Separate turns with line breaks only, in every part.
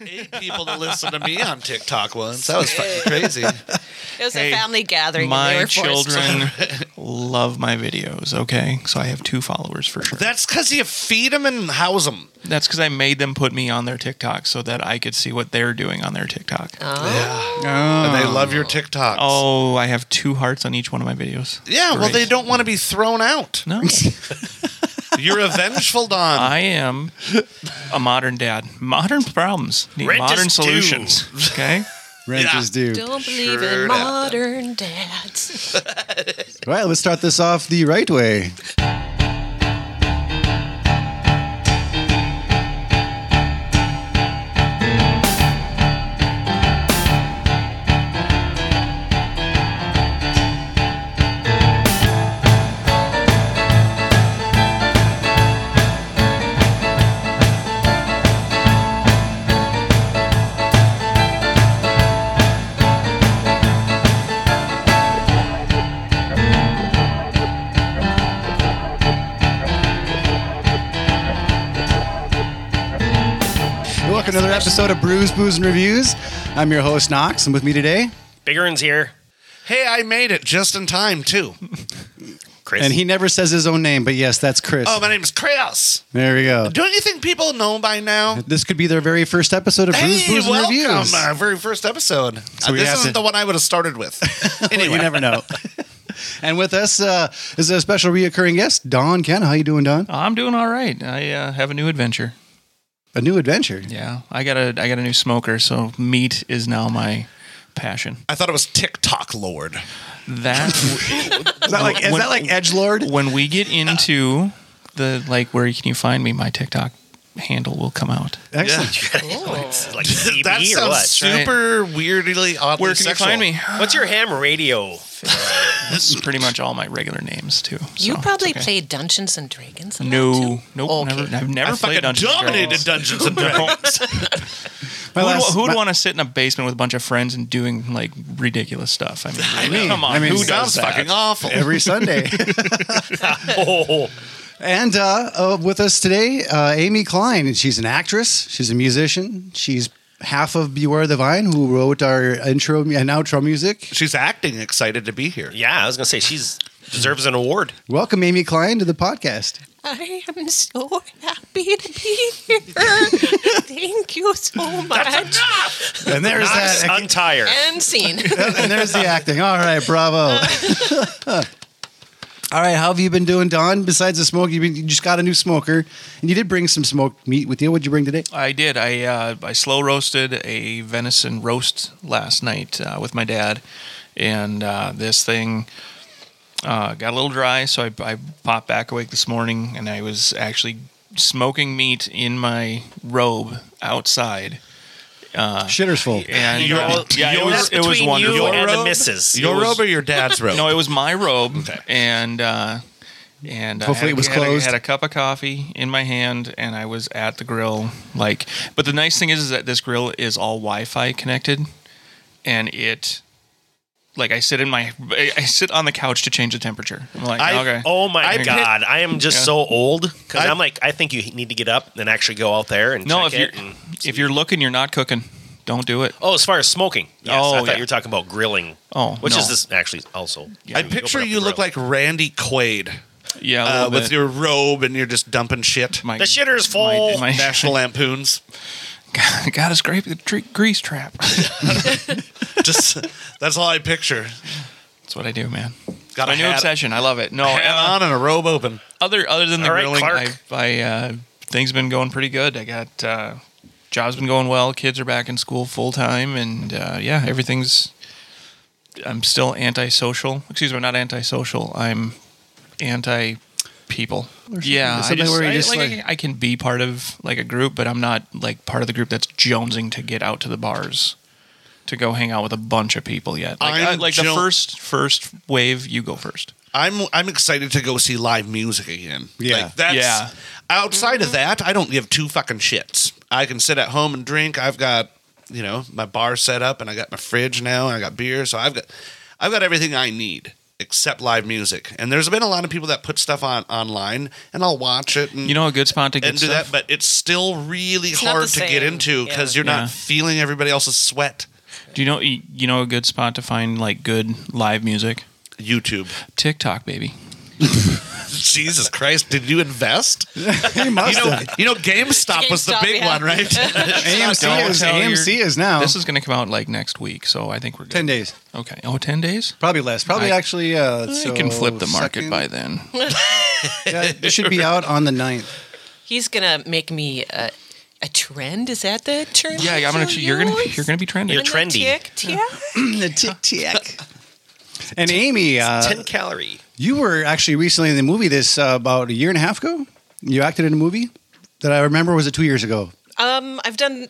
eight people to listen to me on TikTok once. That was fucking crazy.
It was
Hey,
a family gathering. and they
My
were forced to-
children love my videos, okay? So I have two followers for sure.
That's because you feed them and house them.
That's because I made them put me on their TikTok so that I could see what they're doing on their TikTok.
Yeah.
Oh.
And they love your TikToks.
Oh, I have two hearts on each one of my videos.
yeah. Well,
Great.
they don't want to be thrown out.
No,
You're a vengeful Don.
I am a modern dad. Modern problems need
Rent
modern
is due.
solutions. Okay.
Rent
Yeah.
is due.
Don't believe
Sure
in
enough.
modern dads.
All right, let's start this off the right way. Welcome to another episode of Brews, Booze, and Reviews. I'm your host, Knox, and with me today,
Biggerins here.
hey, I made it just in time too.
Chris.
and he never says his own name, but yes, that's Chris.
Oh, my name's Chris.
there we go.
Don't you think people know by now?
This could be their very first episode of Brews,
Hey,
Booze, and
welcome!
Reviews.
Our very first episode. Uh,
So we
this
have
isn't
to-
the one I would have started with.
You never know. and with us uh, is a special reoccurring guest, Don Ken. How you doing, Don?
I'm doing all right. I uh, have a new adventure.
A new adventure.
Yeah, I got a I got a new smoker, so meat is now my passion.
I thought it was TikTok
E
Lord.
That
Is that like, is
When-
that like Edgelord?
when we get into the like, where can you find me? My TikTok handle will come out.
Excellent.
like CB
that
or
sounds
what?
super weirdly oddly
Where can
sexual.
you find me?
What's your ham radio?
This is pretty much all my regular names too. so
you
it's
probably
okay.
played Dungeons and Dragons. a lot,
No,
too?
nope.
Okay.
Never, I've never
I fucking
played Dungeons and
dominated
Dragons.
Dungeons and Dragons.
My
Who'd,
last-
who'd
my-
want to sit in a basement with a bunch of friends and doing like ridiculous stuff? I mean, really?
mean,
come on,
I mean,
who does
sounds
that?
fucking awful.
every Sunday.
Oh,
And uh, uh, with us today, uh, Amy Klein. And She's an actress. She's a musician. She's half of Beware the Vine, who wrote our intro mu- and outro music.
She's acting excited to be here.
yeah. I was gonna say she's deserves an award.
Welcome, Amy Klein, to the podcast.
I am so happy to be here. Thank you so much.
And there's
Knox
that.
untire.
And scene.
And there's the acting. All right, bravo. All right, how have you been doing, Don? Besides the smoke, you, been, you just got a new smoker, and you did bring some smoked meat with you. What'd you bring today?
I did. I uh, I slow roasted a venison roast last night uh, with my dad, and uh, this thing uh, got a little dry, so I, I popped back awake this morning, and I was actually smoking meat in my robe outside. Uh,
Shitter's full.
And
You're-
yeah, it
you're-
was it was
between you
wonderful.
and the missus.
Your
It was-
robe or your dad's robe?
No, it was my robe, and uh, and I
Hopefully
had
it was
a, had a-
closed.
Had a, cup of coffee in my hand, and I was at the grill. Like, but the nice thing is, is that this grill is all Wi-Fi connected, and it. Like I sit in my, I I sit on the couch to change the temperature. I'm like,
I-
okay,
Oh my
I-
god, I am just so old because
I-
I'm like, I think you need to get up and actually go out there and
no, if
check
you're
it. And,
if you're looking, you're not cooking. Don't do it.
oh, as far as smoking, yes,
Oh,
I thought
yeah.
you were talking about grilling.
Oh,
which
no.
is this actually also?
I
open
picture
up the
you look
grill.
like Randy Quaid
Yeah, a
uh,
little
with
bit.
your robe and you're just dumping shit.
my,
the shitter's full.
my-
National Lampoons.
gotta scrape the tre- grease trap.
Just that's all I picture.
That's what I do, man.
Got
My
a
new
hat-
obsession. I love it. No,
Hat
uh,
on and a robe open.
other other than the
All right,
grilling,
Clark.
I, I uh, things been going pretty good. I got uh, job's been going well. Kids are back in school full time, and uh, yeah, everything's. I'm still antisocial. Excuse me, not antisocial. I'm anti people. Yeah, I,
something
just,
where you
I,
just,
like,
like-
I can- I can be part of like a group, but I'm not like part of the group that's jonesing to get out to the bars to go hang out with a bunch of people yet. Like,
I'm
I, like the
jo-
first first wave, you go first.
I'm I'm excited to go see live music again.
Yeah.
Like, that's
Yeah.
outside of that, I don't give two fucking shits. I can sit at home and drink. I've got, you know, my bar set up and I got my fridge now and I got beer, so I've got I've got everything I need. except live music. And there's been a lot of people that put stuff on online, and I'll watch it. And,
You know a good spot to get
and do
stuff?
that, but it's still really
not
hard to
the
get
same.
into because
Yeah.
you're not
Yeah.
feeling everybody else's sweat.
do you know you, you know a good spot to find like good live music?
YouTube.
TikTok, baby.
Jesus Christ, did you invest?
He must
You know,
have.
you know, GameStop was the
GameStop,
big
yeah.
one, right?
AMC
Don't
is
tell your-
AMC is now
This is going to come out like next week, so I think we're good.
ten days,
Okay. Oh, 10 days?
probably less. Probably
I-
actually, uh,
I
so
can flip the market
second-
by then.
Yeah, it should be out on the 9th.
He's gonna make me a, a trend. Is that the term?
Yeah, I'm gonna.
you
You're gonna.
use?
You're gonna be trending.
You're trendy.
Tick, tick.
the tic tac. And Amy, uh,
10 calorie.
you were actually recently in the movie this uh, about a year and a half ago. You acted in a movie that I remember was it two years ago.
Um, I've done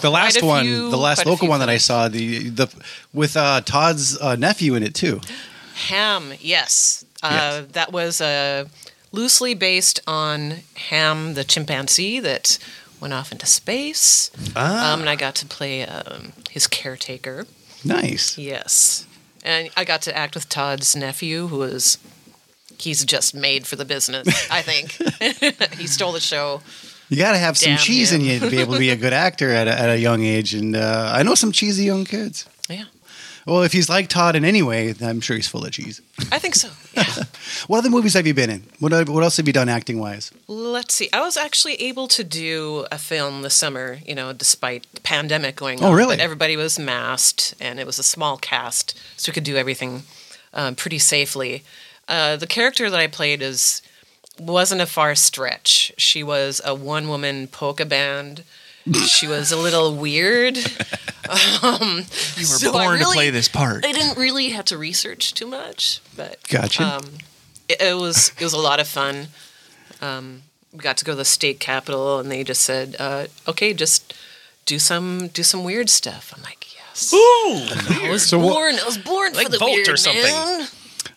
The last
a
one,
few-
the last
quite a
local
few
one that I
films.
saw, the the with uh, Todd's uh, nephew in it too.
Ham. Yes, uh, that was uh, loosely based on Ham, the chimpanzee that went off into space. Um, and I got to play um, his caretaker.
Nice.
Yes. And I got to act with Todd's nephew, who is, he's just made for the business, I think. he stole the show.
You got to have some
Damn
cheese in
you.
you to be able to be a good actor at a, at a young age. And uh, I know some cheesy young kids.
Yeah.
Well, if he's like Todd in any way, then I'm sure he's full of cheese.
I think so. Yeah.
What other movies have you been in? What what else have you done acting wise?
Let's see. I was actually able to do a film this summer, you know, despite the pandemic going
Oh,
on.
really?
But everybody was masked and it was a small cast, so we could do everything um, pretty safely. Uh, the character that I played is wasn't a far stretch. She was a one woman polka band. She was a little weird. Um,
You were
So I
born to
really-
play this part.
I didn't really have to research too much, but
Gotcha.
um, it, it was it was a lot of fun. Um, we got to go to the state capitol, and they just said, uh, "Okay, just do some do some weird stuff." I'm like, "Yes, I was
So what-
born. I was born
Like
for the
vote or
weird
something.
man."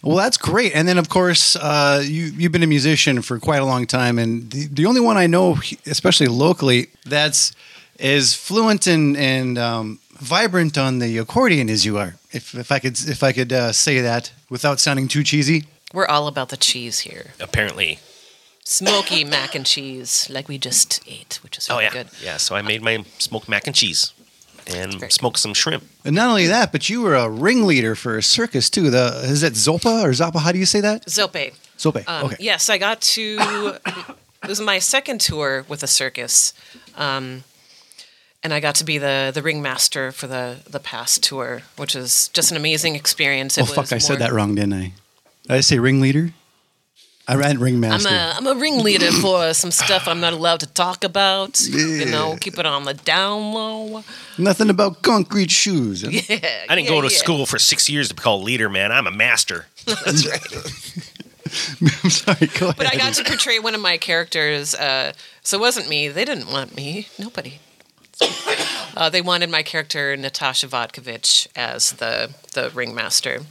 Well, that's great. And then, of course, uh, you you've been a musician for quite a long time, and the, the only one I know, especially locally, that's as fluent and and um, vibrant on the accordion as you are. If if I could if I could uh, say that without sounding too cheesy.
We're all about the cheese here.
Apparently.
Smoky mac and cheese, like we just ate, which is
Oh,
really
yeah.
good.
Yeah, so I made my smoked mac and cheese and
Great.
smoked some shrimp.
And not only that, but you were a ringleader for a circus too. The is that Zopa or Zappa? How do you say that?
Zope.
Zope.
Um,
okay.
Yes, I got to. this is my second tour with a circus, um, and I got to be the the ringmaster for the the past tour, which is just an amazing experience. It
Oh fuck!
was
I said
more-
that wrong, didn't I? Did I say ringleader? I ran
I'm
ringmaster.
a I'm a ringleader for some stuff I'm not allowed to talk about. You know, keep it on the down low.
Nothing about concrete shoes.
Yeah,
I didn't
Uh, yeah,
go to
yeah.
school for six years to be called leader, man. I'm a master.
That's right.
I'm sorry. Go ahead.
But I got to portray one of my characters. Uh, so it wasn't me. They didn't want me. Nobody. uh, they wanted my character Natasha Vodkovich as the the ringmaster.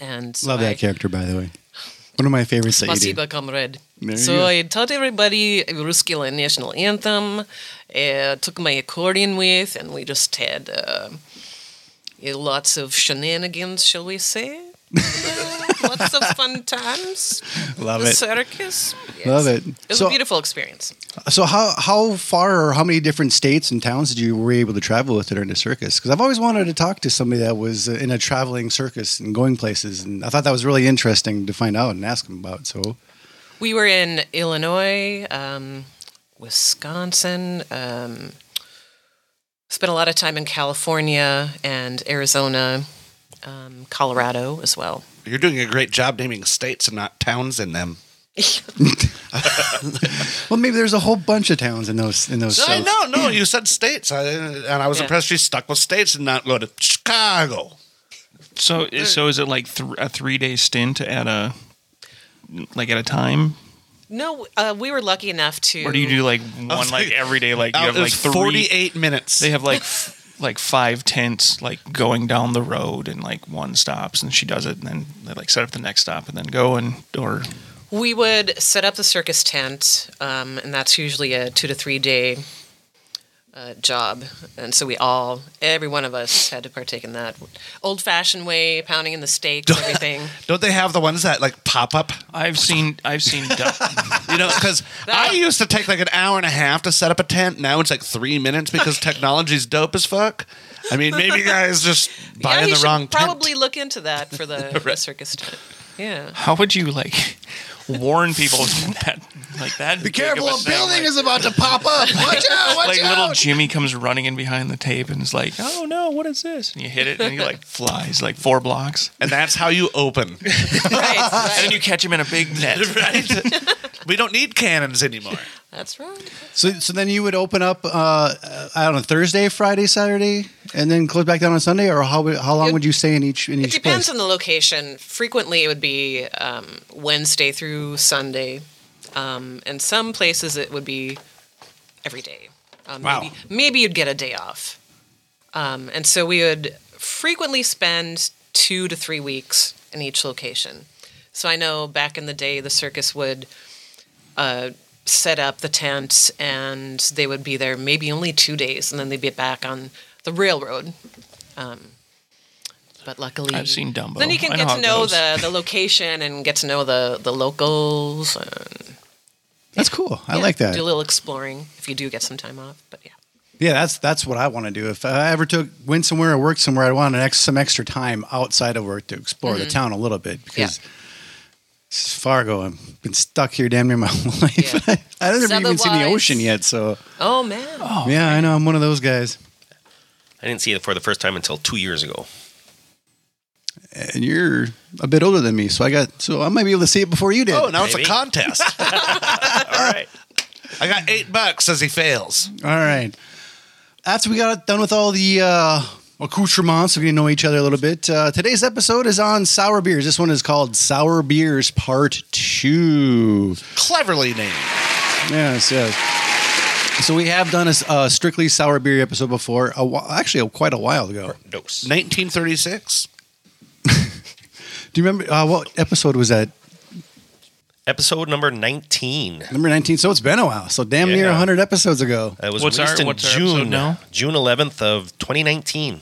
And so
Love
I-
that character, by the way. One of my favorites that you
Спасибо,
did.
comrade.
There you
So
go.
I taught everybody Ruskila national anthem. Uh, took my accordion with, and we just had uh, yeah, lots of shenanigans, shall we say? Uh, lots of fun times.
Love
the
it.
circus. Yes.
Love it.
It was
So-
a beautiful experience.
So how how far or how many different states and towns did you were able to travel with during the circus? Because I've always wanted to talk to somebody that was in a traveling circus and going places, and I thought that was really interesting to find out and ask them about. So
We were in Illinois, um, Wisconsin. Um, spent a lot of time in California and Arizona, um, Colorado as well.
You're doing a great job naming states and not towns in them.
well, maybe there's a whole bunch of towns in those in those.
I
states.
know, no, you said states, I, and I was
Yeah.
impressed you stuck with states and not go to Chicago.
So, so is it like th- a three day stint at a like at a time,
No, uh, we were lucky enough to.
or do you do like one like,
was like-
every day? Like you
Uh,
have
it
like
was
three.
48 minutes.
They have like f- like five tents like going down the road, and like one stops, and she does it, and then they like set up the next stop, and then go and or
We would set up the circus tent, um, and that's usually a two to three day uh, job, and so we all, every one of us, had to partake in that old-fashioned way, pounding in the steaks, everything.
Don't they have the ones that like pop up?
I've seen I've seen duck,
You know, because I used to take like an hour and a half to set up a tent. Now it's like three minutes because technology's dope as fuck. I mean, maybe you guys just
yeah,
buying
you
the
should
wrong
probably
tent.
look into that for the, for the circus tent. Yeah.
How would you like warn people that like that?
Be careful, a building
Like,
is about to pop up. Watch out, watch
like
out.
little Jimmy comes running in behind the tape and is like, "Oh no, what is this?" And you hit it, and he like flies like four blocks,
And that's how you open.
Right,
and then
right.
you catch him in a big net.
we don't need cannons anymore.
That's right.
so, so then you would open up, uh, I don't know, Thursday, Friday, Saturday, and then close back down on Sunday, or how would- how long
It-
would you stay in each in
It
each
depends
place?
on the location. Frequently, it would be um, Wednesday through Sunday, um, and some places it would be every day. Um,
Wow.
Maybe, maybe you'd get a day off, um, and so we would frequently spend two to three weeks in each location. So I know back in the day, the circus would uh, set up the tent, and they would be there maybe only two days, and then they'd be back on the railroad. Um, but luckily,
I've seen Dumbo.
then you can
I
get
how
to
it
know
goes.
the, the location and get to know the, the locals. And,
That's cool. I
yeah,
like that.
Do a little exploring if you do get some time off. But yeah.
Yeah, that's that's what I want to do. If I ever took went somewhere or worked somewhere, I'd want an ex, some extra time outside of work to explore
Mm-hmm.
the town a little bit because it's Fargo, I've been stuck here damn near my whole life.
Yeah.
I haven't even seen the
Otherwise-
ocean yet, so
Oh man.
yeah, I know I'm one of those guys.
I didn't see it for the first time until two years ago.
And you're a bit older than me, so I got so I might be able to see it before you did.
Oh, now it's a
Maybe.
contest.
All right.
I got eight bucks as he fails.
All right. After we got done with all the uh, accoutrements, we get to know each other a little bit. Uh, today's episode is on sour beers. This one is called Sour Beers Part Two.
Cleverly named.
Yes, yes. So we have done a, s- a strictly sour beer episode before, a, wh- actually quite a while ago.
Dose.
1936.
Do you remember uh, what episode was that?
Episode number 19.
Number nineteen. So it's been a while. So damn near
Yeah.
near hundred episodes ago.
That was
What's
released
our-
in
what's our episode
June.
now?
June 11th of 2019.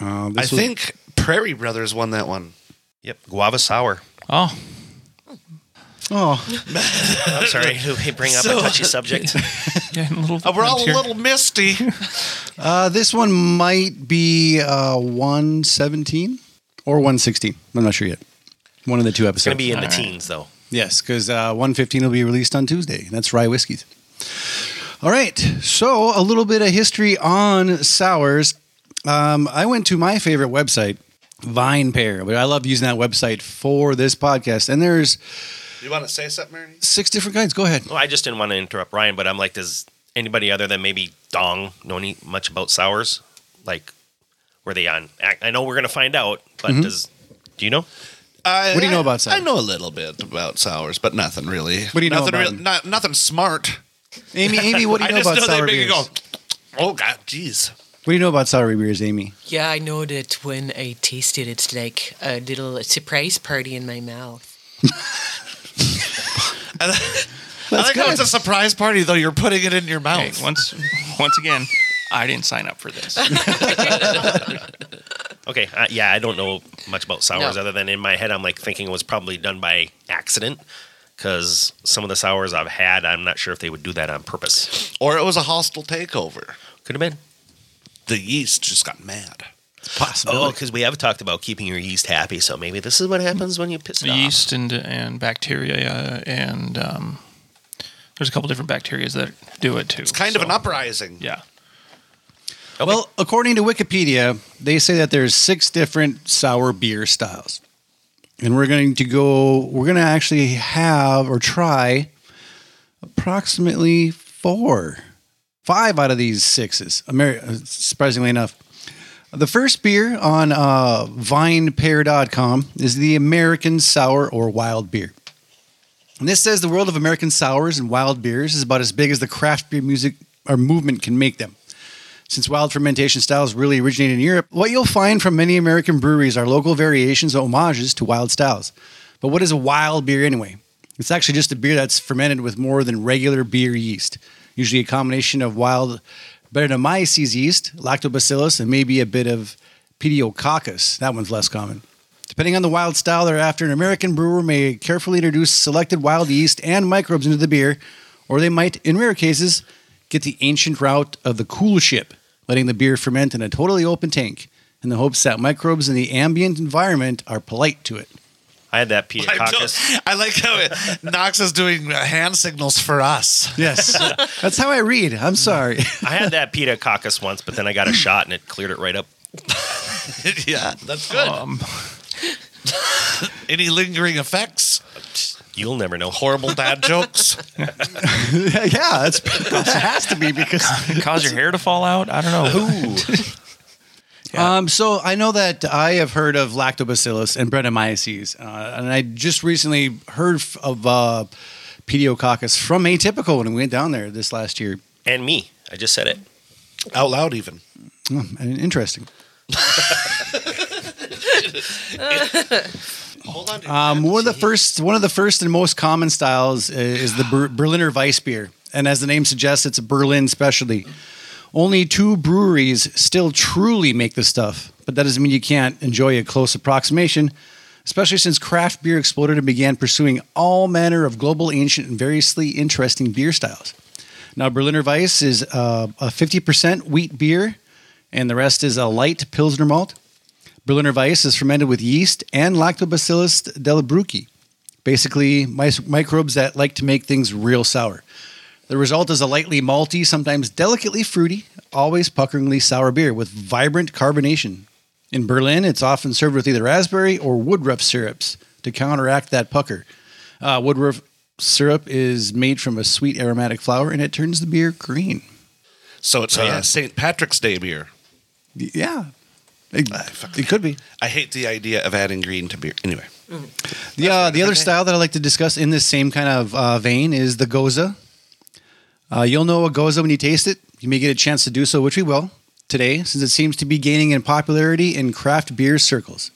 Uh,
I
this was-
think Prairie Brothers won that one.
Yep. Guava sour.
oh,
Oh,
I'm sorry to bring up
So-
a touchy subject.
yeah, a little.
Uh, we're all
here.
a little misty.
uh, this one might be uh, one seventeen or one sixteen. I'm not sure yet. One of the two
It's going
episodes.
to be in the
All right.
teens, though.
Yes, because uh, 115 will be released on Tuesday. That's rye whiskeys. All right, so a little bit of history on sours. Um, I went to my favorite website, Vine Pair, but I love using that website for this podcast. And there's
You want to say something, Ernie?
six different kinds. Go ahead.
Well, I just didn't want to interrupt Ryan, but I'm like, does anybody other than maybe Dong know any much about sours? Like, were they on? I I know we're going to find out, but does do you know?
I,
What do you know
I-
about sour?
I know a little bit about sours, but nothing really.
What do you know
nothing
about
real-
them?
not, nothing smart.
Amy, Amy, what do you know
I just
about
know they
sour
make you
beers?
go,
What
oh god, jeez.
do you know about sour beers, Amy?
Yeah, I know that when I taste it, it's like a little surprise party in my mouth.
I like how it's a surprise party though. You're putting it in your mouth.
Okay, once once again, I didn't sign up for this.
Okay, uh, yeah, I don't know much about sours
No.
other than in my head, I'm like thinking it was probably done by accident because some of the sours I've had, I'm not sure if they would do that on purpose.
Or it was a hostile takeover.
Could have been.
The yeast just got mad.
Oh, because we have talked about keeping your yeast happy, so maybe this is what happens when you piss it off.
yeast and and bacteria and um, there's a couple different bacteria that do it too.
It's kind of an uprising.
Yeah.
Well, according to Wikipedia, they say that there's six different sour beer styles. And we're going to go, we're going to actually have or try approximately four, five out of these sixes, Amer- uh, surprisingly enough. The first beer on uh, vinepair.com is the American Sour or Wild Beer. And this says the world of American sours and wild beers is about as big as the craft beer music or movement can make them. Since wild fermentation styles really originated in Europe, what you'll find from many American breweries are local variations or homages to wild styles. But what is a wild beer anyway? It's actually just a beer that's fermented with more than regular beer yeast, usually a combination of wild But in Myces yeast, lactobacillus, and maybe a bit of pediococcus. That one's less common. Depending on the wild style they're after, an American brewer may carefully introduce selected wild yeast and microbes into the beer, or they might, in rare cases, get the ancient route of the cool ship, letting the beer ferment in a totally open tank in the hopes that microbes in the ambient environment are polite to it.
I had that
I,
pediococcus.
don't- I like how it, Knox is doing uh, hand signals for us.
Yes. That's how I read. I'm sorry.
I had that pediococcus once, but then I got a shot and it cleared it right up.
yeah, that's good.
Um,
Any lingering effects?
You'll never know.
Horrible dad jokes?
yeah, that's, that has to be because.
cause your hair to fall out? I don't know.
Um, so I know that I have heard of lactobacillus and Brettanomyces, uh, and I just recently heard f- of uh, pediococcus from Atypical when we went down there this last year.
And me. I just said it.
Out loud, even.
Hmm, interesting.
Hold on.
Um, one of the first, one of the first and most common styles i- is the Ber- Berliner Weissbier, and as the name suggests, it's a Berlin specialty. Only two breweries still truly make this stuff, but that doesn't mean you can't enjoy a close approximation. Especially since craft beer exploded and began pursuing all manner of global, ancient, and variously interesting beer styles. Now, Berliner Weiss is uh, a 50% wheat beer, and the rest is a light Pilsner malt. Berliner Weiss is fermented with yeast and Lactobacillus delbrueckii, basically mice- microbes that like to make things real sour. The result is a lightly malty, sometimes delicately fruity, always puckeringly sour beer with vibrant carbonation. In Berlin, it's often served with either raspberry or woodruff syrups to counteract that pucker. Uh, woodruff syrup is made from a sweet aromatic flower and it turns the beer green.
So it's uh, St. Patrick's Day beer.
Y- Yeah. It, it could be.
I hate the idea of adding green to beer. Anyway,
The, uh, the other style that I like to discuss in this same kind of uh, vein is the Goza. Uh, you'll know a Goza when you taste it. You may get a chance to do so, which we will today, since it seems to be gaining in popularity in craft beer circles.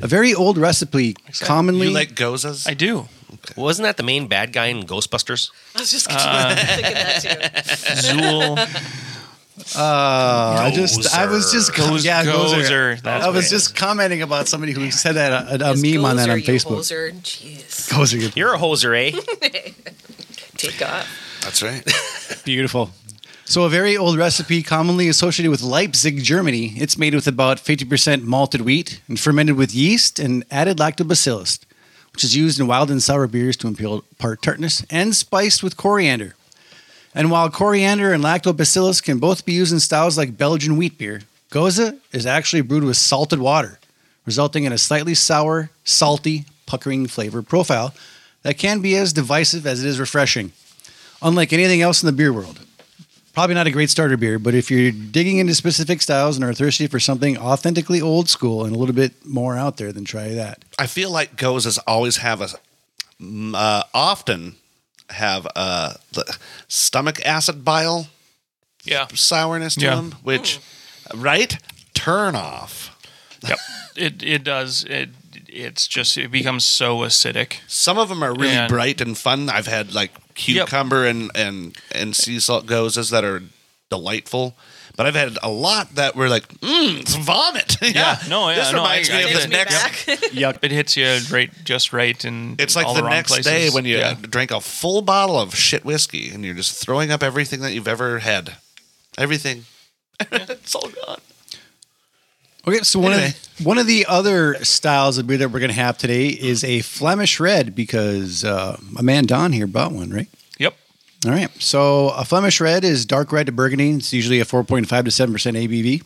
A very old recipe, commonly
you like gozas?
I do.
Wasn't that the main bad guy in Ghostbusters?
I was just
Uh,
thinking that too.
Zool.
uh, I just I was just
Gozer.
yeah,
Gozer. That's
I was
right.
just commenting about somebody who said that uh, a, a meme on that
Gozer,
on
you
Facebook.
hoser. Jeez.
Gozer,
You're a hoser, eh?
Take off.
That's right.
Beautiful. So, a very old recipe commonly associated with Leipzig, Germany. It's made with about 50% malted wheat and fermented with yeast and added lactobacillus, which is used in wild and sour beers to impart tartness and spiced with coriander. And while coriander and lactobacillus can both be used in styles like Belgian wheat beer, Goza is actually brewed with salted water, resulting in a slightly sour, salty, puckering flavor profile that can be as divisive as it is refreshing unlike anything else in the beer world. Probably not a great starter beer, but if you're digging into specific styles and are thirsty for something authentically old school and a little bit more out there, then try that.
I feel like gozas always have a, mm, uh, often have a the stomach acid bile
Yeah.
sourness to
Yeah.
them, which, right? Turn off.
Yep. It it does. It it's just it becomes so acidic.
Some of them are really
And-
bright and fun. I've had like cucumber and, and, and sea salt gozas that are delightful. But I've had a lot that were like, mmm, it's vomit. yeah.
No, yeah,
This
no, I-
reminds
I
me
get
of
Takes
the
it.
me
next.
back.
Yuck. It hits you right just right and
It's like
all
the,
wrong
next
places.
day when you
Yeah.
drink a full bottle of shit whiskey and you're just throwing up everything that you've ever had. Everything. it's all gone.
Okay, so one
Anyway.
of one of the other styles of beer that we're going to have today is a Flemish red because uh, my man Don here bought one, right?
Yep.
All right. So a Flemish red is dark red to burgundy. It's usually a 4.5 to 7% ABV.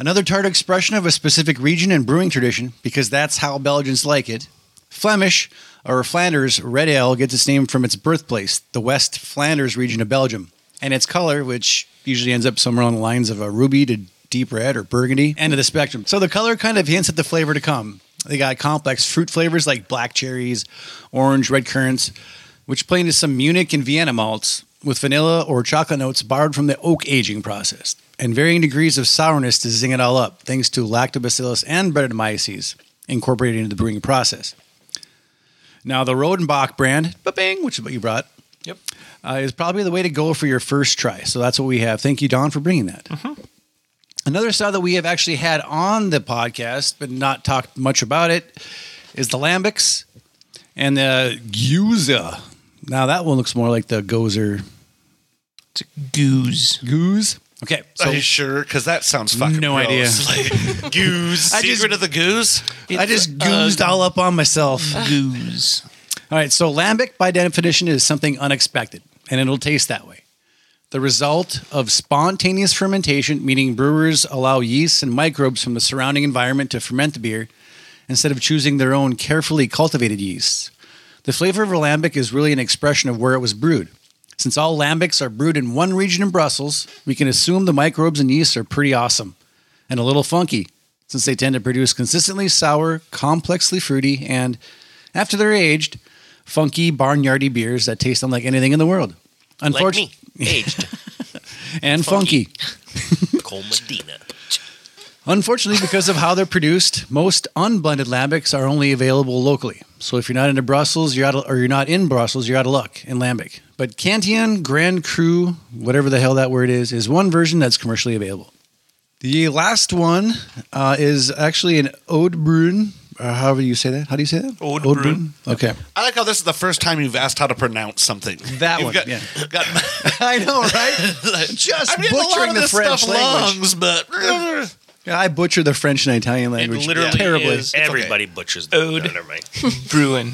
Another tart expression of a specific region and brewing tradition, because that's how Belgians like it. Flemish or Flanders red ale gets its name from its birthplace, the West Flanders region of Belgium, and its color, which usually ends up somewhere on the lines of a ruby to deep red or burgundy, end of the spectrum. So the color kind of hints at the flavor to come. They got complex fruit flavors like black cherries, orange, red currants, which play into some Munich and Vienna malts with vanilla or chocolate notes borrowed from the oak aging process, and varying degrees of sourness to zing it all up, thanks to lactobacillus and Brettanomyces incorporated into the brewing process. Now, the Rodenbach brand, ba-bing, which is what you brought,
Yep.
uh, is probably the way to go for your first try. So that's what we have. Thank you, Don, for bringing that. Another style that we have actually had on the podcast, but not talked much about it, is the lambics and the gyuza. Now that one looks more like the gozer
It's a goose.
goose. Okay,
Are
so
you sure? Because that sounds fucking
No idea.
gross. Like, goose.
I just-
Secret of the goose.
I just goozed uh, all up on myself.
Goose.
All right, so lambic by definition is something unexpected, and it'll taste that way. The result of spontaneous fermentation, meaning brewers allow yeasts and microbes from the surrounding environment to ferment the beer instead of choosing their own carefully cultivated yeasts. The flavor of a lambic is really an expression of where it was brewed. Since all lambics are brewed in one region in Brussels, we can assume the microbes and yeasts are pretty awesome and a little funky, since they tend to produce consistently sour, complexly fruity, and, after they're aged, funky barnyardy beers that taste unlike anything in the world.
Like
Unfortunately,
me, aged
and funky.
Cole Medina.
Unfortunately, because of how they're produced, most unblended lambics are only available locally. So if you're not into Brussels, you're out of, or you're not in Brussels, you're out of luck in lambic. But Cantillon Grand Cru, whatever the hell that word is, is one version that's commercially available. The last one uh, is actually an Ode Brun, or however you say that. How do you say that?
Ode
Brun. Okay.
I like how this is the first time you've asked how to pronounce something.
That
You've
one,
Got,
yeah.
got-
I know, right? Just
I'm getting a lot
butchering
of
the
this
French
stuff
language.
lungs, but
Yeah, I butcher the French and Italian language
literally
terribly.
is-
okay.
Everybody butchers.
Ode.
No, never mind.
Bruin.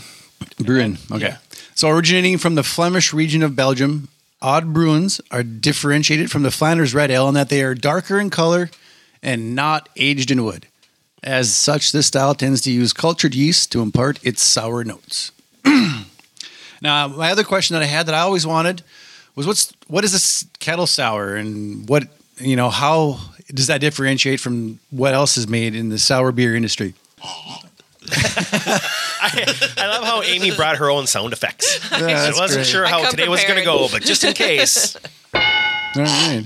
Bruin. Okay.
Yeah.
So originating from the Flemish region of Belgium, odd Bruins are differentiated from the Flanders Red Ale in that they are darker in color and not aged in wood. As such, this style tends to use cultured yeast to impart its sour notes. now, my other question that I had that I always wanted was what's what is this kettle sour and what you know how does that differentiate from what else is made in the sour beer industry?
I, I love how Amy brought her own sound effects. I
that's
wasn't
great.
sure
I
how
come
today was going to
prepared.
go, but just in case,
All right.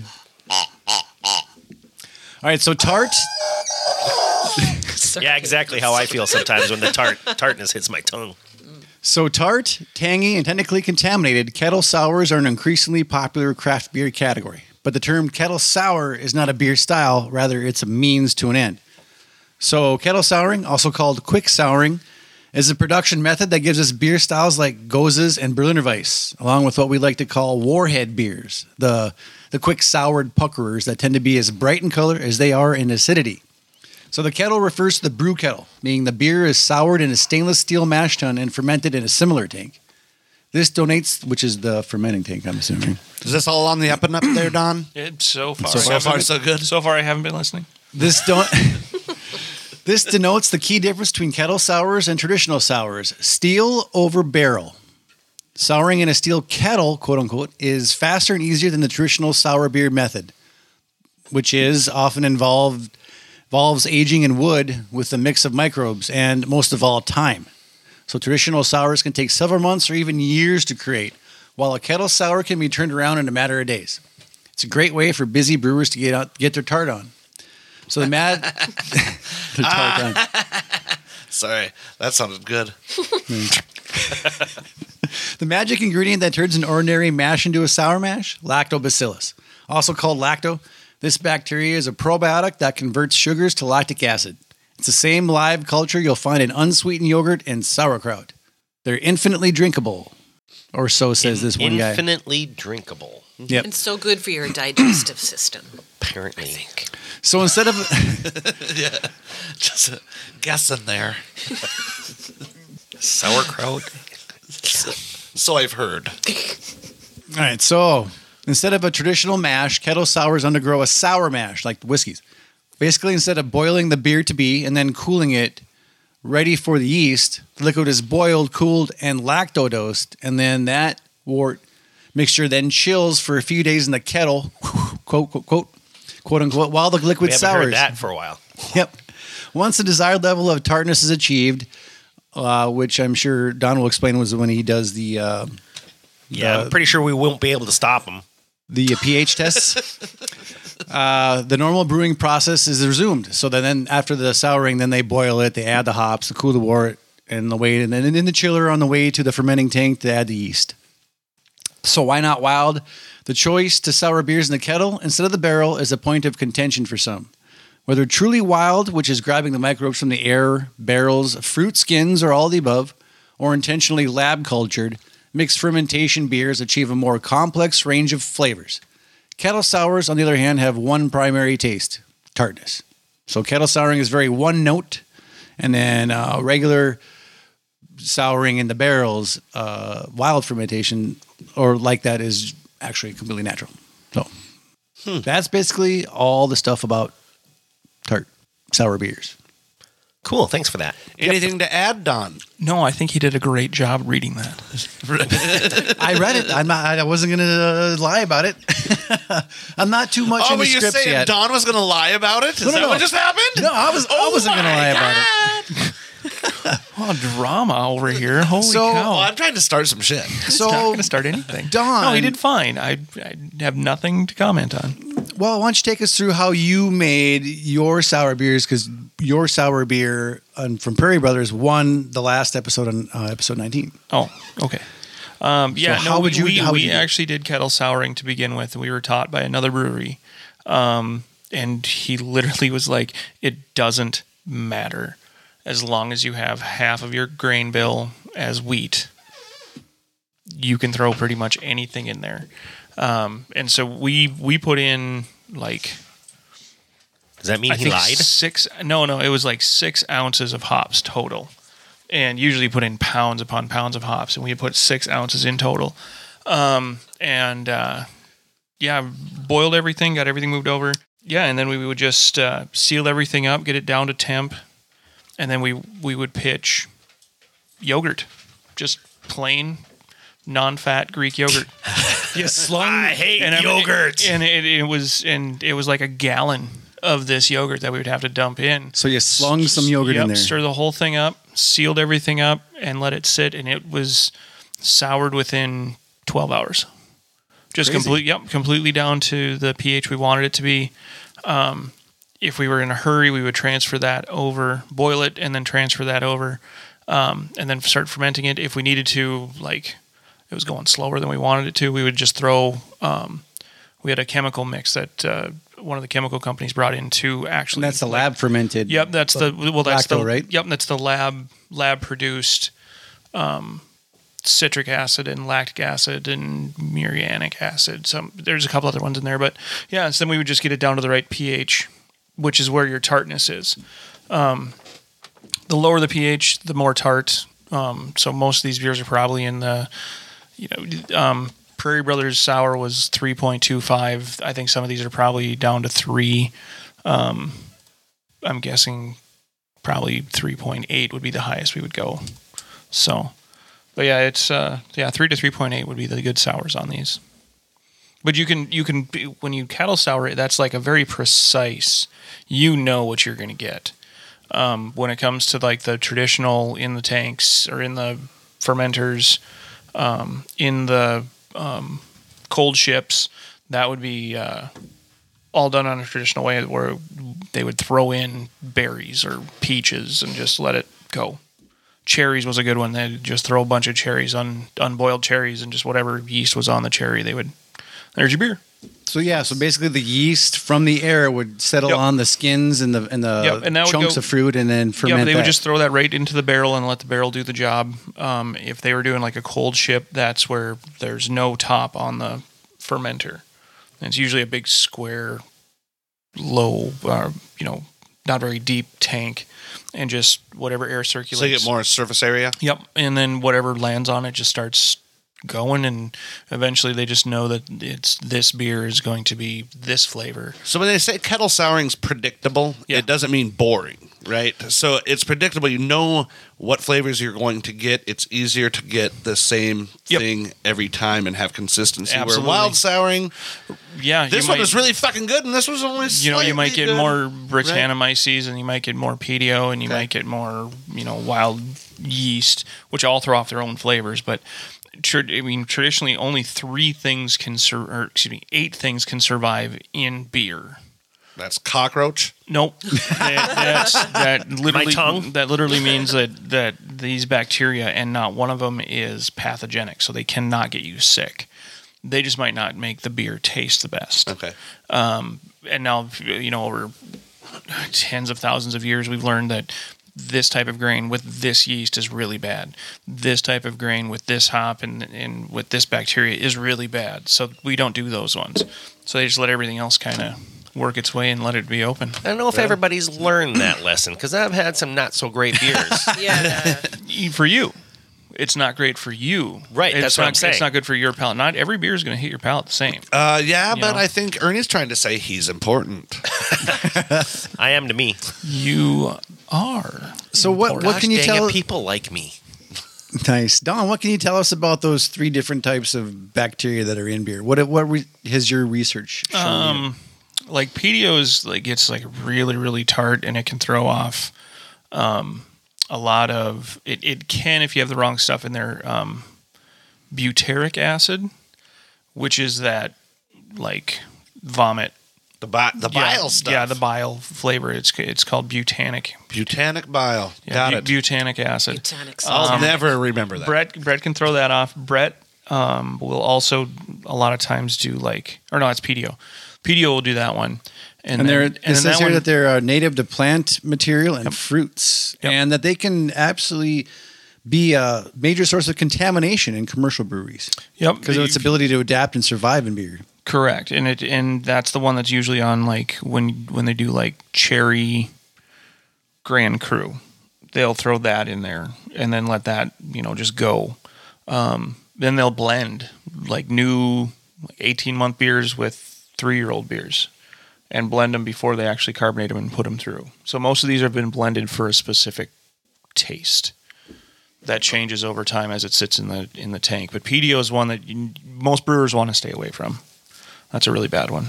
All right, so tart.
yeah, exactly how I feel sometimes when the tart tartness hits my tongue.
So tart, tangy, and technically contaminated, kettle sours are an increasingly popular craft beer category. But the term kettle sour is not a beer style, rather, it's a means to an end. So, kettle souring, also called quick souring, is a production method that gives us beer styles like Gozes and Berliner Weiss, along with what we like to call warhead beers, the, the quick soured puckerers that tend to be as bright in color as they are in acidity. So the kettle refers to the brew kettle, meaning the beer is soured in a stainless steel mash tun and fermented in a similar tank. This donates, which is the fermenting tank, I'm assuming.
is this all on the up and up there, Don?
It, so far,
So
I haven't
far,
been-
so good.
So far, I haven't been listening.
This don't. this denotes the key difference between kettle sours and traditional sours: steel over barrel. Souring in a steel kettle, quote unquote, is faster and easier than the traditional sour beer method, which is often involved involves aging in wood with a mix of microbes and most of all time. So traditional sours can take several months or even years to create, while a kettle sour can be turned around in a matter of days. It's a great way for busy brewers to get out, get their tart on. So the mad their tart on.
Sorry, that sounded good.
The magic ingredient that turns an ordinary mash into a sour mash, lactobacillus, also called lacto. This bacteria is a probiotic that converts sugars to lactic acid. It's the same live culture you'll find in unsweetened yogurt and sauerkraut. They're infinitely drinkable, or so says this one guy.
Infinitely drinkable,
Yep.
And so good for your digestive system. I
apparently.
think.
So instead of
Just guessing there.
Sauerkraut.
So I've heard.
All right, so instead of a traditional mash, kettle sours undergo a sour mash like whiskeys. Basically, instead of boiling the beer to be and then cooling it, ready for the yeast, the liquid is boiled, cooled, and lactodosed, and then that wort mixture then chills for a few days in the kettle, quote quote quote, quote unquote, while the liquid
We haven't
sours.
heard that for a while.
Yep. Once the desired level of tartness is achieved, uh, which I'm sure Don will explain was when he does the uh,
Yeah, I'm pretty sure we won't be able to stop them.
the pH tests. Uh, the normal brewing process is resumed. So then, then after the souring, then they boil it. They add the hops, cool the wort, and the weight, and then in the chiller on the way to the fermenting tank, they add the yeast. So why not wild? The choice to sour beers in the kettle instead of the barrel is a point of contention for some. Whether truly wild, which is grabbing the microbes from the air, barrels, fruit skins, or all the above, or intentionally lab cultured, mixed fermentation beers achieve a more complex range of flavors. Kettle sours, on the other hand, have one primary taste tartness. So kettle souring is very one note, and then uh, regular souring in the barrels, uh, wild fermentation or like that is actually completely natural. So that's basically all the stuff about tart sour beers.
Cool. Thanks for that.
Anything to add, Don?
No, I think he did a great job reading that.
I read it. I'm not. I wasn't gonna uh, lie about it. I'm not too much
Oh,
into
were you
scripts
saying
yet.
Don Oh was going to lie about it? Is
no,
that
no.
what just happened?
No, I was. I wasn't gonna lie about it.
Oh, drama over here. Holy
So- uh,
cow.
Well, I'm trying to start some shit.
It's not
So
going to start anything.
Don-
No, he did fine. I, I have nothing to comment on.
Well, why don't you take us through how you made your sour beers? Because your sour beer um, from Prairie Brothers won the last episode on uh, episode 19.
Oh, okay. Um, yeah,
So
no,
how
we,
would you-
we,
how would
we
you do it?
actually did kettle souring to begin with. We were taught by another brewery. Um, and he literally was like, it doesn't matter as long as you have half of your grain bill as wheat. You can throw pretty much anything in there. Um, and so we we put in like
Does that mean
I
he
think
lied?
Six? No, no. It was like six ounces of hops total, and usually you put in pounds upon pounds of hops, and we had put six ounces in total. Um, and uh, yeah, boiled everything, got everything moved over. Yeah, and then we would just uh, seal everything up, get it down to temp, and then we we would pitch yogurt, just plain non-fat Greek yogurt.
Yes, I hate
I mean,
yogurt.
and it, it was and it was like a gallon of this yogurt that we would have to dump in.
So you slung some yogurt
Yep,
in there.
Stir the whole thing up, sealed everything up, and let it sit. And it was soured within 12 hours. Just
Crazy.
complete, yep, completely down to the pH we wanted it to be. Um, if we were in a hurry, we would transfer that over, boil it, and then transfer that over, um, and then start fermenting it. If we needed to, like it was going slower than we wanted it to, we would just throw. Um, we had a chemical mix that uh, one of the chemical companies brought in to actually.
And that's the lab fermented.
Yep, that's the well. That's
lacto,
the
right?
Yep, that's the lab lab produced um, citric acid and lactic acid and muriatic acid. Some there's a couple other ones in there, but yeah. So then we would just get it down to the right pH, which is where your tartness is. Um, the lower the pH, the more tart. Um, so most of these beers are probably in the you know. Um, Prairie Brothers Sour was 3.25. I think some of these are probably down to three. Um, I'm guessing probably 3.8 would be the highest we would go. So, but yeah, it's uh, yeah, three to 3.8 would be the good sours on these. But you can you can be- when you cattle sour it, that's like a very precise. You know what you're going to get. Um, when it comes to like the traditional in the tanks or in the fermenters, um, in the um, cold ships, that would be. Uh, all done on a traditional way where they would throw in berries or peaches and just let it go. Cherries was a good one. They'd just throw a bunch of cherries, un, unboiled cherries, and just whatever yeast was on the cherry, they would. There's your beer.
So yeah, so basically the yeast from the air would settle
Yep.
on the skins and the and the
Yep, and that would
chunks
go-
of fruit and then ferment
yeah, but they
that.
would just throw that right into the barrel and let the barrel do the job. Um, if they were doing like a cold ship, that's where there's no top on the fermenter. And it's usually a big square, low, uh, you know, not very deep tank, and just whatever air circulates.
So you get more surface area.
Yep. And then whatever lands on it just starts going and eventually they just know that it's this beer is going to be this flavor.
So when they say kettle souring's predictable,
Yeah.
it doesn't mean boring, right? So it's predictable. You know what flavors you're going to get. It's easier to get the same
Yep.
thing every time and have consistency.
Absolutely.
Where wild souring,
Yeah, you
this one
might-
was really fucking good, and this was only
you know, you might
slightly good.
get more Britannomyces and you might get more PDO and you
Okay.
might get more, you know, wild yeast, which all throw off their own flavors. But tr- I mean, traditionally, only three things can sur- or excuse me, eight things can survive in beer.
That's cockroach.
Nope. That, that's, that literally
tongue?
that literally means that that these bacteria and not one of them is pathogenic, so they cannot get you sick. They just might not make the beer taste the best.
Okay.
And now, you know, over tens of thousands of years, we've learned that this type of grain with this yeast is really bad. This type of grain with this hop and, and with this bacteria is really bad. So we don't do those ones. So they just let everything else kind of work its way and let it be open.
I don't know if everybody's learned that lesson because I've had some not so great beers.
Yeah.
e, for you. It's not great for you.
Right,
It's
that's what
not,
I'm saying.
It's not good for your palate. Not every beer is going to hit your palate the same.
Uh, yeah, but
know.
I think Ernie's trying to say he's important.
I am to me.
You are.
So what? What
Gosh
can you
dang
tell?
it, people like me?
Nice, Don. What can you tell us about those three different types of bacteria that are in beer? What what re- has your research shown? you?
Um, like PDOs like gets like really really tart and it can throw off um, a lot of it, it can if you have the wrong stuff in there um, butyric acid which is that like vomit
The, bi- the bile
yeah,
stuff.
yeah the bile flavor it's it's called butanic
Butanic bile.
yeah, um,
Got
bu-
it.
butanic acid
Botanic
I'll
salt.
never remember that.
Brett Brett can throw that off. Brett um, will also a lot of times do like or no, it's PDO. PDO will do that one. And,
And
then-
they're,
and
it
then
says
that
here
one-
that they're uh, native to plant material and fruits,
Yep.
and that they can absolutely be a major source of contamination in commercial breweries
yep
because of its ability to adapt and survive in beer.
correct. And it and that's the one that's usually on like when when they do like cherry Grand Cru, they'll throw that in there and then let that you know just go. Um, then they'll blend like new eighteen month beers with three year old beers. and blend them before they actually carbonate them and put them through. So most of these have been blended for a specific taste. That changes over time as it sits in the in the tank. But PDO is one that you, most brewers want to stay away from. That's a really bad one.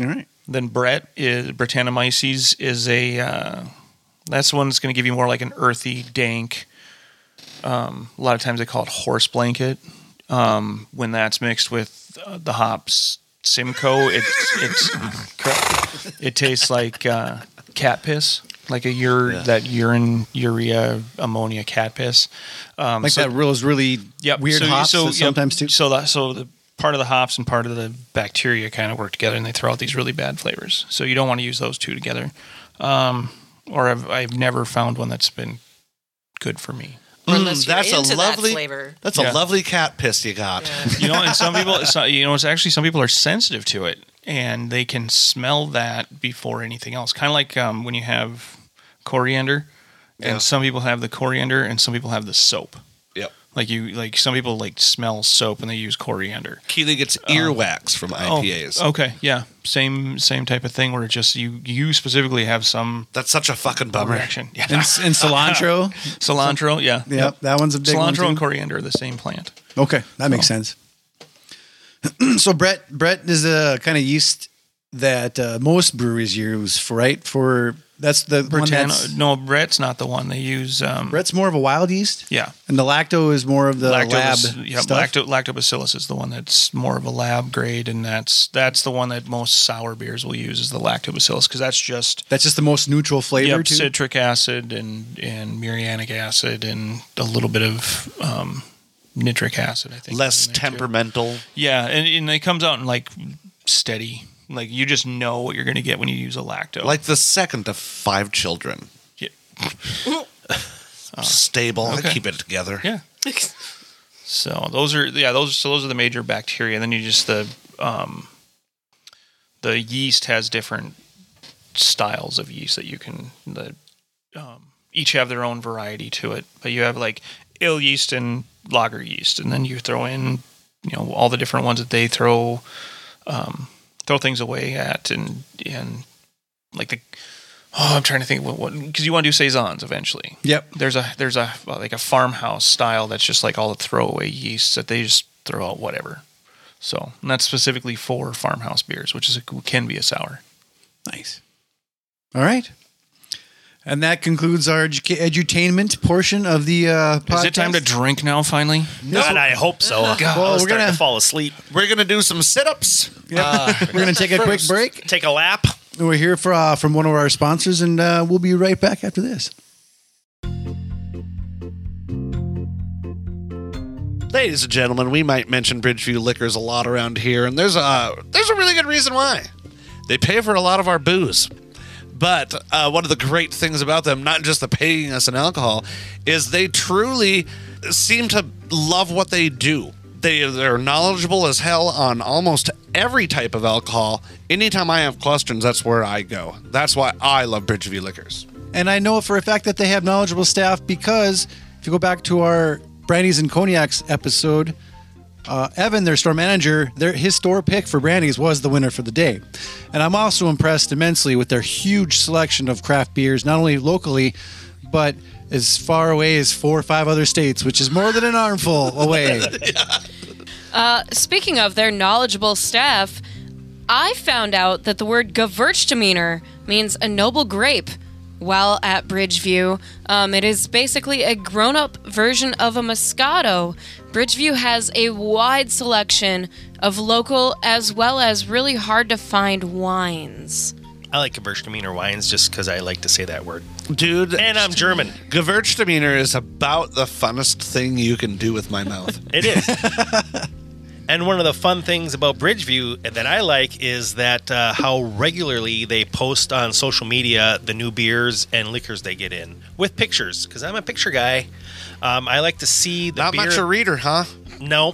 All right.
Then Brett is Britannomyces is a uh, that's one that's going to give you more like an earthy, dank. Um, a lot of times they call it horse blanket. Um, when that's mixed with uh, the hops Simcoe, it it's correct. it tastes like uh, cat piss, like a ur- that urine urea ammonia cat piss. Um,
Like
so-
that real is really
Yep.
weird
so,
hops
so,
that
yep.
sometimes too.
So that so the part of the hops and part of the bacteria kind of work together, and they throw out these really bad flavors. So you don't want to use those two together. Um, or I've I've never found one that's been good for me.
Or unless
Mm,
you're
that's a
into that
lovely-
flavor.
That's
Yeah.
a lovely cat piss you got.
You know, and some people, so, you know, it's actually some people are sensitive to it, and they can smell that before anything else. Kind of like um, when you have coriander,
Yeah.
and some people have the coriander, and some people have the soap.
Yep.
Like you, like some people like smell soap, and they use coriander.
Keely gets earwax from IPAs.
Oh, okay, yeah, same same type of thing where it just you you specifically have some
That's such a fucking bummer.
reaction. Yeah,
and, and cilantro.
cilantro. Yeah,
yep, that one's a big one.
cilantro and Oh.
too.
coriander are the same plant.
Okay, that makes sense. so Brett, Brett is the kind of yeast that uh, most breweries use for right for that's the one that's-
Britannia. No, Brett's not the one they use. Um,
Brett's more of a wild yeast.
yeah,
And the lacto is more of the
Lactobacillus-
lab
yeah,
stuff.
lacto, lactobacillus is the one that's more of a lab grade, and that's that's the one that most sour beers will use is the lactobacillus because that's just
That's just the most neutral flavor
yep,
too.
citric acid and and muriatic acid and a little bit of um, nitric acid. I think
Less
is in there, too.
temperamental.
Yeah, and, and it comes out in like steady. Like you just know what you're going to get when you use a lacto.
Like the second of five children.
Yeah.
Stable.
okay.
I keep it together.
yeah. So those are yeah those so those are the major bacteria. And then you just the um, the yeast has different styles of yeast that you can the um, each have their own variety to it. But you have like ill yeast and lager yeast, and then you throw in you know all the different ones that they throw um, throw things away at and and like the oh I'm trying to think what what because you want to do saisons eventually
Yep.
there's a there's a like a farmhouse style that's just like all the throwaway yeasts that they just throw out whatever. So and that's specifically for farmhouse beers, which is a, can be a sour.
Nice. All right. And that concludes our educa- edutainment portion of the uh, podcast.
Is it time to drink now? Finally,
God, I hope so. God,
Well,
I'm
we're
starting
gonna-
to fall asleep.
We're going to do some sit ups.
Yep. We're going to take a quick break.
Take a lap.
We're here for, uh, from one of our sponsors, and uh, we'll be right back after this.
Ladies and gentlemen, we might mention Bridgeview liquors a lot around here, and there's a there's a really good reason why. They pay for a lot of our booze. But uh, one of the great things about them, not just the paying us in alcohol, is they truly seem to love what they do. They, they're knowledgeable as hell on almost every type of alcohol. Anytime I have questions, that's where I go. That's why I love Bridgeview Liquors.
And I know for a fact that they have knowledgeable staff because if you go back to our brandies and cognacs episode, uh, Evan, their store manager, their his store pick for brandies was the winner for the day. And I'm also impressed immensely with their huge selection of craft beers, not only locally, but as far away as four or five other states, which is more than an armful away.
Speaking of their knowledgeable staff, I found out that the word Gewürztraminer means a noble grape. While at Bridgeview, um, it is basically a grown up version of a Moscato. Bridgeview has a wide selection of local as well as really hard to find wines.
I like Gewürztraminer wines just because I like to say that word.
Dude,
And I'm German.
Gewürztraminer is about the funnest thing you can do with my mouth.
It is. and one of the fun things about Bridgeview that I like is that uh, how regularly they post on social media the new beers and liquors they get in with pictures. Because I'm a picture guy. Um, I like to see the
Not
beer.
much a reader, huh?
No.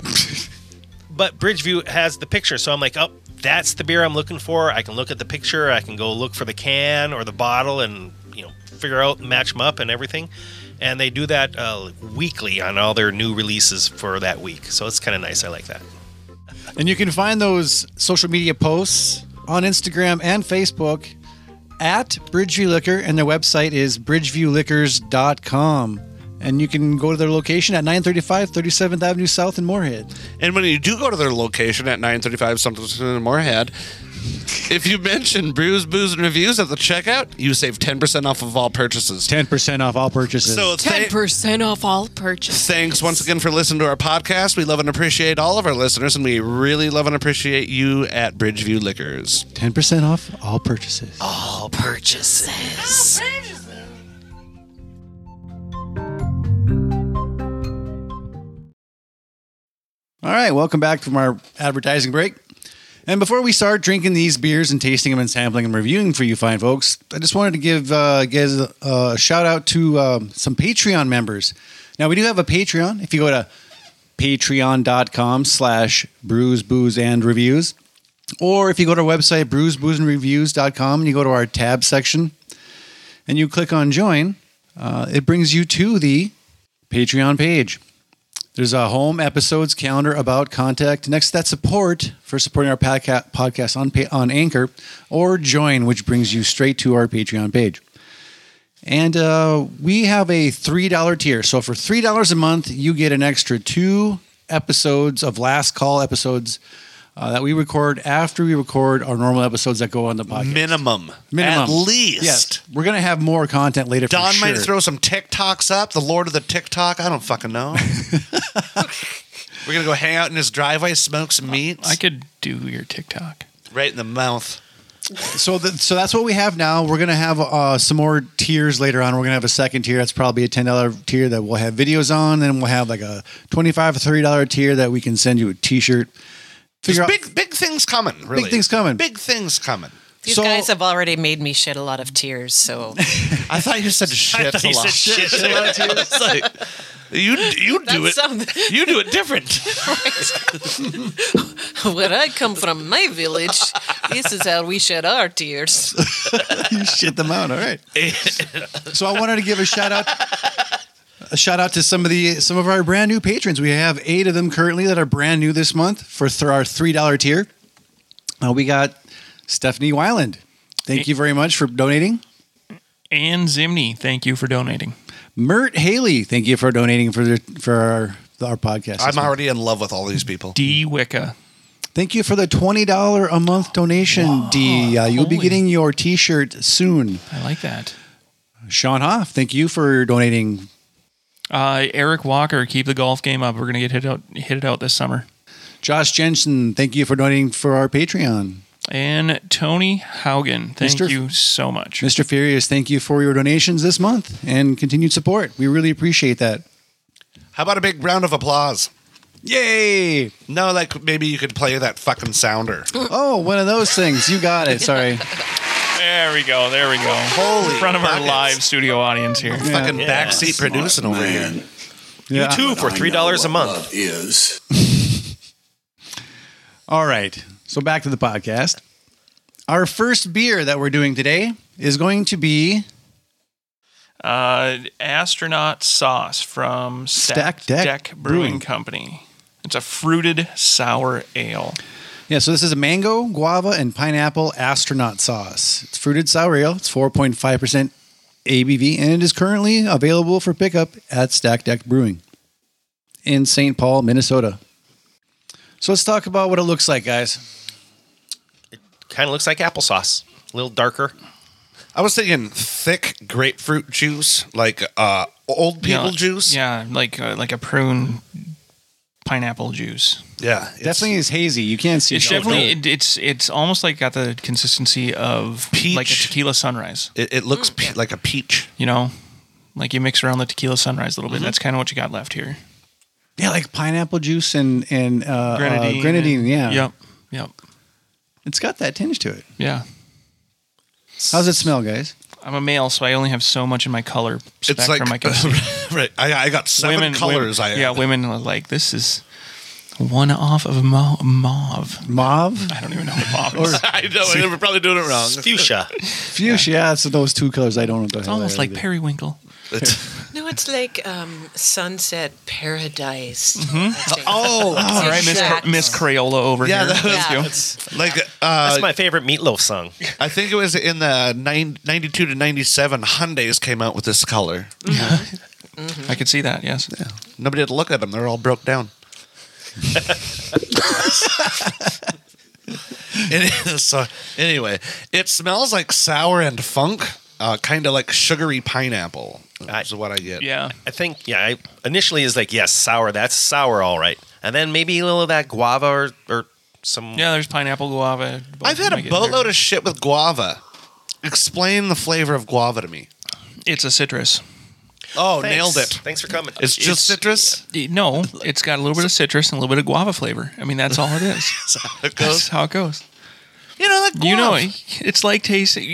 but Bridgeview has the picture, so I'm like, oh, that's the beer I'm looking for. I can look at the picture, I can go look for the can or the bottle, and you know, figure out match them up and everything. And they do that uh, weekly on all their new releases for that week, so it's kind of nice. I like that.
and you can find those social media posts on Instagram and Facebook at Bridgeview Liquor, and their website is bridgeviewliquors.com. And you can go to their location at 935 37th Avenue South in Moorhead.
And when you do go to their location at 935 something in Moorhead, if you mention brews, booze, and reviews at the checkout, you save 10% off of all purchases.
10% off all purchases.
So th-
percent off all purchases.
thanks once again for listening to our podcast. We love and appreciate all of our listeners, and we really love and appreciate you at Bridgeview Liquors.
10% off all purchases. All right, welcome back from our advertising break. And before we start drinking these beers and tasting them and sampling and reviewing for you fine folks, I just wanted to give uh, guys a, a shout out to um, some Patreon members. Now, we do have a Patreon. If you go to patreon.com slash brews, booze, and reviews, or if you go to our website, brews, booze, and reviews.com, and you go to our tab section and you click on join, uh, it brings you to the Patreon page. There's a home episodes calendar about contact. Next, that's support for supporting our podca- podcast on pa- on Anchor or join, which brings you straight to our Patreon page. And uh, we have a three dollar tier. So for three dollars a month, you get an extra two episodes of last call episodes uh, that we record after we record our normal episodes that go on the podcast.
Minimum.
Minimum.
At least.
Yes, we're gonna have more content later.
Don
for
might
sure.
throw some TikToks up. The Lord of the TikTok. I don't fucking know. We're gonna go hang out in his driveway, smoke some meats,
I could do your TikTok.
right in the mouth.
So, th- so that's what we have now. We're gonna have uh, some more tiers later on. We're gonna have a second tier. That's probably a ten dollar tier that we'll have videos on. Then we'll have like a twenty five or thirty dollar tier that we can send you a t shirt. Figure out.
Big big things coming. Really.
things coming.
Big things coming.
These
So-
guys have already made me shed a lot of tears, so
I thought you said shit a lot. It's like, you you do
That's
it.
something.
You do it different.
when I come from my village, this is how we shed our tears.
you shit them out. All right. so I wanted to give a shout out. A shout out to some of the some of our brand new patrons. We have eight of them currently that are brand new this month for th- our three dollar tier. Uh, we got Stephanie Wyland. Thank you very much for donating.
And Zimney, thank you for donating.
Mert Haley, thank you for donating for the, for our, our podcast.
I'm already in love with all these people.
D Wicca.
Thank you for the twenty dollar a month donation, D. Uh, you'll be
holy.
getting your T-shirt soon.
I like that.
Sean Hoff, thank you for donating.
Uh, Eric Walker, keep the golf game up. We're gonna get hit out hit it out this summer.
Josh Jensen, thank you for donating for our Patreon.
And Tony Haugen, thank
Mr.
you so much.
Mr. Furious, thank you for your donations this month and continued support. We really appreciate that.
How about a big round of applause?
Yay!
No, like maybe you could play that fucking sounder.
Oh, one of those things. You got it. Sorry.
There we go. There we go.
Holy
in front of our
buckets.
live studio audience here.
fucking
Yeah.
backseat producing over here.
Yeah.
Two for three dollars a month.
Is
All right. So back to the podcast. Our first beer that we're doing today is going to be
Uh, astronaut sauce from Stack,
Stack Deck
Brewing,
Brewing.
Company. It's a fruited sour ale.
yeah. So this is a mango, guava, and pineapple astronaut sauce. It's fruited sour ale. It's four point five percent ABV, and it is currently available for pickup at Stack Deck Brewing in St. Paul, Minnesota. So let's talk about what it looks like, guys.
Kind of looks like applesauce. A little darker.
I was thinking thick grapefruit juice, like uh, old
You know,
people juice.
Yeah, like uh, like a prune pineapple juice.
yeah. it's
Definitely is hazy. You can't see.
It's
it.
definitely it, it's it's almost like got the consistency of like a
Peach.
tequila sunrise.
It, it looks pe- like a peach.
You know, like you mix around the tequila sunrise
Mm-hmm.
a little bit. That's kind of what you got left here.
yeah, like pineapple juice and and uh, grenadine.
Grenadine.
Uh, grenadine. Yeah.
Yep. Yep.
It's got that tinge to it.
Yeah.
How's it smell, guys?
I'm a male, so I only have so much in my color spectrum.
It's like
I can see.
right. I, I got seven colors.
Women,
I
yeah, women are like this is one off of mau- mauve.
Mauve,
I don't even know what mauve is. it's
I know. I were probably doing it wrong.
Fuchsia.
fuchsia. Yeah, it's those two colors. I don't know. What the it's
almost like periwinkle.
It's-
No, it's like um, sunset paradise.
oh,
All right, Miss, Cra- Miss Crayola over
Yeah,
here.
that
Thank you.
like uh,
That's my favorite meatloaf song.
I think it was in the nine, 92 to 97 Hyundais came out with this color.
I could see that. Yes.
Nobody had to look at them. They're all broke down. It is, so anyway, it smells like sour and funk, uh, kind of like sugary pineapple. That's what I get.
Yeah.
I think, yeah, I initially is like, yes, sour. That's sour, all right. And then maybe a little of that guava or, or some.
Yeah. There's pineapple guava. both
I've had
of
a
them I get in there.
boatload of shit with guava. Explain the flavor of guava to me.
It's a citrus.
Oh,
Thanks.
nailed it.
Thanks for coming.
It's just
It's-
citrus.
No, it's got a little bit of citrus and a little bit of guava flavor. I mean, that's all it is.
That's how it
that's
goes.
how it goes.
You know, like
You know,
guava.
it's like tasting.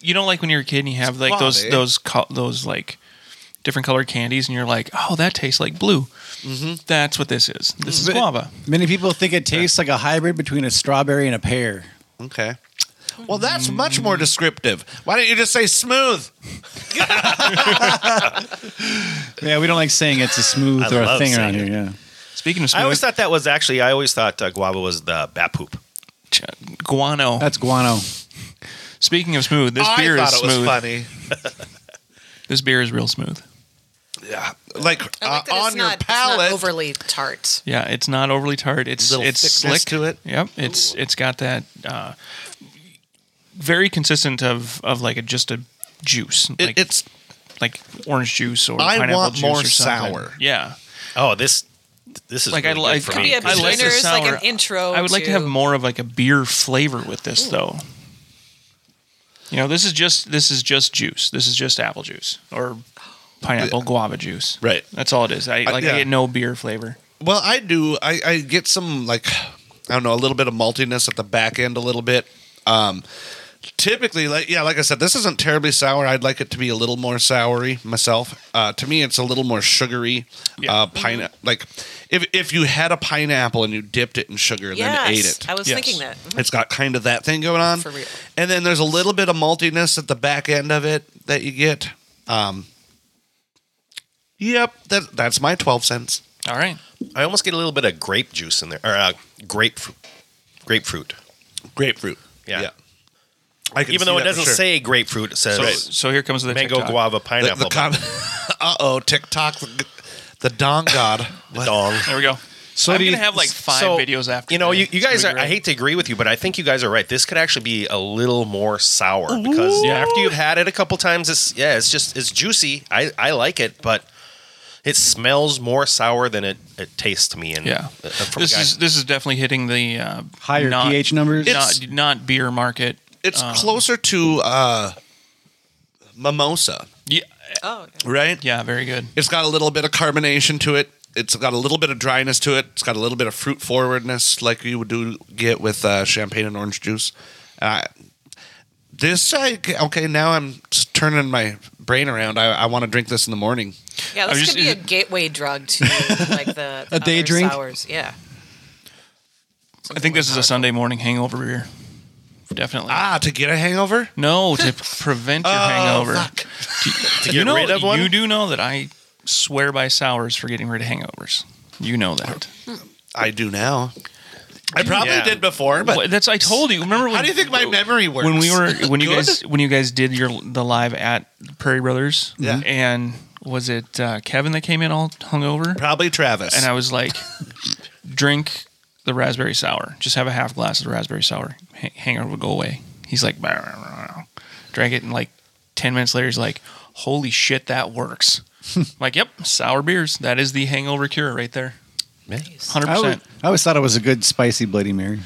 You know, like when you're a kid and you have like those
Suave.
those co- those like different colored candies, and you're like, oh, that tastes like blue.
Mm-hmm.
That's what this is. This is guava.
Many people think it tastes like a hybrid between a strawberry and a pear.
Okay. Well, that's much more descriptive. Why don't you just say smooth?
Yeah, we don't like saying it's a smooth
I
or a
love
thing around
saying
here.
it.
Yeah.
Speaking of
I always
smooth,
thought that was actually, I always thought uh, guava was the bat poop.
ch- guano.
That's guano.
Speaking of smooth, this
I
beer
thought
is
it was
smooth.
funny.
This beer is real smooth.
Yeah, like,
I
uh,
like that
on
it's
your
not, it's not
palate.
overly tart.
Yeah, it's not overly tart. It's
Little
it's
thickness
slick
to it.
Yep, it's it's got that uh, very consistent of of like a, just a juice.
it-
like,
it's
like orange juice or
I
pineapple
want
juice
more
or something.
sour.
Yeah,
Oh, this this is
Like, I
really
like-
good for
Could
me.
Be a
I like the
beginner's, like,
sour.
an intro.
I would like to have more of like a beer flavor with this though. You know, this is just this is just juice. This is just apple juice or pineapple guava juice.
Right.
That's all it is. I like
yeah.
I get no beer flavor.
well, I do. I, I get some like I don't know a little bit of maltiness at the back end, a little bit. Um, typically, like yeah, like I said, this isn't terribly sour. I'd like it to be a little more soury myself. Uh, to me, it's a little more sugary.
Yeah.
Uh, pine
Mm-hmm.
like if if you had a pineapple and you dipped it in sugar and
Yes,
then ate it,
I was
Yes.
thinking that. Mhm.
It's got kind of that thing going on.
For real.
And then there's a little bit of maltiness at the back end of it that you get. Um, yep, that that's my 12 cents.
All right.
I almost get a little bit of grape juice in there, or uh, grape grapefruit.
Grapefruit.
Yeah.
I can see
Even though
that
it
for
doesn't
sure.
say grapefruit, it says
So so here comes the
mango,
TikTok.
guava,
the,
pineapple.
the com- Uh-oh, TikTok the, the dong god.
but dong.
There we go.
So
I'm
do
gonna
you-
have like five
So,
videos after.
You know, you,
today.
you
It's
guys
gonna
are,
be great.
I hate to agree with you, but I think you guys are right. This could actually be a little more sour because
Ooh.
after you've had it a couple times, it's yeah, it's just it's juicy. I, I like it, but it smells more sour than it, it tastes to me. And
Yeah,
uh, from
this
a guy-
is this is definitely hitting the uh,
Higher
not-
pH numbers.
It's-
not not beer market.
It's
Um.
closer to uh, mimosa,
Yeah,
Oh, okay.
right?
Oh,
yeah, very good.
It's got a little bit of carbonation to it. It's got a little bit of dryness to it. It's got a little bit of fruit forwardness, like you would do get with uh, champagne and orange juice. Uh, this, I, okay, now I'm s- turning my brain around. I, I want to drink this in the morning.
Yeah,
I
this
was
could be a
just-
gateway drug to like the, the
A day
other
drink?
sours. Yeah.
I think this is a Sunday morning hangover beer. Definitely.
Ah, to get a hangover?
No, to prevent your hangover.
fuck.
Do you-
To
you
get
know,
rid of one?
You do know that I swear by sours for getting rid of hangovers. You know that.
I do now. I probably
Yeah.
did before, but
Well, that's I told you. Remember when,
how do you think my memory works?
when we were when you
Good?
guys when you guys did your the live at Prairie Brothers?
Yeah.
And was it uh, Kevin that came in all hungover?
probably Travis.
And I was like, drink the raspberry sour. Just have a half glass of the raspberry sour. Ha- Hangover will go away. He's like, "Bah, bah, bah, bah." drank it, and like ten minutes later, he's like, holy shit, that works. I'm like, yep, sour beers. That is the hangover cure right there. Hundred
I always,
percent.
I always thought it was a good spicy Bloody Mary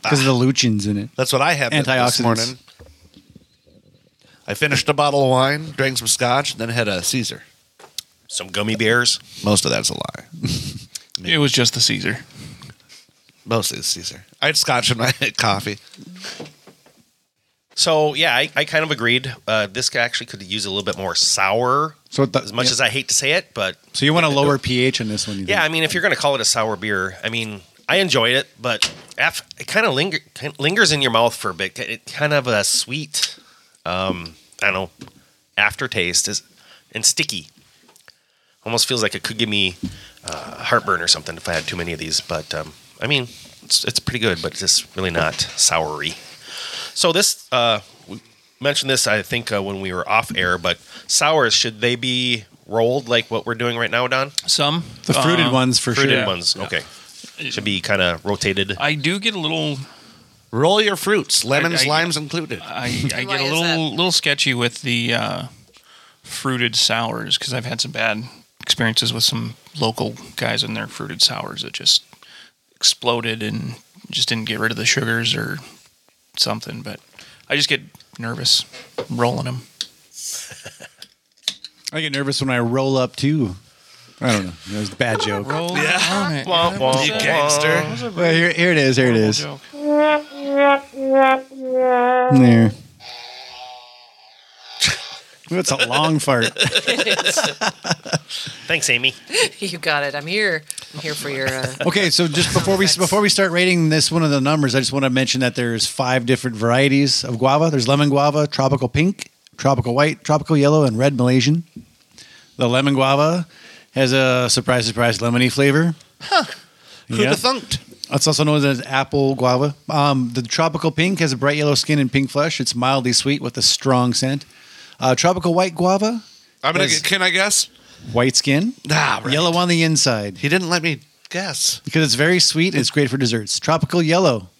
because
Ah.
of the luchins in it.
That's what I had this
Antioxidants.
morning. I finished a bottle of wine, drank some scotch, and then had a Caesar.
Some gummy bears.
Most of that's a lie.
It was just the Caesar.
Mostly it's Caesar. I had scotch in my coffee.
So yeah, I, I kind of agreed. Uh, this guy actually could use a little bit more sour.
So the-
as much
yeah.
as I hate to say it, but
So you want a lower pH in this one? You
yeah, I mean, if you're going to call it a sour beer, I mean, I enjoyed it, but af- it kind of linger- kin- lingers in your mouth for a bit. It kind of a sweet, um, I don't know, aftertaste is and sticky. Almost feels like it could give me uh, heartburn or something if I had too many of these. But um, I mean, it's, it's pretty good, but it's just really not soury. So this, uh, we mentioned this, I think, uh, when we were off air, but sours should they be rolled like what we're doing right now, Don?
Some
the fruited
uh,
ones for
fruited
sure.
ones. Okay. Should be kind of rotated.
I do get a little.
Roll your fruits, lemons,
I- I-
limes included.
I, I
Why
get a
is
little
that?
little sketchy with the uh, fruited sours because I've had some bad experiences with some local guys and their fruited sours that just exploded and just didn't get rid of the sugars or something. But I just get nervous rolling them.
I get nervous when I roll up too. I don't know. That was a bad joke.
Roll
Yeah.
on it.
Wah, wah,
you
wah.
gangster.
Well, here, here it is. Here it is.
Joke.
There. That's a long fart.
Thanks, Amy.
You got it. I'm here. I'm here for your. Uh,
Okay, so just before we before we start rating this one of the numbers, I just want to mention that there's five different varieties of guava. There's lemon guava, tropical pink, tropical white, tropical yellow, and red Malaysian. The lemon guava has a surprise, surprise lemony flavor. Huh.
Who'd
Yeah.
have thunked?
It's also known as apple guava. Um, the tropical pink has a bright yellow skin and pink flesh. It's mildly sweet with a strong scent. Uh, tropical white guava,
I'm gonna.
Yes.
Get, can I guess?
white skin,
Nah, right.
yellow on the inside.
He didn't let me guess.
Because it's very sweet and it's great for desserts. Tropical yellow.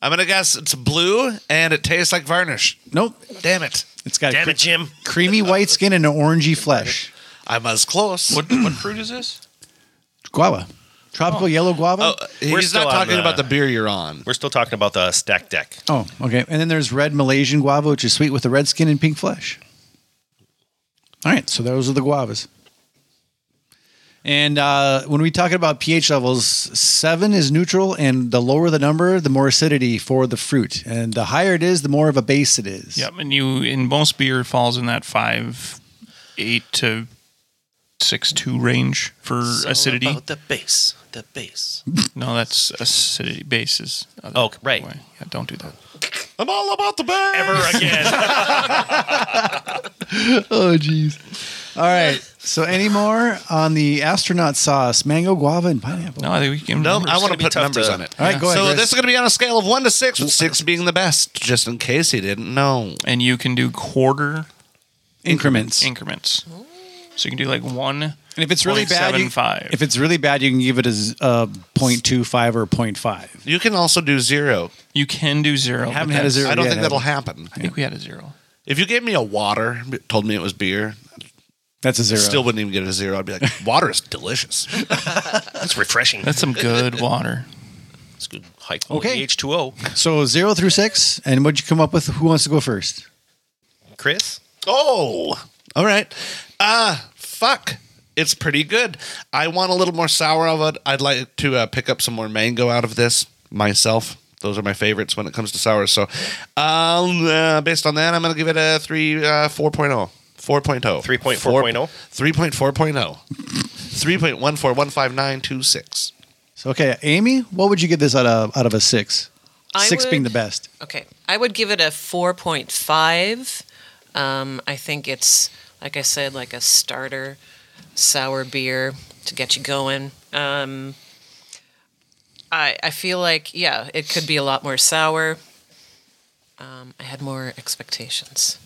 I'm gonna guess it's blue and it tastes like varnish.
Nope.
Damn it!
It's got
Damn
cre-
it, Jim.
creamy white skin and an orangey flesh.
I'm as close.
What what fruit is this?
Guava. Tropical yellow guava.
Oh,
Oh.
We're
he's
still
not
on
talking
the-
about the beer you're on.
We're still talking about the stack deck.
Oh, okay. And then there's red Malaysian guava, which is sweet with a red skin and pink flesh. All right, so those are the guavas. And uh, when we talk about pH levels, seven is neutral, and the lower the number, the more acidity for the fruit, and the higher it is, the more of a base it is.
Yep, and you in most beer falls in that five eight to six two range for acidity.
the base. The base.
No, that's acidity bases.
Oh, right.
Yeah, don't do that.
I'm all about the beer.
Ever again.
Oh, jeez. All right. So, any more on the astronaut sauce? Mango, guava, and pineapple.
No, I think we can.
No, I want
gonna
to
be
put
tough
numbers
to-
on it.
All right, go ahead.
so
Chris.
this is going to be on a scale of one to six, with six being the best, just in case you didn't know.
And you can do quarter
increments.
increments. So you can do like one.
And if it's really bad, you,
0.75.
if it's really bad, you can give it as uh, 0.25 or 0.5.
You can also do zero.
You can do zero.
Haven't
but
had a
that's-
zero.
I don't
yeah,
think
that-
that'll happen.
I think we had a zero.
If you gave me a water, told me it was beer,
That's a
I
zero.
still wouldn't even get a zero. I'd be like, water is delicious.
That's refreshing.
That's some good water.
That's good. High quality
Okay.
H2O.
so zero through six. And what'd you come up with? Who wants to go first?
Chris?
Oh, all right. Ah, Uh, fuck. It's pretty good. I want a little more sour of it. I'd like to uh, pick up some more mango out of this myself. Those are my favorites when it comes to sours. So, um, uh, based on that, I'm going to give it a 3 uh, 4.0. 4.0.
3.4.0?
3.4.0. 3.1415926.
So okay, Amy, what would you give this out of out of a six?
I
six being
would-
the best.
Okay, I would give it a 4.5. Um, I think it's, like I said, like a starter sour beer to get you going. Um, I, I feel like, yeah, it could be a lot more sour. Um, I had more expectations.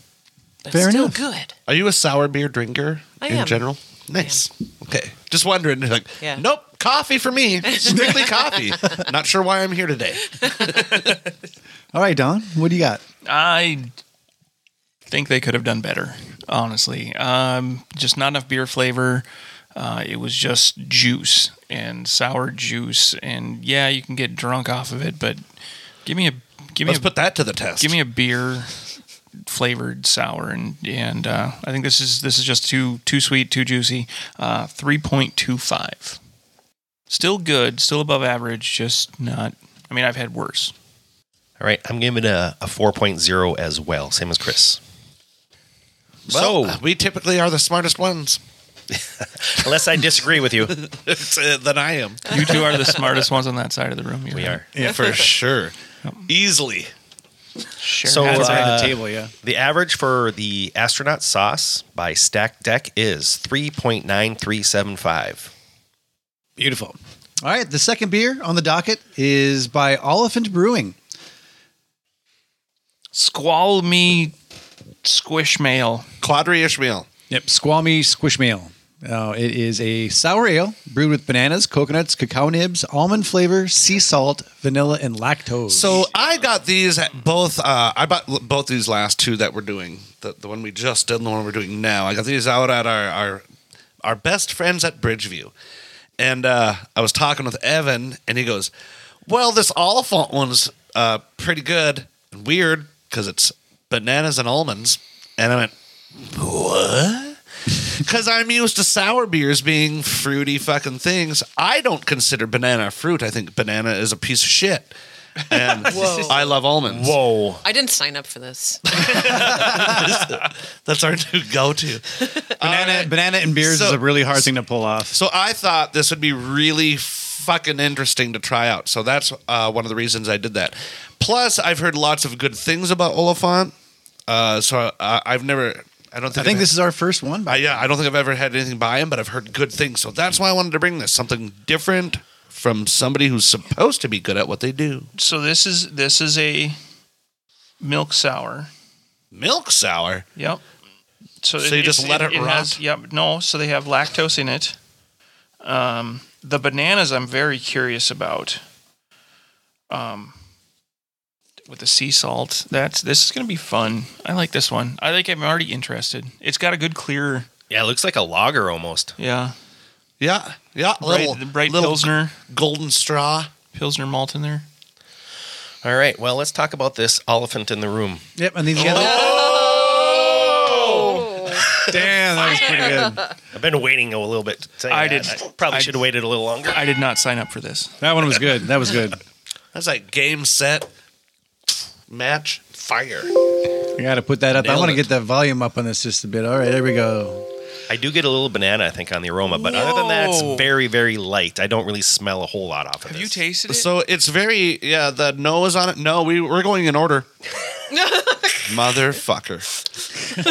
But it's
Fair
still
enough.
good.
Are you a sour beer drinker
I
in
am.
general? Nice. Okay. Just wondering. Like,
Yeah.
nope. Coffee for me. Strictly coffee. Not sure why I'm here today.
All right, Don, what do you got?
I think they could have done better, honestly. Um, just not enough beer flavor. Uh, it was just juice and sour juice, and yeah, you can get drunk off of it, but give me a give me
Let's
a,
put that to the test.
give me a beer flavored sour, and and uh, I think this is this is just too too sweet, too juicy. Uh, Three point two five, still good, still above average, just not. I mean, I've had worse.
All right, I'm giving it a, a 4.0 as well, same as Chris.
Well,
so,
uh, we typically are the smartest ones.
unless I disagree with you,
It's, uh, than I am.
You two are the smartest ones on that side of the room. You're
we
right.
are.
Yeah, for sure. Easily.
Sure.
So,
That's right.
uh,
table, yeah.
the average for the astronaut sauce by Stack Deck is 3.9375.
Beautiful. All right, the second beer on the docket is by Oliphant Brewing.
squall me squish mail.
Quadri Ishmael.
Yep, Squammy Squishmale. Uh, it is a sour ale brewed with bananas, coconuts, cacao nibs, almond flavor, sea salt, vanilla, and lactose.
So I got these at both. Uh, I bought l- both these last two that we're doing. The, the one we just did and the one we're doing now. I got these out at our our, our best friends at Bridgeview, and uh, I was talking with Evan, and he goes, "Well, this Oliphant one's uh, pretty good and weird because it's bananas and almonds." And I went, "What?" Because I'm used to sour beers being fruity fucking things. I don't consider banana a fruit. I think banana is a piece of shit. And I love almonds.
Whoa.
I didn't sign up for this.
That's our new go to.
banana, banana and beers
So-
is a really hard thing to pull off.
So I thought this would be really fucking interesting to try out. So that's uh, one of the reasons I did that. Plus, I've heard lots of good things about Oliphant. Uh, so I, I've never, I don't think,
I think
I've-
this is our first one.
I,
By
yeah, I don't think I've ever had anything by him, but I've heard good things. So that's why I wanted to bring this something different from somebody who's supposed to be good at what they do.
So this is this is a milk sour.
Milk sour.
Yep. So,
So you just
it's-
let it rot?
has- yep. No. So they have lactose in it. Um, the bananas I'm very curious about. Um, with the sea salt, that's this is gonna be fun. I like this one. I think I'm already interested. It's got a good clear,
Yeah, it looks like a lager almost.
yeah,
Yeah, yeah,
bright,
little
bright
little
pilsner
golden straw.
pilsner malt in there.
All right, well, let's talk about this elephant in the room.
yep, and these guys. Oh! Damn, that was pretty good.
I've been waiting a little bit. To tell you
I
that.
did-
I probably
I-
should have waited a little longer.
I did not sign up for this.
That one was good. That was good.
That's like game set match fire.
I got to put that up. I
Nailed
want to
it.
get that volume up on this just a bit. All right, there we go.
I do get a little banana, I think, on the aroma, but other than that,
Whoa.
it's very, very light. I don't really smell a whole lot off
Have
of this.
you tasted it?
So it's very yeah. The nose on it. No, we we're going in order. Motherfucker.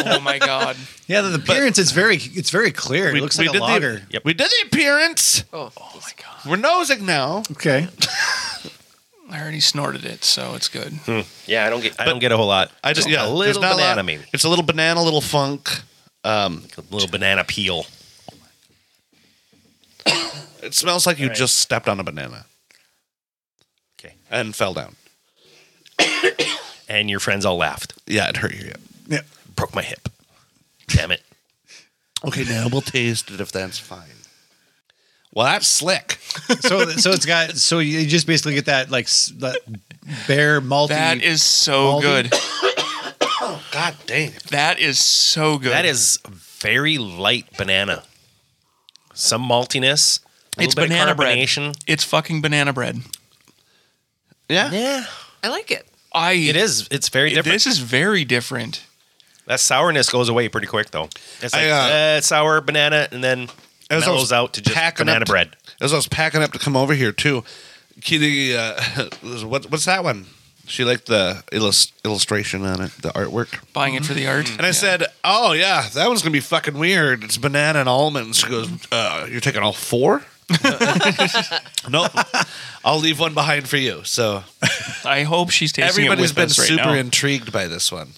oh my god.
Yeah, the appearance it's very it's very clear. it looks like a
did
lager.
The, We did the appearance.
Oh,
We're nosing now.
Okay.
I already snorted it, so it's good.
Yeah, I don't get. I don't get a whole lot.
I just yeah.
a
there's
little
not a lot.
banana, maybe
It's a little banana, a little funk. Um,
a little banana peel.
it smells like you just stepped on a banana
Okay,
and fell down.
and your friends all laughed.
Yeah, it hurt you.
Yeah.
Broke my hip. Damn it.
Okay, now we'll taste it if that's fine. Well, that's slick.
So so it's got so you just basically get that like s- that bare malty.
That is so
Maldy?
good.
God dang.
That is so good.
That is very light banana. some maltiness. a little
It's
bit of
banana bread.
carbonation.
It's fucking banana bread. Yeah.
Yeah,
I like it.
I
it is. It's very different.
This is very different.
That sourness goes away pretty quick though. It's like
I, uh,
eh, it's sour banana, and then
As I was
mellows out to just
packing
banana
up-
bread.
As I was packing up to come over here too, Kitty, uh, what, what's that one? She liked the illus- illustration on it, the artwork.
Buying it for the art.
And I said, "Oh yeah, that one's gonna be fucking weird. It's banana and almonds." She goes, uh, "You're taking all four? nope. I'll leave one behind for you." So
I hope she's tasting it
everybody's
with
been
us right
super
now.
intrigued by this one,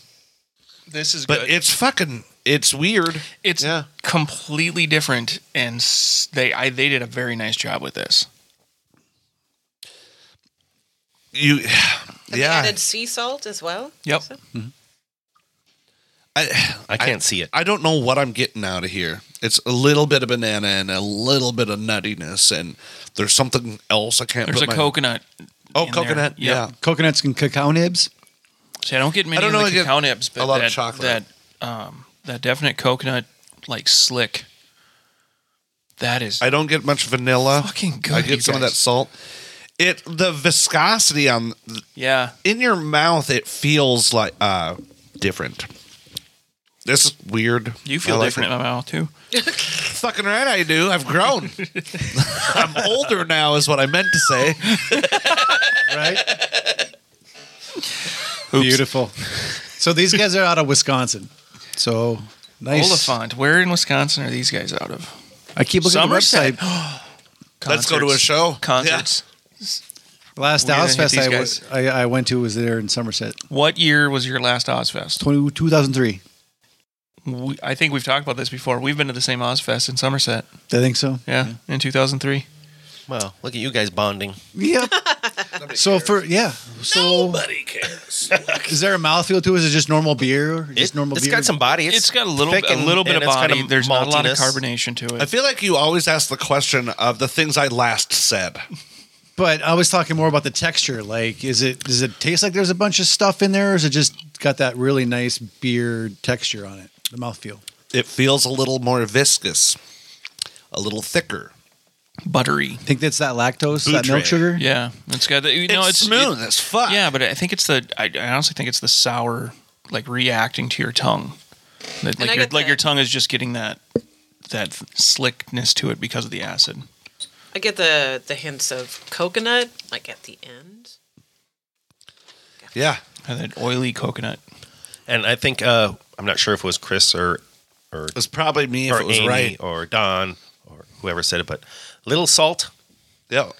this is
but
good.
it's fucking it's weird.
it's
yeah.
completely different, and s- they I, they did a very nice job with this.
You,
They
yeah,
added sea salt as well.
Yep.
I,
I can't see it.
I don't know what I'm getting out of here. It's a little bit of banana and a little bit of nuttiness, and there's something else I can't.
There's
put
a
my-
coconut.
Oh,
in there.
coconut.
Yep.
Yeah.
Coconuts and cacao nibs.
See, I don't get many
I don't
of
know,
the
I get
cacao nibs,
a
but
lot of
that,
chocolate.
That um, that definite coconut, like slick. That is
I don't get much vanilla.
Fucking good,
I
you
get some of
guys.
that salt. It the viscosity on
yeah.
in your mouth. It feels like uh different. This is weird.
You feel
I like
different
it.
in my mouth too.
Fucking right, I do. I've grown. I'm older now, is what I meant to say.
Right? Beautiful. So these guys are out of Wisconsin. So nice.
Oliphant. Where in Wisconsin are these guys out of?
I keep looking at
Somerset.
the website.
Let's go to a show.
Concerts.
Last
We're gonna
Dallas
hit
Fest
these
I,
guys.
was, I, I went to was there in Somerset,
What year was your last Ozfest?
20, 2003.
We, I think we've talked about this before. We've been to the same Ozfest in Somerset.
I think so.
Yeah,
Mm-hmm.
in 2003.
Well, look at you guys bonding.
Yep. so for yeah. So nobody cares. is there a mouthfeel to it? Is it just normal beer? Or just
It,
normal
has
beer?
got some body. It's,
it's got a little
thick
bit, a
and-
little bit
and
of
it's kind
body. There's not a lot of
maltiness.
carbonation to
I
it.
feel like you always ask the question of the things I last said.
But I was talking more about the texture. Like, is it does it taste like there's a bunch of stuff in there, or is it just got that really nice beer texture on it? The mouthfeel.
It feels a little more viscous, a little thicker.
Buttery.
I think that's that lactose, that
Boutre.
milk sugar.
Yeah, it's got. The, you know,
it's,
it's
smooth
it-
as fuck.
yeah, but I think it's the. I, I honestly think it's the sour, like reacting to your tongue. That,
I
like your,
get
like
that.
your tongue is just getting that that slickness to it because of the acid.
I get the the hints of coconut, like at the end.
yeah.
And that oily coconut.
and I think uh, I'm not sure if it was Chris or or
It was probably me if
or
it was
Amy
right.
or Don or whoever said it, but little salt.
Yeah.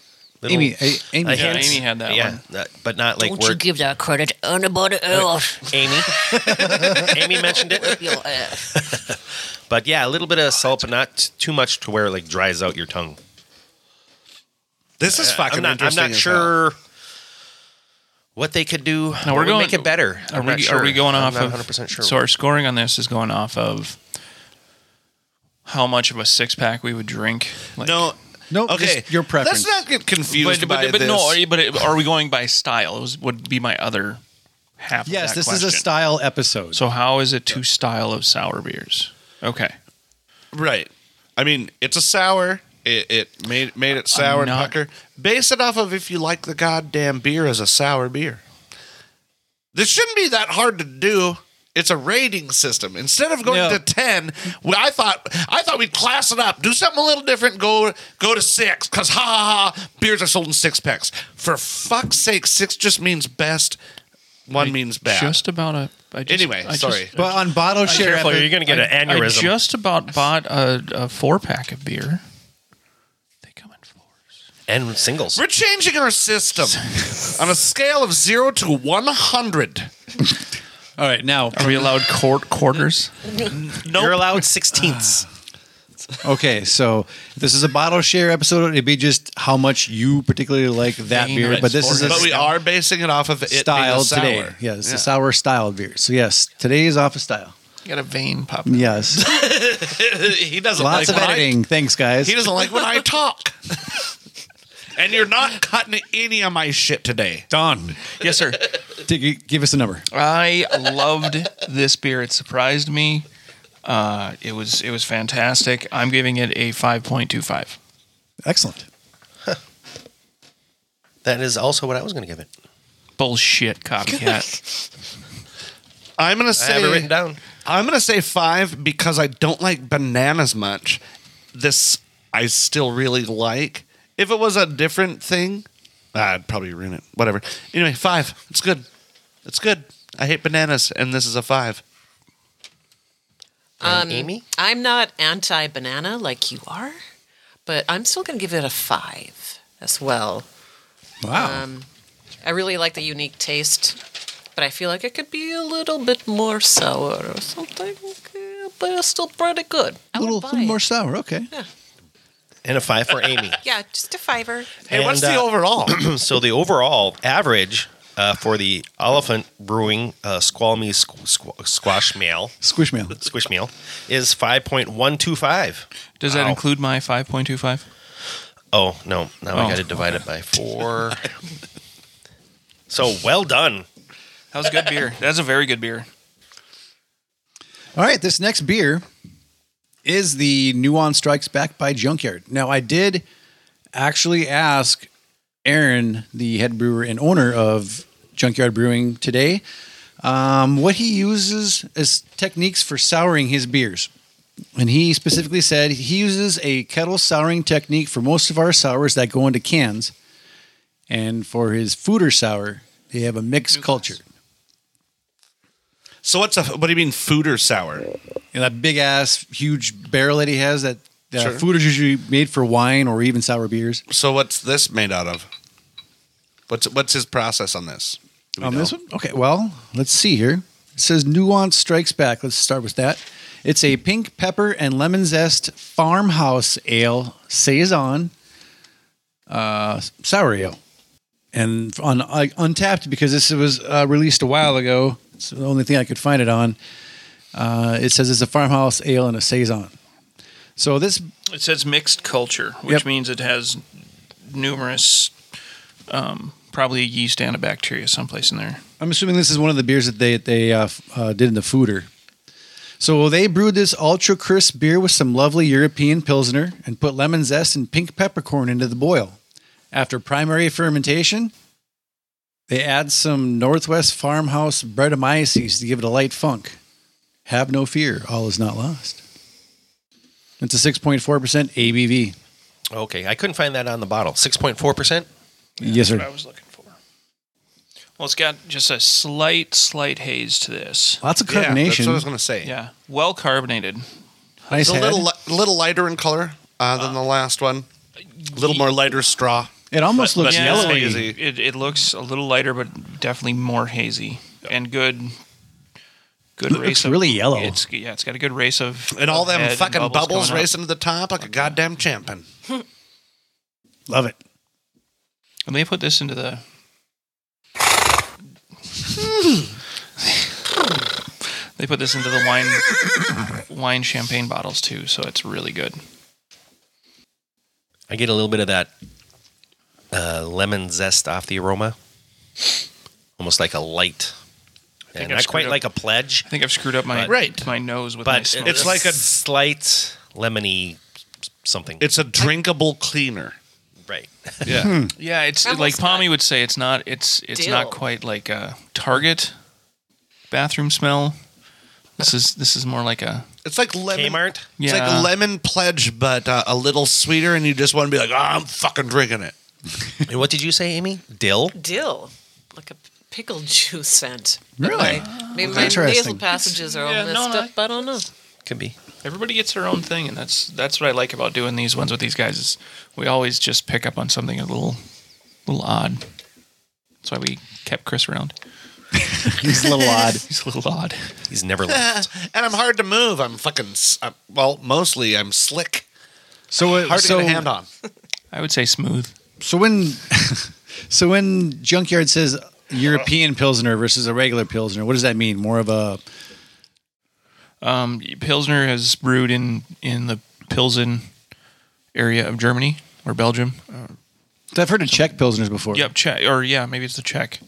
Little,
Amy, I, Amy,
a
Yeah,
hint.
Amy had that one.
that- but not like
Don't you
word.
give that credit to anybody else.
Amy. Amy mentioned it.
Your ass.
But yeah, a little bit of salt, but not t- too much to where it like dries out your tongue.
This
Uh,
is fucking
I'm not, I'm
interesting.
not
as hell.
sure what they could
No,
do.
we're
that would
going-
make it better.
Are
I'm
we,
not sure.
are we going off
I'm not
of
100% sure.
So our scoring on this is going off of how much of a six pack we would drink. Like,
No.
no,
Okay.
just your preference.
Let's not get confused
but,
by
but, but
this.
no, are you- but it- are we going by style? It was, would be my other half. of
yes,
that
this is a
question.
style episode.
So how is it to style of sour beers? Okay,
right. I mean, it's a sour. It, it made made it sour and
not-
pucker. Base it off of if you like the goddamn beer as a sour beer. This shouldn't be that hard to do. It's a rating system. Instead of going
No.
to ten, well, I thought I thought we'd class it up, do something a little different. Go go to six, cause ha ha ha, beers are sold in six packs. For fuck's sake, six just means best. One means bad.
just about a. I just,
Anyway,
I just-
sorry.
but on bottle share,
Careful,
epi-
you're going to get an
I
aneurysm.
just about bought a, a four pack of beer. They come in fours.
and singles.
We're changing our system on a scale of zero to one hundred.
all right now.
Are we allowed quart quarters?
You're allowed sixteenths.
Okay, so this is a bottle share episode. It'd be just how much you particularly like that
Vein
beer,
red
but this is a
forehead.
But we
s-
are basing it off of it
style
being a sour.
today. Yeah, this is a sour style beer. So yes, today is off of style.
Got a vein pop.
Yes,
he doesn't
lots
like
of
when I-
editing. Thanks, guys.
he doesn't like when I talk. and you're not cutting any of my shit today.
Don,
Yes, sir.
Dig- give us a number.
I loved this beer. It surprised me. Uh, it was it was fantastic. I'm giving it a 5.25.
Excellent.
That is also what I was going to give it.
Bullshit, copycat.
I'm gonna
I
say
have it written down.
I'm gonna say five because I don't like bananas much. This I still really like. If it was a different thing, I'd probably ruin it. Whatever. Anyway, five. It's good. It's good. I hate bananas, and this is a five.
And
Um,
um,
Amy?
I'm not anti banana like you are, but I'm still going to give it a five as well.
Wow.
Um, I really like the unique taste, but I feel like it could be a little bit more sour or something, uh, but it's still pretty good. I
a
would
little,
buy
little
it.
more sour. Okay.
And a five for Amy.
Yeah, just a fiver.
Hey, what's
And,
the
uh,
overall?
so the overall average uh, for the Elephant Brewing uh, Squalmy squ- squ- Squash Meal
Squishmallow.
Squish Meal is five point one two five.
Does that include my 5.25?
Oh no! Now
Oh.
I got to divide it by four. so well done.
That was good beer. That's a very good beer.
All right. This next beer is the Nuon Strikes Back by Junkyard. Now, I did actually ask Aaron, the head brewer and owner of Junkyard Brewing today, um, what he uses as techniques for souring his beers. And he specifically said he uses a kettle souring technique for most of our sours that go into cans. And for his fooder sour, they have a mixed culture.
so what's a what do you mean food or sour?
you know, that big ass huge barrel that he has that that
Sure.
food is usually made for wine or even sour beers.
So what's this made out of? What's what's his process on this? Do we
On
know?
Um, this one? Okay, well, let's see here. It says Nuance Strikes Back. Let's start with that. It's a pink pepper and lemon zest farmhouse ale saison uh, sour ale. And on uh, untapped because this was uh, released a while ago. It's the only thing I could find it on. Uh, it says it's a farmhouse ale and a saison. So this
It says mixed culture, which
Yep.
means it has numerous, um, probably a yeast and a bacteria someplace in there.
I'm assuming this is one of the beers that they they uh, f- uh, did in the fooder. So they brewed this ultra crisp beer with some lovely European pilsner and put lemon zest and pink peppercorn into the boil. After primary fermentation, they add some Northwest Farmhouse Brettanomyces to give it a light funk. Have no fear, all is not lost. It's a 6.4% ABV.
Okay, I couldn't find that on the bottle. Six point four percent.
yes,
What I
sir.
was looking for. Well, it's got just a slight, slight haze to this.
Lots of
Yeah, that's
carbonation.
what I was gonna say.
Yeah, well carbonated.
nice
It's a
head.
little li- little lighter in color uh, than the last one. A little more lighter straw.
it almost looks
yeah,
yellowy.
it's hazy.
It, it looks a little lighter, but definitely more hazy and good. Good
It looks
race. of-
really yellow.
It's yeah, it's got a good race of
And all
of
them
head and
fucking bubbles,
going up.
racing to the top like a goddamn champion.
Love it.
And they put this into the. they put this into the wine, wine champagne bottles too, so it's really good.
I get a little bit of that uh, lemon zest off the aroma, almost like a light,
think
and
I've
not
screwed
quite
up-
like a pledge,
I think I've screwed up my
Right.
my nose with my
but
smoke.
it's like a slight lemony something.
It's a drinkable cleaner.
right.
Yeah.
yeah, it's
Almost
like Pommy
like
would say, it's not it's it's
dill.
not quite like a Target bathroom smell. This is this is more like a
it's like lemon.
Kmart?
It's
Yeah.
like lemon pledge, but uh, a little sweeter, and you just want to be like, "Ah, I'm fucking drinking it.
And what did you say, Amy? Dill.
Dill, like a pickle juice scent. But
Really?
My, maybe my
Interesting.
nasal passages are
Yeah,
all messed
no,
up. I don't know.
Could be.
everybody gets their own thing, and that's that's what I like about doing these ones with these guys. Is we always just pick up on something a little, little odd. That's why we kept Chris around.
It's a little odd.
He's a little odd.
He's never
and
left.
I'm hard to move. I'm fucking, s- I'm, well, mostly I'm slick.
So, it,
Hard
so
to get a hand on.
I would say smooth.
So when, so when Junkyard says European Pilsner versus a regular Pilsner, what does that mean? More of a
Um, Pilsner has brewed in in the Pilsen area of Germany or Belgium.
I've heard of Czech Pilsners before.
Yep, Czech or yeah, maybe it's the Czech.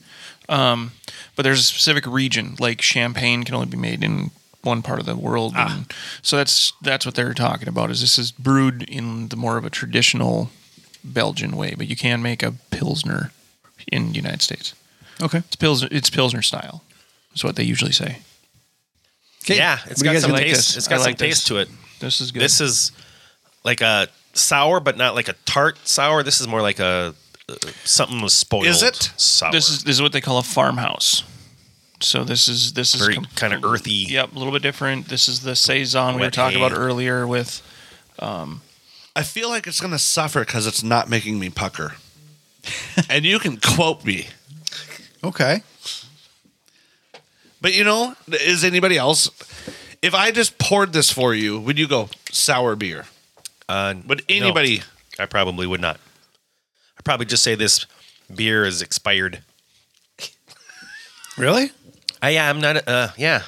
Um, but there's a specific region like Champagne can only be made in one part of the world. And so that's that's what they're talking about. Is this is brewed in the more of a traditional Belgian way, but you can make a pilsner in the United States.
Okay.
It's pilsner. It's pilsner style. Is what they usually say.
Yeah,
What
it's
do you
got
guys
some
like
taste.
this?
It's got
I
some
like this.
taste to it.
This is good.
This is like a sour, but not like a tart sour. This is more like a uh, something was spoiled.
Is it?
sour?
this is this is what they call a farmhouse. So this is this is
very
com-
kind of earthy.
Yep, a little bit different. This is the saison we were
Wet
talking about
hay.
earlier with
I feel like it's gonna suffer because it's not making me pucker. and you can quote me,
Okay.
but you know, is anybody else? If I just poured this for you, would you go sour beer?
Uh,
Would
no,
anybody?
I probably would not. I probably just say this beer is expired.
Really?
I, yeah, I'm not. Uh, yeah,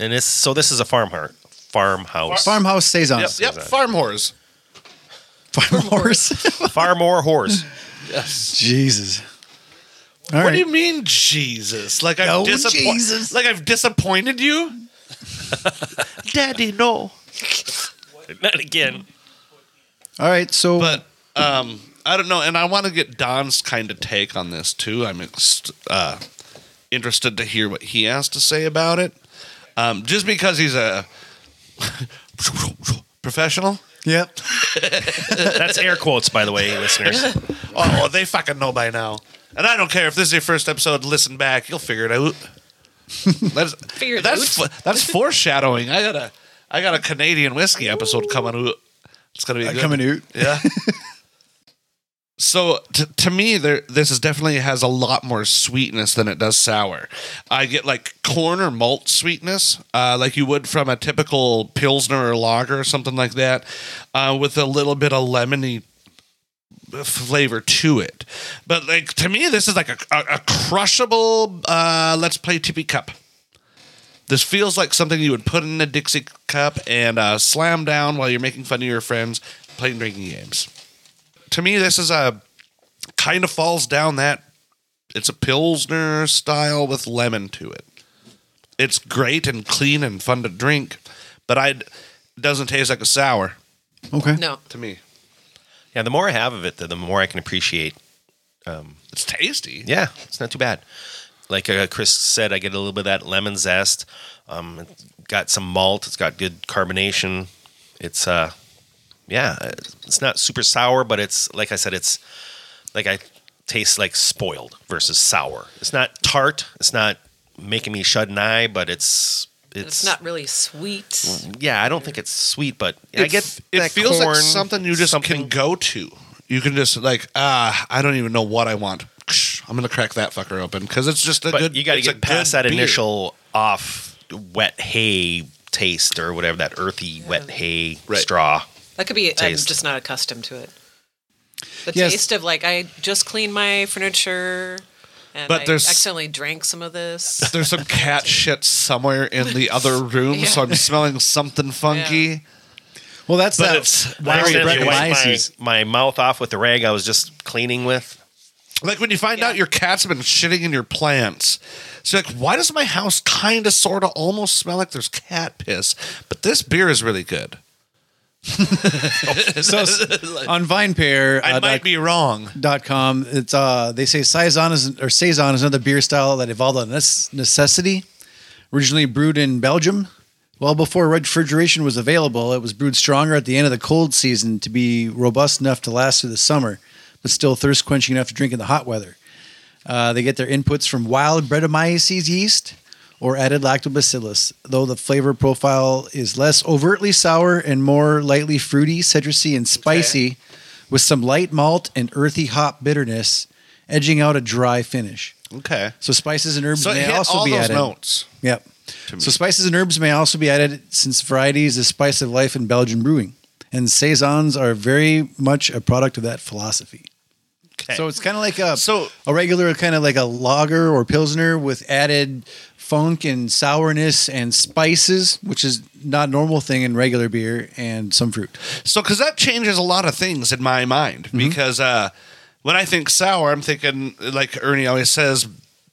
and this so this is a farm har- farmhouse,
Farmhouse saison.
Yep, yep, farm whores.
Farm horse.
farm or horse.
Jesus. All right.
What do you mean, Jesus? Like I've
Oh,
disappo-
Jesus.
Like I've disappointed you, Daddy? No,
not again.
All right. So
but um, I don't know, and I want to get Don's kind of take on this too. I'm ex- uh, interested to hear what he has to say about it, um, just because he's a professional.
yep.
That's air quotes, by the way, listeners.
Oh, they fucking know by now, and I don't care if this is your first episode. Listen back, you'll figure it out. That's
Figure it
that's
out.
fo- that's foreshadowing. I got a I got a Canadian whiskey episode coming out. It's gonna be good.
Coming out.
Yeah. so t- to me, there this is definitely has a lot more sweetness than it does sour. I get like corn or malt sweetness, uh, like you would from a typical pilsner or lager or something like that, uh, with a little bit of lemony flavor to it. But like to me, this is like a, a, a crushable. Uh, let's play tippy cup. This feels like something you would put in a Dixie cup and uh, slam down while you're making fun of your friends playing drinking games. To me, this is a kind of falls down that it's a pilsner style with lemon to it. It's great and clean and fun to drink, but I it doesn't taste like a sour
Okay.
No.
to me.
yeah, the more I have of it, the, the more I can appreciate. Um,
It's tasty.
yeah, it's not too bad. Like uh, Chris said, I get a little bit of that lemon zest. Um, it's got some malt. It's got good carbonation. It's uh, yeah, uh, it's not super sour, but it's like I said, it's like I taste like spoiled versus sour. It's not tart. It's not making me shut an eye, but it's it's,
It's not really sweet.
Yeah, I don't think it's sweet, but I
It
get
f- it
that
feels like
corn,
something you just can go to. You can just like ah, I don't even know what I want. I'm gonna crack that fucker open because it's just a
but
good.
you got to
it's a
get past
good
that
beer.
initial off wet hay taste or whatever that earthy wet hay
Right.
straw.
That could be. I'm
Taste.
just not accustomed to it. The
Yes.
taste of like I just cleaned my furniture, and
But
I
there's-
accidentally drank some of this.
There's some cat shit somewhere in the other room, so I'm smelling something funky.
Well, that's
But
that.
it's-
I
wiry
accidentally
Brett
wiped my,
Meises.
my mouth off with the rag I was just cleaning with.
Like when you find out your cat's been shitting in your plants. So you're like, why does my house kind of, sort of, almost smell like there's cat piss? But this beer is really good.
So s- on VinePair
I
uh,
might
dot,
be wrong.
dot com, it's uh they say saison is or saison is another beer style that evolved on this necessity. Originally brewed in Belgium, well before refrigeration was available, it was brewed stronger at the end of the cold season to be robust enough to last through the summer, but still thirst quenching enough to drink in the hot weather. Uh, they get their inputs from wild Brettanomyces yeast or added lactobacillus, though the flavor profile is less overtly sour and more lightly fruity, citrusy, and spicy, with some light malt and earthy hop bitterness, edging out a dry finish.
Okay.
So spices and herbs
So it
may
hit
also
all
be
those
added.
notes.
Yep. So spices and herbs may also be added since variety is the spice of life in Belgian brewing. And saisons are very much a product of that philosophy. So it's kind of like a
So-
a regular kind of like a lager or pilsner with added funk and sourness and spices, which is not a normal thing in regular beer and some fruit.
So, because that changes a lot of things in my mind. Because uh, when I think sour, I'm thinking, like Ernie always says,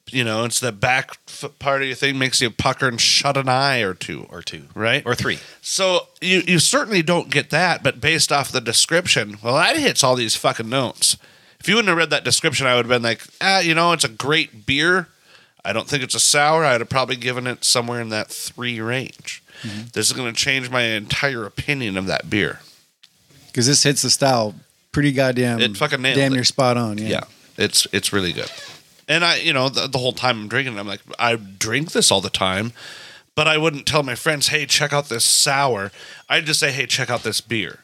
you know, it's the back f- part of your thing makes you pucker and shut an eye or two.
or two,
Right.
Or three.
So you you certainly don't get that, but based off the description, well, that hits all these fucking notes. If you wouldn't have read that description, I would have been like, ah, you know, it's a great beer. I don't think it's a sour. I'd have probably given it somewhere in that three range. This is going to change my entire opinion of that beer.
because this hits the style pretty goddamn.
It fucking nailed
damn
it.
near spot on. Yeah.
Yeah, it's it's really good. And I, you know, the, the whole time I'm drinking, it, I'm like, I drink this all the time, but I wouldn't tell my friends, hey, check out this sour. I'd just say, hey, check out this beer.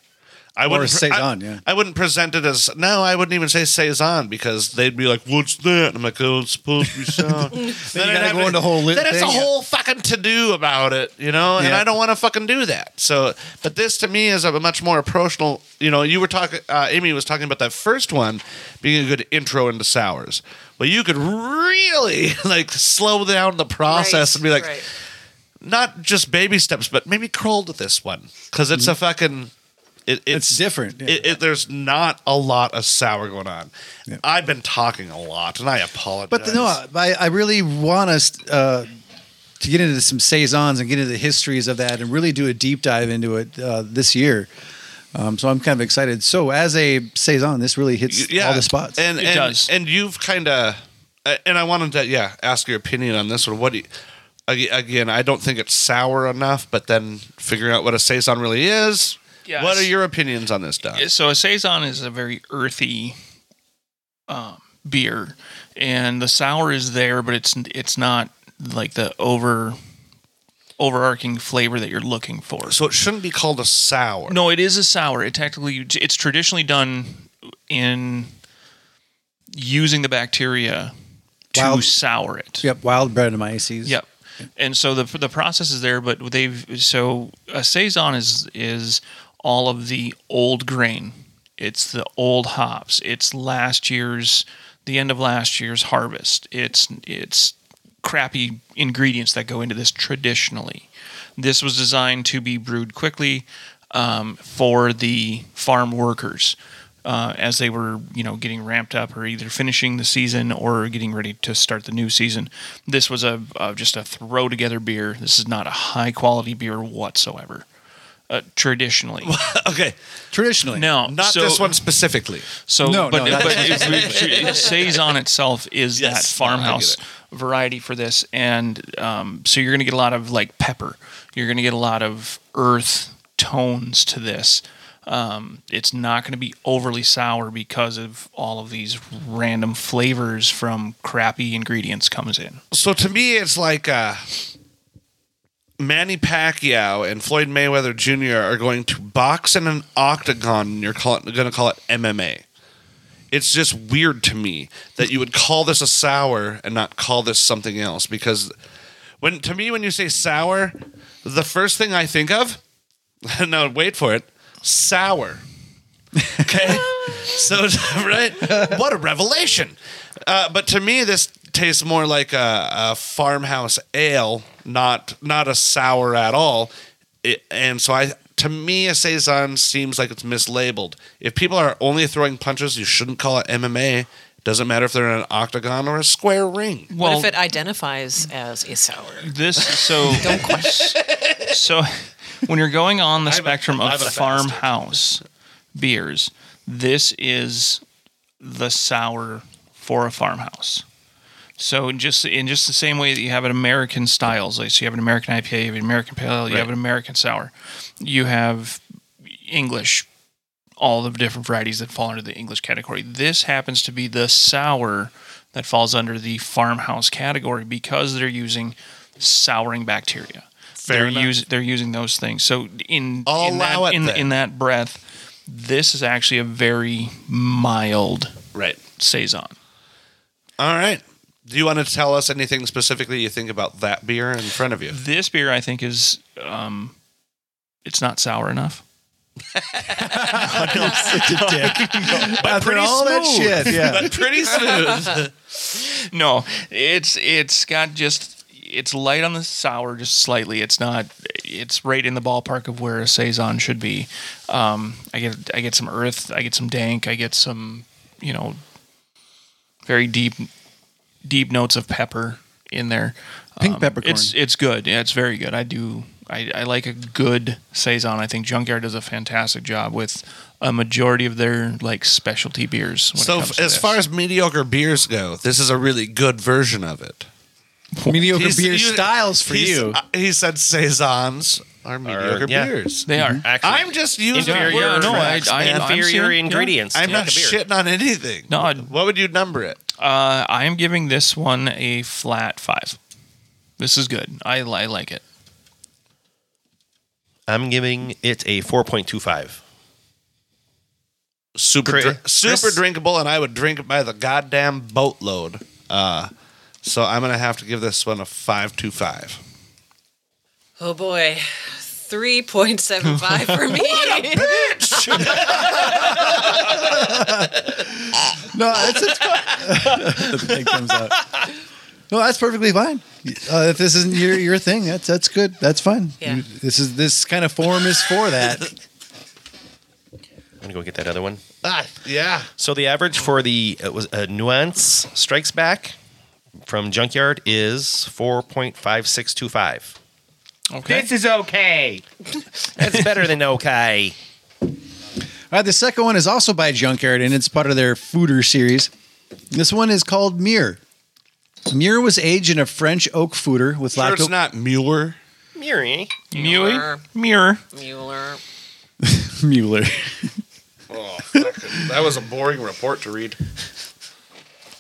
I wouldn't pre-
saison,
I,
yeah.
I wouldn't present it as no. I wouldn't even say saison because they'd be like, "What's that?" And I'm like, "Oh, it's supposed to be sour." then
gotta
I'd have
go
to-
into whole lit
Then it's a
thing, yeah.
whole fucking to do about it, you know. And
Yeah.
I don't want to fucking do that. So, but this to me is a much more approachable. You know, you were talking. Uh, Amy was talking about that first one being a good intro into sours. Well, you could really like slow down the process and be like,
right.
not just baby steps, but maybe crawl to this one because it's a fucking. It, it's,
Mm-hmm. It's different, yeah.
It, it, there's not a lot of sour going on.
Yeah.
I've been talking a lot, and I apologize.
But no, I, I really want us uh, to get into some saisons and get into the histories of that and really do a deep dive into it uh, this year. Um, so I'm kind of excited. So as a saison, this really hits all the spots.
And
It
and,
does.
and you've kind of, and I wanted to yeah ask your opinion on this one. What do you? ag- Again, I don't think it's sour enough, but then figuring out what a saison really is.
Yes.
What are your opinions on this, Doc?
So a saison is a very earthy um, beer, and the sour is there, but it's it's not like the over overarching flavor that you're looking for.
So it shouldn't be called a sour.
No, it is a sour. It technically it's traditionally done in using the bacteria to
Wild-
sour it.
yep, wild bread and ices.
Yep. And so the the process is there, but they've so a saison is is all of the old grain. It's the old hops. It's last year's the end of last year's harvest. It's it's crappy ingredients that go into this traditionally. This was designed to be brewed quickly um, for the farm workers uh, as they were, you know, getting ramped up or either finishing the season or getting ready to start the new season. This was a uh, just a throw together beer. This is not a high quality beer whatsoever. Uh, traditionally,
okay,
Traditionally.
no,
not
so-
this one specifically.
So,
No,
but,
no,
but it- saison itself is
Yes,
that
no,
farmhouse
I
variety for this, and um, so you're going to get a lot of like pepper. You're going to get a lot of earth tones to this. Um, it's not going to be overly sour because of all of these random flavors from crappy ingredients comes in.
So to me, it's like uh, Manny Pacquiao and Floyd Mayweather Jr. are going to box in an octagon, and you're call- going to call it MMA. It's just weird to me that you would call this a sour and not call this something else. Because when to me, when you say sour, the first thing I think of, no, wait for it, sour. Okay. so right, what a revelation! Uh, but to me, this tastes more like a, a farmhouse ale, not not a sour at all. It, and so I, to me, a saison seems like it's mislabeled. If people are only throwing punches, you shouldn't call it MMA. Doesn't matter if they're in an octagon or a square ring.
Well,
what if it identifies as a sour?
this so so when you're going on the spectrum
I'm
of
a bastard.
farmhouse beers this is the sour for a farmhouse so in just in just the same way that you have an American styles, like so you have an American IPA, you have an American pale ale, you have an American sour, you have English, all the different varieties that fall under the English category. This happens to be the sour that falls under the farmhouse category because they're using souring bacteria.
Fair
they're
enough.
us- they're using those things. So in
I'll
in
allow
that,
it
in,
then.
in that breath, this is actually a very mild
Right.
saison.
All right. Do you want to tell us anything specifically you think about that beer in front of you?
This beer, I think, is um, it's not sour enough.
After all that shit. Yeah.
But pretty smooth.
No, it's it's got just it's light on the sour, just slightly. It's not. It's right in the ballpark of where a saison should be. Um, I get I get some earth. I get some dank. I get some you know very deep deep notes of pepper in there. Um,
Pink peppercorn.
It's it's good. Yeah, it's very good. I do. I, I like a good saison. I think Junkyard does a fantastic job with a majority of their like specialty beers. when it
So
comes
f-
to
as
this.
far as mediocre beers go, this is a really good version of it.
Mediocre
He's-
beer
you-
styles for
he's-
you.
uh, he said saisons are mediocre
yeah.
beers.
they are.
Mm-hmm.
Actually,
I'm just using
inferior,
words.
No, I- I- I'm
inferior
seeing-
ingredients.
I'm
to
not
make a beer.
shitting on anything.
No, I-
what would you number it?
Uh, I am giving this one a flat five. This is good. I, I like it.
I'm giving it a 4.25.
Super,
Chris-
dri- super
Chris-
drinkable, and I would drink it by the goddamn boatload. Uh, so I'm gonna have to give this one a five two five.
Oh boy. 3.75 for me.
No, that's it's the pig comes out. No, that's perfectly fine. Uh, if this isn't your your thing, that's that's good. That's fine.
Yeah.
You- This is this kind of form is for that.
I'm gonna go get that other one.
Ah, yeah.
So the average for the it was uh, nuance strikes back from junkyard is 4.5625.
Okay.
is okay. That's better than okay.
All right, the second one is also by Junkyard, and it's part of their Fooder series. This one is called Mir. Mir was aged in a French oak fooder with
Sure,
lacto-
it's not Mueller.
Miri.
Mule. Mirror.
Mueller.
Mueller.
Oh, fucking, that was a boring report to read.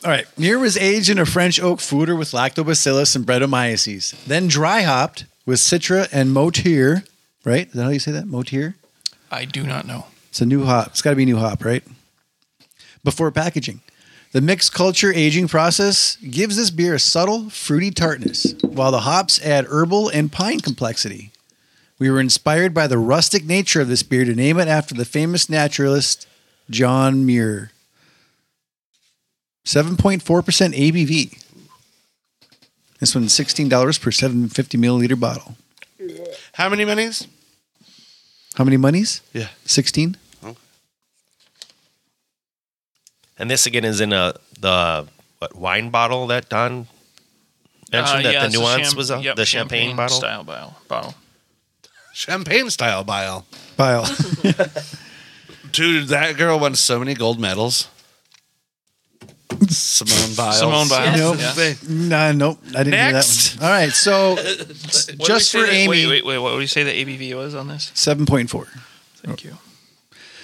All right, Mir was aged in a French oak fooder with lactobacillus and Brettanomyces, then dry hopped with Citra and Motir. Right? Is that how you say that? Motir.
I do not know.
It's a new hop. It's got to be new hop, right? Before packaging. The mixed culture aging process gives this beer a subtle, fruity tartness, while the hops add herbal and pine complexity. We were inspired by the rustic nature of this beer to name it after the famous naturalist John Muir. 7.4% ABV. This one's $16 per 750 milliliter bottle.
How many minis?
How many monies?
Yeah.
16?
And this again is in a the what wine bottle that Don mentioned
Uh,
that
yeah, it's
the
a
nuance
champ-
was on
yep,
the champagne, bottle.
style bottle. bottle.
Champagne style bile.
Bile.
Dude, that girl won so many gold medals. Simone Biles.
Simone Biles.
Nope.
Yes.
Nah, nope. I didn't
Next.
hear that. One. All right. So
What did we
just
say
for
that-
Amy,
Wait, wait, wait. What would you say the ABV was on this?
7.4.
Thank you.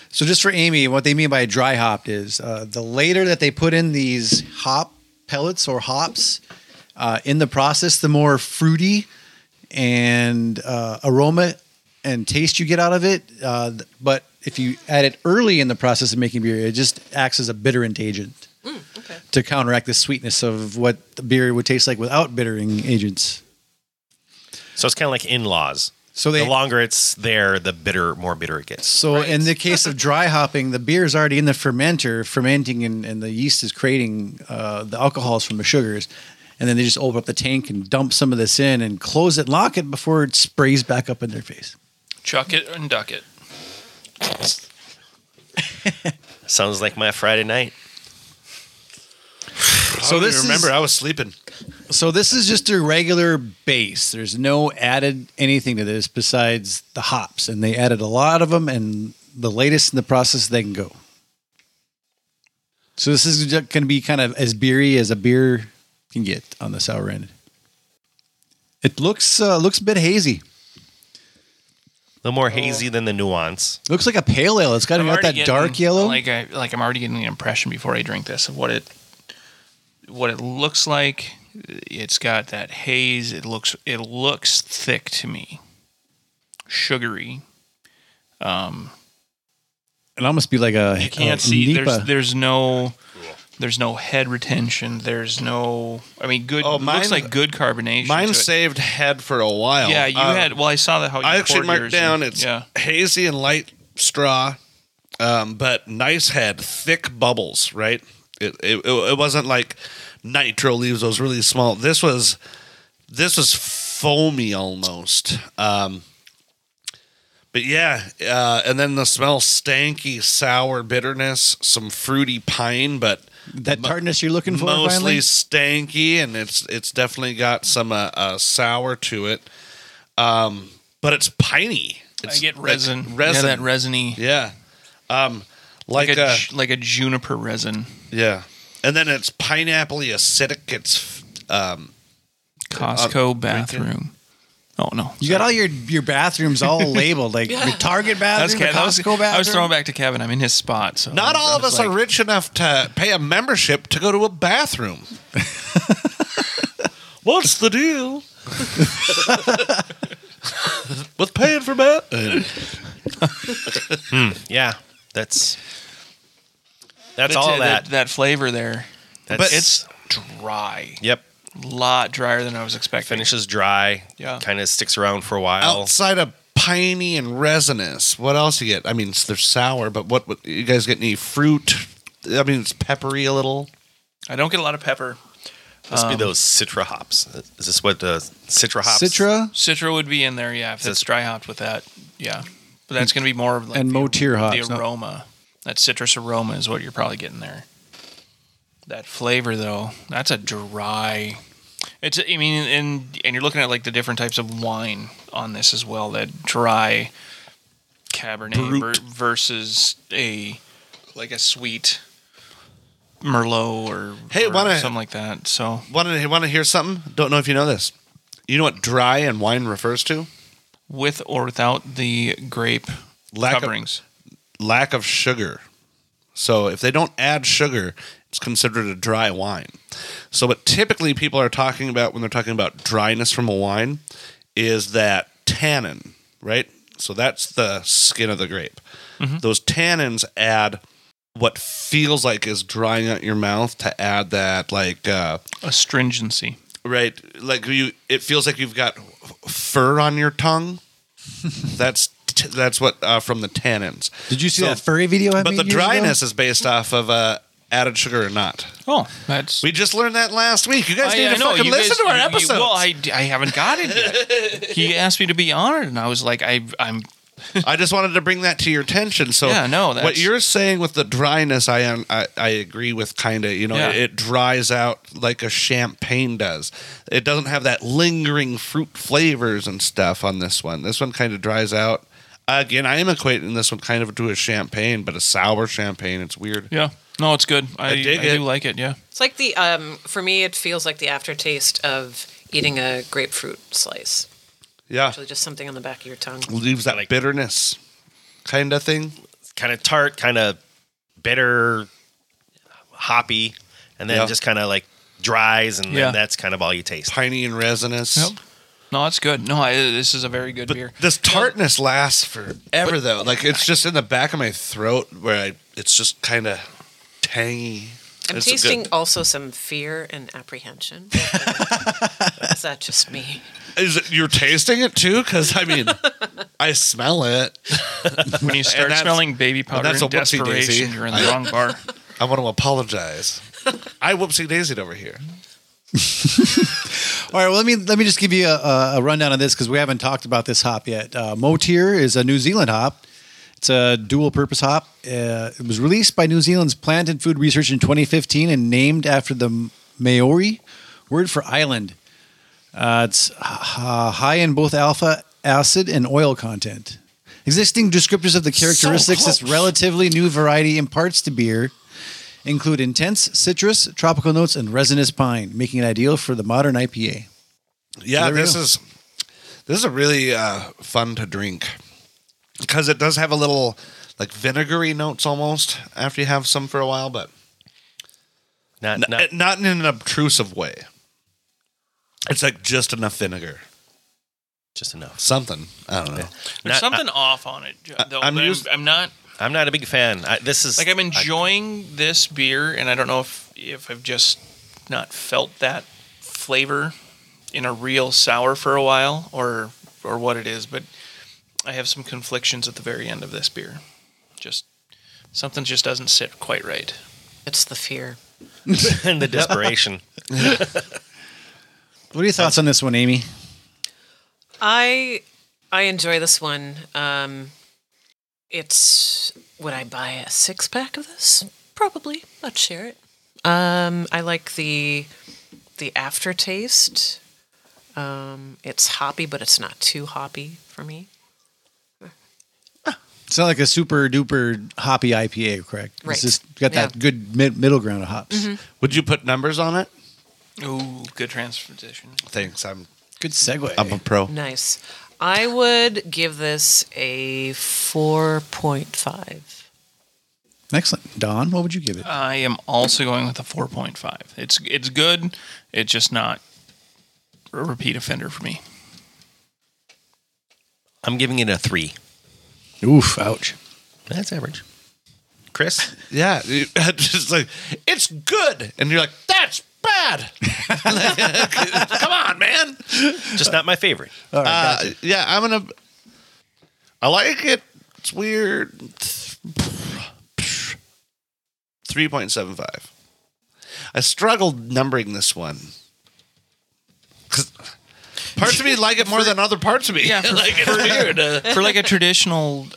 So just for Amy, what they mean by dry hopped is uh, the later that they put in these hop pellets or hops uh, in the process, the more fruity and uh, aroma and taste you get out of it. Uh, th- but if you add it early in the process of making beer, it just acts as a bitterant agent to counteract the sweetness of what the beer would taste like without bittering agents.
So it's kind of like in-laws.
So they
the longer it's there, the bitter, more bitter it gets.
So in the case of dry hopping, the beer is already in the fermenter, fermenting, and, and the yeast is creating uh, the alcohols from the sugars. And then they just open up the tank and dump some of this in and close it, lock it before it sprays back up in their face.
Chuck it and duck it.
Sounds like my Friday night.
So this
this is-
Oh, remember I was sleeping.
So this is just a regular base. There's no added anything to this besides the hops, and they added a lot of them, and the latest in the process they can go. So this is going to be kind of as beery as a beer can get on the sour end. It looks uh, looks a bit hazy.
A little more
Oh.
hazy than the nuance.
Looks like a pale ale. It's got
I'm
about
already
that
getting-
dark yellow.
Like I like I'm already getting the impression before I drink this of what it what it looks like. It's got that haze. It looks it looks thick to me. Sugary. Um
It'll almost be like a
you can't
a
see there's
Nipah.
there's no there's no head retention. There's no I mean good
Oh,
it
mine-
looks like good carbonation.
Mine
to it.
saved head for a while.
Yeah, you
Uh,
had well I saw that how you
I actually
poured
marked
yours
down
and-
it's
yeah.
hazy and light straw, um, but nice head, thick bubbles. Right? It it, it it wasn't like nitro leaves. It was really small. This was this was foamy almost. Um, but yeah, uh, and then the smell stanky, sour bitterness, some fruity pine, but
That tartness you're looking for.
mostly
finally?
stanky, and it's it's definitely got some uh, uh, sour to it. Um, but it's piney. It's
I get
like
resin.
resin.
Yeah, that resiny.
Yeah. Um,
Like,
like,
a,
uh,
ju- like a juniper resin
yeah, and then it's pineappley acidic. It's um,
Costco
right there.
bathroom. Oh no,
You got all your your bathrooms all labeled, like the Target
That was
bathroom,
Kev-
the
that was-
Costco bathroom.
I was thrown back to Kevin. I'm in his spot. So
not
I was-
all
I
of
was
us
like,
are rich enough to pay a membership to go to a bathroom. What's the deal with paying for that?
Yeah, that's that's
but
all
it-
that.
that flavor there.
That's-
but it's dry.
Yep,
A lot drier than I was expecting.
finishes dry.
Yeah.
kind of sticks around for a while.
Outside of piney and resinous, what else you get? I mean, they're sour, but what, what you guys get? Any fruit? I mean, it's peppery a little.
I don't get a lot of pepper.
Must be those Citra hops. Is this what the Citra hops?
Citra
Citra would be in there, yeah. If it's dry hopped with that, yeah. But that's going to be more of like
and
the-
Motir hops.
the
no?
aroma. That citrus aroma is what you're probably getting there. That flavor though, that's a dry. It's I mean, and and you're looking at like the different types of wine on this as well. That dry Cabernet ver- versus a like a sweet Merlot or
Hey,
or
wanna-
something like that. So
Want to want to hear something? Don't know if you know this. You know what dry and wine refers to?
with or without the grape
Lack of-
coverings.
Lack of sugar. So if they don't add sugar, it's considered a dry wine. So what typically people are talking about when they're talking about dryness from a wine is that tannin, right? So that's the skin of the grape. Those tannins add what feels like is drying out your mouth to add that like uh,
astringency.
Right. Like you it feels like you've got fur on your tongue. that's t- that's what uh, from the tannins.
Did you see
So-
that furry video? I
But
made
the
years ago?
dryness is based off of uh, added sugar or not.
Oh, that's
We just learned that last week. You guys
I-
need
I
to
know,
fucking
you
listen
guys-
to our
you-
episodes.
You, well,
I,
I, I haven't got it yet. he asked me to be honored, and I was like, I, I'm.
just wanted to bring that to your attention. So
Yeah, no,
what
that's-
you're saying with the dryness, I am, I, I agree with kind of. You know,
Yeah.
it, it dries out like a champagne does. It doesn't have that lingering fruit flavors and stuff on this one. This one kind of dries out. Again, I am equating this one kind of to a champagne, but a sour champagne. It's weird.
Yeah, no, it's good. I, I,
dig it.
do like it. Yeah,
It's like the um, for me, it feels like the aftertaste of eating a grapefruit slice.
Yeah,
Actually, just something on the back of your tongue.
leaves that bitterness kind of thing.
kind of tart, kind of bitter, hoppy, and then
Yeah.
just kind of like dries, and
Yeah.
then that's kind of all you taste.
piney and resinous.
Yep. no, it's good. No, I, this is a very good beer.
This tartness lasts forever though. Like it's just in the back of my throat where I, it's just kind of tangy.
I'm
It's a good-
tasting also some fear and apprehension. Is that just me?
Is it, you're tasting it too? Because I mean, I smell it.
When you start
that's-
smelling baby powder
that's
and
a whoopsie daisy.
desperation, you're in the wrong bar.
I want to apologize. I whoopsie daisied over here.
All right, well, let me let me just give you a, a rundown of this because we haven't talked about this hop yet. Uh, Motir is a New Zealand hop. It's a dual-purpose hop. Uh, it was released by New Zealand's Plant and Food Research in 2015 and named after the Maori word for island. Uh, it's h- uh, high in both alpha acid and oil content. Existing descriptors of the characteristics this relatively new variety imparts to beer include intense citrus, tropical notes, and resinous pine, making it ideal for the modern IPA.
Yeah,
There we
this
go.
is this is a really uh, fun to drink because it does have a little like vinegary notes almost after you have some for a while, but
Not,
N-
not
uh, not in an obtrusive way. It's like just enough vinegar,
just enough.
something. I don't know.
There's
Not-
something off on it, ju- though.
I'm
I'm,
used-
I'm not
I'm not a big fan. I, this is
like I'm enjoying this beer, and I don't know if if I've just not felt that flavor in a real sour for a while, or or what it is. But I have some conflictions at the very end of this beer. Just something just doesn't sit quite right.
It's the fear.
in the desperation.
What are your thoughts on this one, Amy?
I I enjoy this one. Um, it's would I buy a six pack of this? Probably. I'd share it. Um, I like the the aftertaste. Um, it's hoppy, but it's not too hoppy for me.
It's not like a super duper hoppy IPA, correct?
Right.
It's just got that
Yeah. Mm-hmm.
good mid- middle ground of hops.
Would you put numbers on it?
Ooh, good transportation.
Thanks. I'm
Good segue.
I'm a pro.
Nice. I would give this a four point five.
Excellent. Don, what would you give it?
I am also going with a 4.5. It's it's good. It's just not a repeat offender for me.
I'm giving it a three.
Oof, ouch.
That's average. Chris,
Yeah, you- just like it's good, and you're like that's bad. Come on, man.
just not my favorite.
Uh, yeah, I'm gonna. I like it. It's weird. Three point seven five. I struggled numbering this one because parts of me like it more than other parts of me.
Yeah, for-
like it's weird. Uh,
For like a traditional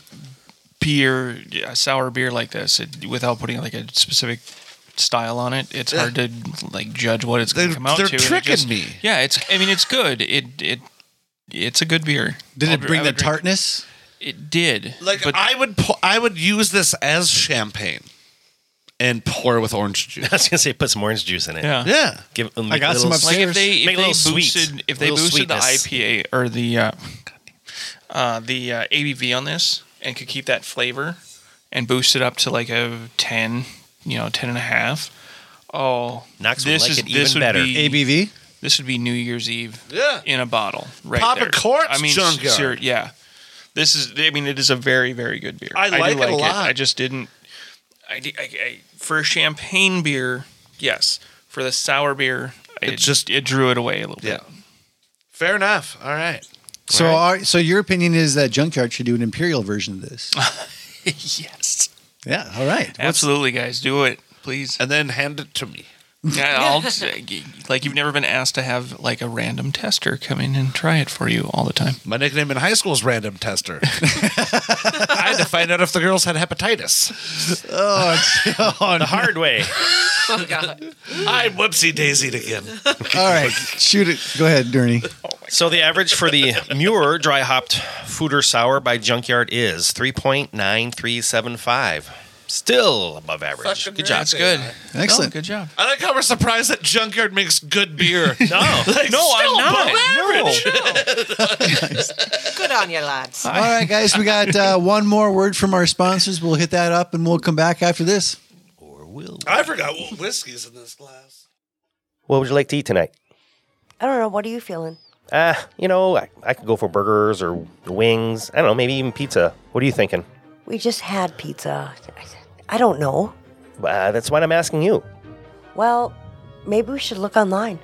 beer, a sour beer like this, it, without putting like a specific style on it, it's hard to like judge what it's going
They're-
to come out
they're
to. and it
tricking
just-
me.
Yeah, it's. I mean, it's good. It it it's a good beer.
Did
I'll
it
dr-
bring
I
the
would drink-
tartness?
It did.
Like
but
I would, pu- I would use this as champagne and pour with orange juice.
I was gonna say put some orange juice in it.
yeah.
Yeah,
Give, make
I got
a
some
little-
like
upstairs.
if they if
Make
they
a little sweet,
boosted if
a
they
little
boosted
sweetness.
the IPA or the uh, uh, the uh, ABV on this and could keep that flavor and boost it up to like a 10, you know, 10 and a half. Oh,
Knox would
this
like
is
it
this would
even better.
E
Be,
ABV?
This would be New Year's Eve
Yeah.
in a bottle right
Pop a
there.
cork's
I mean,
junkyard.
ser- yeah. This is I mean it is a very very good beer.
I
do
like it a lot.
I just didn't I, di- I, I for a champagne beer, yes. For the sour beer, it,
just-
just it drew it away a little
yeah.
bit.
Fair enough. All right.
So, our, so your opinion is that Junkyard should do an imperial version of this?
yes.
yeah. All right.
Absolutely, guys, do it, please.
and then hand it to me.
Yeah, I'll like you've never been asked to have like a random tester come in and try it for you all the time.
My nickname in high school is Random Tester. I had to find out if the girls had hepatitis.
Oh,
the hard way.
Oh God.
I'm whoopsie daisied again.
All right. Shoot it. Go ahead, Derny.
So the average for the Muir dry hopped Fooder Sour by Junkyard is 3.9375. Still above average.
Fucking
good job.
That's
good.
Excellent.
good job.
I like how we're surprised that Junkyard makes good beer.
No.
No, I'm not. No.
Good on you, lads.
All right, guys. We got uh, one more word from our sponsors. We'll hit that up and we'll come back after this.
I forgot what whiskey's in this glass.
What would you like to eat tonight?
I don't know. What are you feeling?
Uh, you know, I, I could go for burgers or wings. I don't know, maybe even pizza. What are you thinking?
We just had pizza. I- I don't know.
Uh, that's what I'm asking you.
Well, maybe we should look online.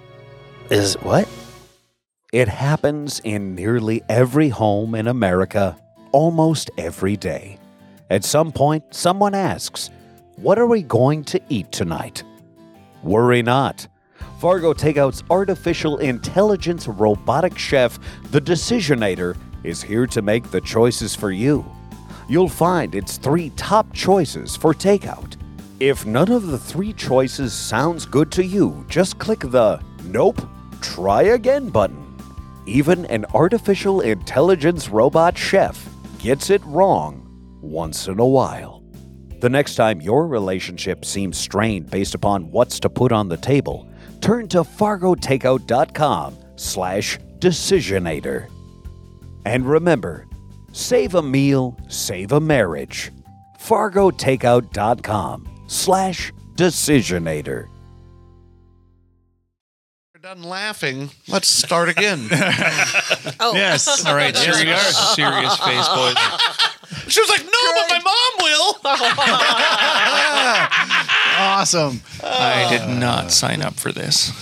Is what?
It happens in nearly every home in America almost every day. At some point, someone asks, What are we going to eat tonight? Worry not. Fargo Takeout's artificial intelligence robotic chef, the Decisionator, is here to make the choices for you. You'll find its three top choices for takeout. If none of the three choices sounds good to you, just click the Nope, Try Again button. Even an artificial intelligence robot chef gets it wrong once in a while. The next time your relationship seems strained based upon what's to put on the table, turn to fargotakeout.com slash decisionator. And remember, save a meal, save a marriage. fargotakeout.com slash decisionator.
We're done laughing. Let's start again.
Oh,
Yes.
All right, here we are. Serious face, boys.
she was like, No, but my mom will.
Awesome.
I did not sign up for this.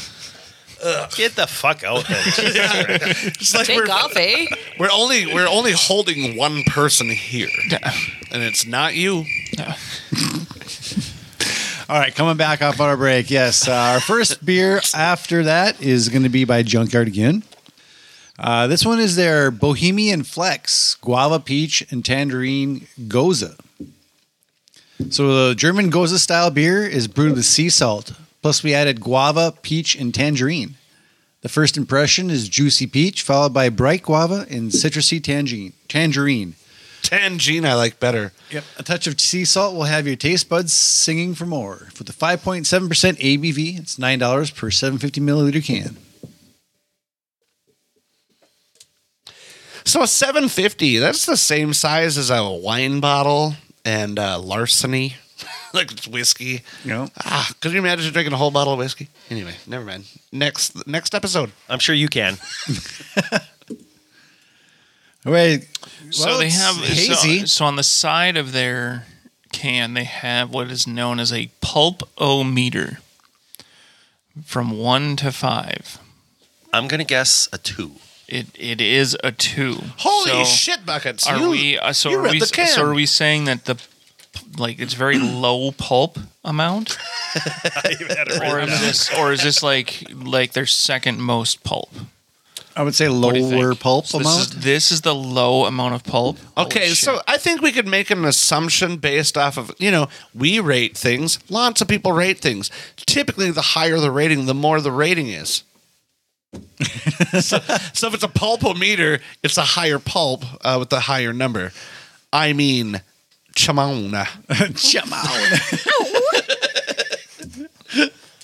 Get the fuck out then.
It's like
take
we're,
off, eh?
we're only we're only holding one person here. And it's not you.
All right, coming back off our break. Yes, uh, our first beer after that is going to be by Junkyard again. Uh, this one is their Bohemian Flex Guava Peach and Tangerine Goza. So the German Goza style beer is brewed with sea salt, Plus, we added guava, peach, and tangerine. The first impression is juicy peach, followed by bright guava and citrusy tangerine. Tangerine.
Tangine, I like better.
Yep. A touch of sea salt will have your taste buds singing for more. With a 5.7% ABV, it's $9 per 750 milliliter can.
So a 750, that's the same size as a wine bottle and uh, larceny, like it's whiskey.
You know?
Ah, could you imagine drinking a whole bottle of whiskey? Anyway, never mind. Next next episode.
I'm sure you can.
All right.
so
Well,
they
it's
have so-
hazy.
So, on the side of their can, they have what is known as a pulp o meter, from one to five.
I'm gonna guess a two.
It it is a two.
Holy
So
shit buckets.
Are
you,
we? Uh, so
you
are
read
we?
the can.
So are we saying that the like it's very low pulp amount, or is this or is this like like their second most pulp?
I would say
What do you think?
lower pulp
So
amount.
This is, this is the low amount of pulp.
Okay,
Holy
so
shit.
I think we could make an assumption based off of, you know, we rate things. Lots of people rate things. Typically, the higher the rating, the more the rating is. so, so if it's a pulpometer, it's a higher pulp uh, with a higher number. I mean, chamona.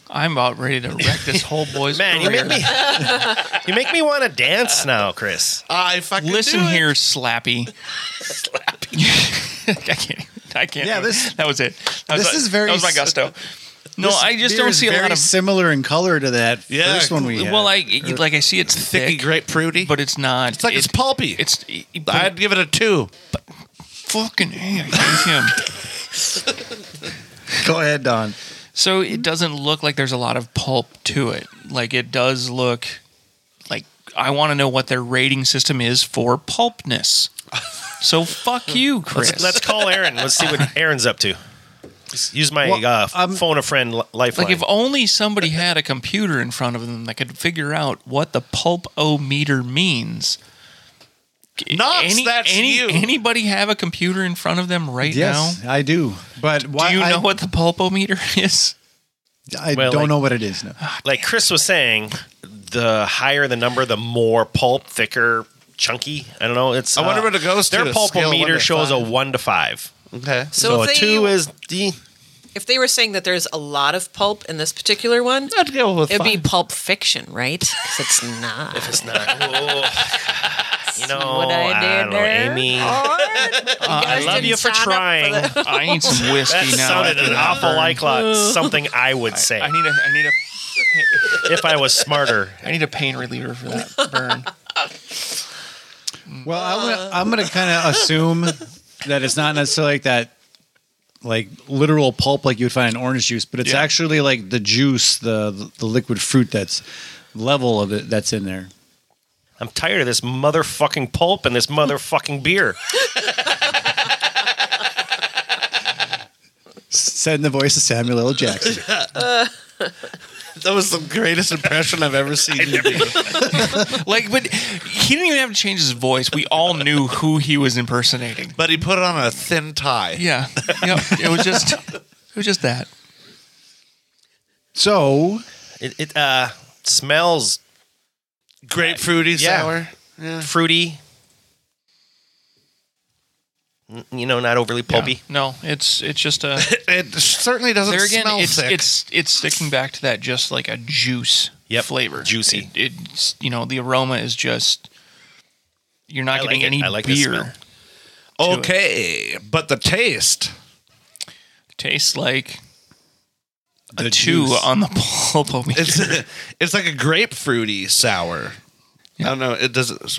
I'm about ready to wreck this whole boy's
Man, you
career.
make me you make me want to dance now, Chris.
I fucking
Listen
do it.
here, Slappy. Slappy. I can't. I can't.
Yeah, this-
that was it. That was
this
it.
is very
That was my
s- uh,
gusto. No,
This
I just
beer
don't
is
see a
very
lot of.
similar in color to that
Yeah.
first one we had.
Well, I like I see it's
Thicky
thick,
grapefruity.
but it's not.
it's like it's
it-
pulpy. It's
It's but I
I'd give it a two.
fucking hey, I hate him.
go ahead, Don.
So it doesn't look like there's a lot of pulp to it. Like it does look like I want to know what their rating system is for pulpness. So fuck you, Chris.
Let's call Aaron. Let's see what Aaron's up to. Just use my
Well,
uh,
um,
phone a friend li- lifeline.
Like if only somebody had a computer in front of them that could figure out what the pulp o meter means.
Knox, that's you.
Anybody have a computer in front of them right
Yes, I do. But
now?
why?
Do you
I,
know what the pulp o meter is?
I
Well,
don't
like-
know what it is. No.
like Chris was saying, the higher the number, the more pulp, thicker, chunky. I don't know. It's uh,
I wonder what it goes to,
Their
a scale of one
pulpometer
to
shows a
five.
one to five.
Okay.
So,
So, if
a
they,
two is D.
if they were saying that there's a lot of pulp in this particular one,
I'd go with
it'd be
five.
pulp fiction, right? 'Cause it's not.
It's not. oh, you know,
what I did
don't know,
there.
Amy.
I
love you for trying.
I need some
that
whiskey now.
sounded an awful like lot- something I would say
I need a I need a
if I was smarter.
I need a pain reliever for that burn.
Well, I'm gonna, I'm gonna kind of assume that it's not necessarily like that, like literal pulp like you would find in orange juice, but it's
Yeah.
actually like the juice, the the liquid fruit that's level of it that's in there.
I'm tired of this motherfucking pulp and this motherfucking beer.
Said in the voice of Samuel L. Jackson.
That was the greatest impression I've ever seen. you do.
Like, but he didn't even have to change his voice. We all knew who he was impersonating.
But he put on a thin tie.
Yeah, yep. It was just it was just that.
So
It, it uh, smells
Grapefruity
Yeah.
sour. Yeah.
fruity. N- You know, not overly
Yeah.
pulpy.
No, it's it's just a.
It certainly doesn't
there again,
smell
it's
thick.
it's it's sticking back to that just like a juice
Yep,
flavor,
juicy.
It, it's you know the aroma is just you're not
I like
getting
it.
any
I like the smell.
beer.
okay, but the taste.
Tastes like a
The
two
juice.
on the pulp.
It's it's like a grapefruity sour. I don't know. It doesn't.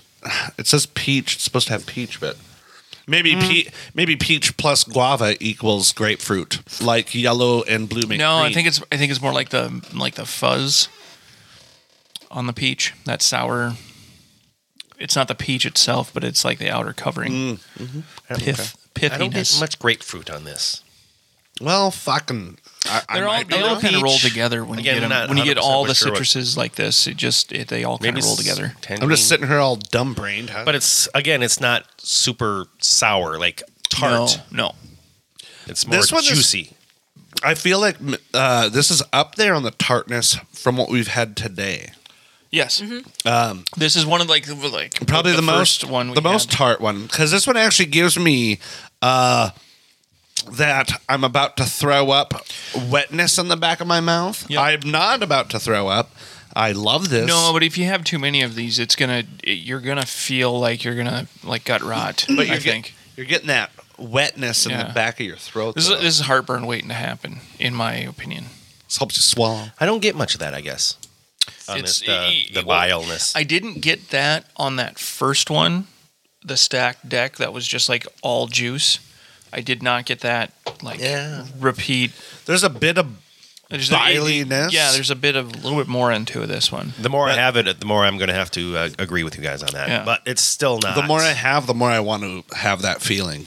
It says peach. It's supposed to have peach, but maybe
Mm.
pe- maybe peach plus guava equals grapefruit, like yellow and blue. Make
No, I
green.
think it's I think it's more like the like the fuzz on the peach. That sour. It's not the peach itself, but it's like the outer covering
Mm.
pith
Mm-hmm. I don't get
pithiness.
much grapefruit on this.
well, fucking. I, I
They're all,
might be
they all
wrong.
kind of roll
peach.
together when
Again,
you get 'em-
not
when you get all the
100% sure what-
citruses like this. It just it, they all kind of roll
s-
together.
I'm
tangerine.
just sitting here all dumb brained. Huh?
But it's again, it's not super sour like tart.
No, no.
It's more
This one is-
juicy.
I feel like m- uh, this is up there on the tartness from what we've had today.
Yes. this is one of like like
Um, Probably the, most
first one we
the most
had.
tart one because this one actually gives me uh, that I'm about to throw up wetness in the back of my mouth.
Yep.
I'm not about to throw up. I love this.
No, but if you have too many of these, it's gonna you're gonna feel like you're gonna like gut rot.
But
I
you're,
think
get, you're getting that wetness in
Yeah.
the back of your throat.
this is
though.
this is heartburn waiting to happen, in my opinion.
This helps you swallow.
I don't get much of that, I guess. On
It's-
this, uh,
e- e-
the
well,
vileness.
I didn't get that on that first one, the stacked deck that was just like all juice. I did not get that like
Yeah.
repeat.
There's a bit of
There's
Biliness?
yeah, there's a bit of a little bit more into this one.
the more I have it, the more I'm going to have to uh, agree with you guys on that.
Yeah.
But it's still not.
the more I have, the more I want to have that feeling.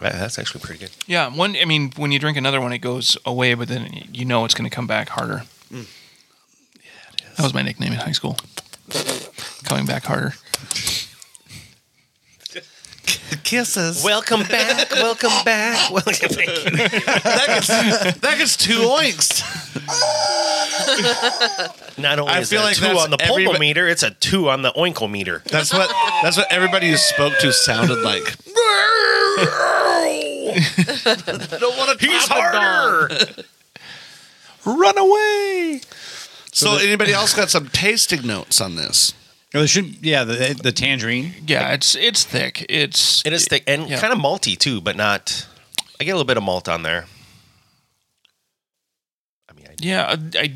That- that's actually pretty good.
Yeah, one. I mean, when you drink another one, it goes away, but then you know it's going to come back harder. That was my nickname in high school. Coming back harder.
Kisses.
Welcome back. welcome back. Welcome. Thank you.
that gets, that gets two oinks.
Not only
I
is
feel
it a
like
two
that's
on the
everybo-
pulpometer, it's a two on the oinkometer.
That's what that's what everybody you spoke to sounded like. Don't want to. He's harder.
Run away!
So anybody else got some tasting notes on this?
Or they should, yeah, the, the tangerine.
Yeah, it's it's thick. It's
It is thick and
Yeah.
kind of malty too, but not. I get a little bit of malt on there. I mean, I,
Yeah, I. I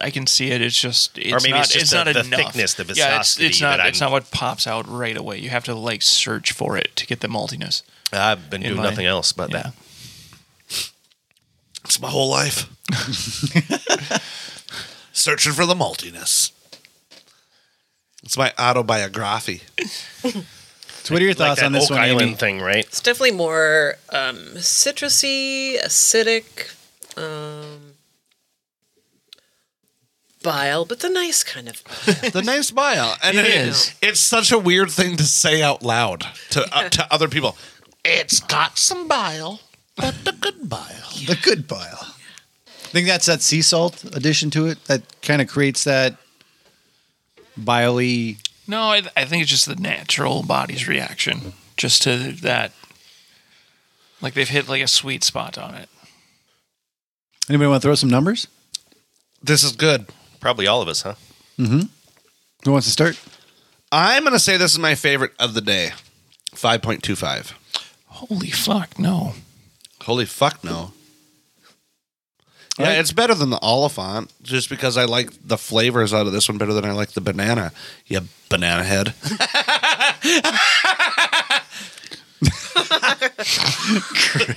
I can see it. It's just it's
maybe
not,
it's just
not
the- the
enough.
thickness, the
Yeah, it's, it's
viscosity
not
that
it's not
I'm-
what pops out right away. You have to like search for it to get the maltiness.
I've been
In
doing
line.
nothing else but
Yeah.
that.
It's my whole life. Searching for the maltiness. It's my autobiography.
So what are your
Like
thoughts
that
on this
Oak
one,
Island
Amy?
thing, right?
It's definitely more um, citrusy, acidic, um, bile, but the nice kind of.
The nice bile, and it
is.
It's such a weird thing to say out loud to uh, to other people. It's got some bile, but the good bile.
The good bile. I think that's that sea salt addition to it that kind of creates that biley.
No, I, I think it's just the natural body's reaction just to that. Like they've hit like a sweet spot on it.
Anybody want to throw some numbers?
This is good.
Probably all of us, huh?
Who wants to start?
I'm gonna say this is my favorite of the day. Five point two five.
Holy fuck, no.
Holy fuck no. Yeah, it's better than the Oliphant, just because I like the flavors out of this one better than I like the banana. You banana head.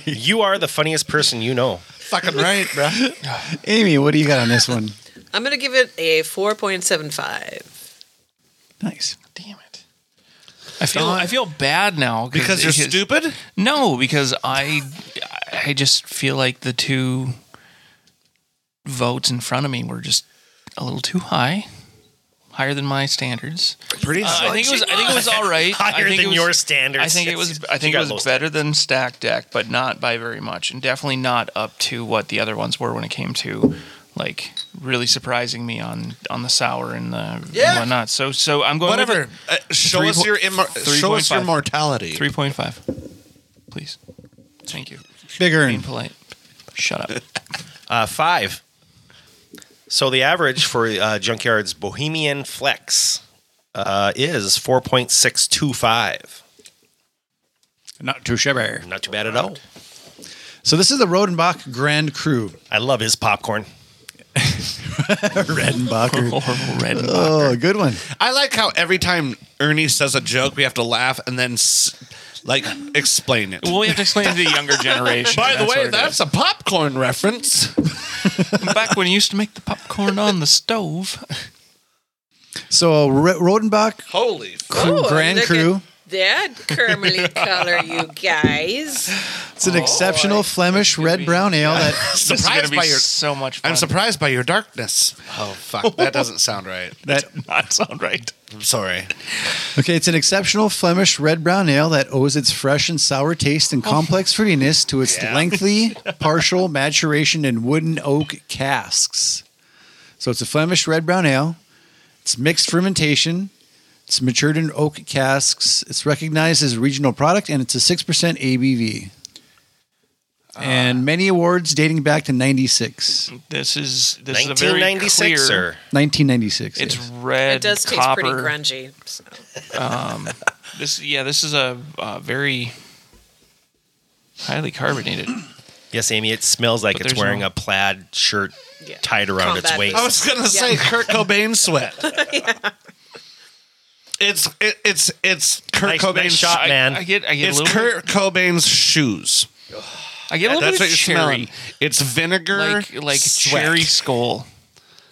You are the funniest person you know.
Fucking right, bro.
Amy, what do you got on this one?
I'm going to give it a 4.75.
Nice.
Damn it. I feel I feel bad now
Because you're
it-
stupid.
No, because I I just feel like the two votes in front of me were just a little too high, higher than my standards.
Pretty.
Uh, I think it was. I think it was all right. I
Higher
think it
than
was-
your standards.
I think it was. I
You
think it
got
was
low
better than Stack Deck, but not by very much, and definitely not up to what the other ones were when it came to like really surprising me on on the sour and the
Yeah.
and whatnot. So so I'm going with
Whatever.
it.
Uh, show
Three
us
po-
your immor-
three
show
point
us your
five.
mortality.
Three point five, please. Thank you.
Bigger
Being
and
polite. Shut up.
Uh, five. So the average for uh, Junkyard's Bohemian Flex uh, is 4.625.
not too shabby.
Not too bad at all.
So this is the Rodenbach Grand Cru.
I love his popcorn.
Redenbacher.
Horrible red.
oh, good one.
I like how every time Ernie says a joke, we have to laugh and then s- like explain it.
Well, we have to explain to the younger generation.
By the
That's what
way,
it
that's a popcorn reference.
is. back when you used to make the popcorn on the stove.
So Re- Rodenbach
Holy.
Cru, Grand
look
Cru.
at That caramely color, you guys.
It's an exceptional Flemish red brown ale that
This is gonna
Surprised
be
by your-
so much. Fun.
I'm surprised by your darkness. Oh fuck, that doesn't sound right.
that
Not sound right.
I'm sorry.
Okay, it's an exceptional Flemish red brown ale that owes its fresh and sour taste and complex fruitiness to its lengthy partial maturation in wooden oak casks. So it's a Flemish red brown ale. It's mixed fermentation. It's matured in oak casks. It's recognized as a regional product and it's a 6% ABV. and many awards dating back to 96,
This is this is a very
1996
clear.
or
1996.
It's
yes.
red.
It does taste
copper.
pretty grungy. So.
This yeah, this is a uh, very highly carbonated.
yes, Amy, it smells like
But
it's
there's
wearing
no-
a plaid shirt
Yeah.
tied around its
Combat
waist.
I was gonna say Kurt Cobain sweat. It's it, it's it's Kurt
Nice-
Cobain's
nice shot,
I-
man.
I get I get
It's
a little bit-
Kurt Cobain's shoes.
I get a little
That's what
bit of
you're
cherry,
smelling. It's vinegar,
like like
sweat.
cherry skull.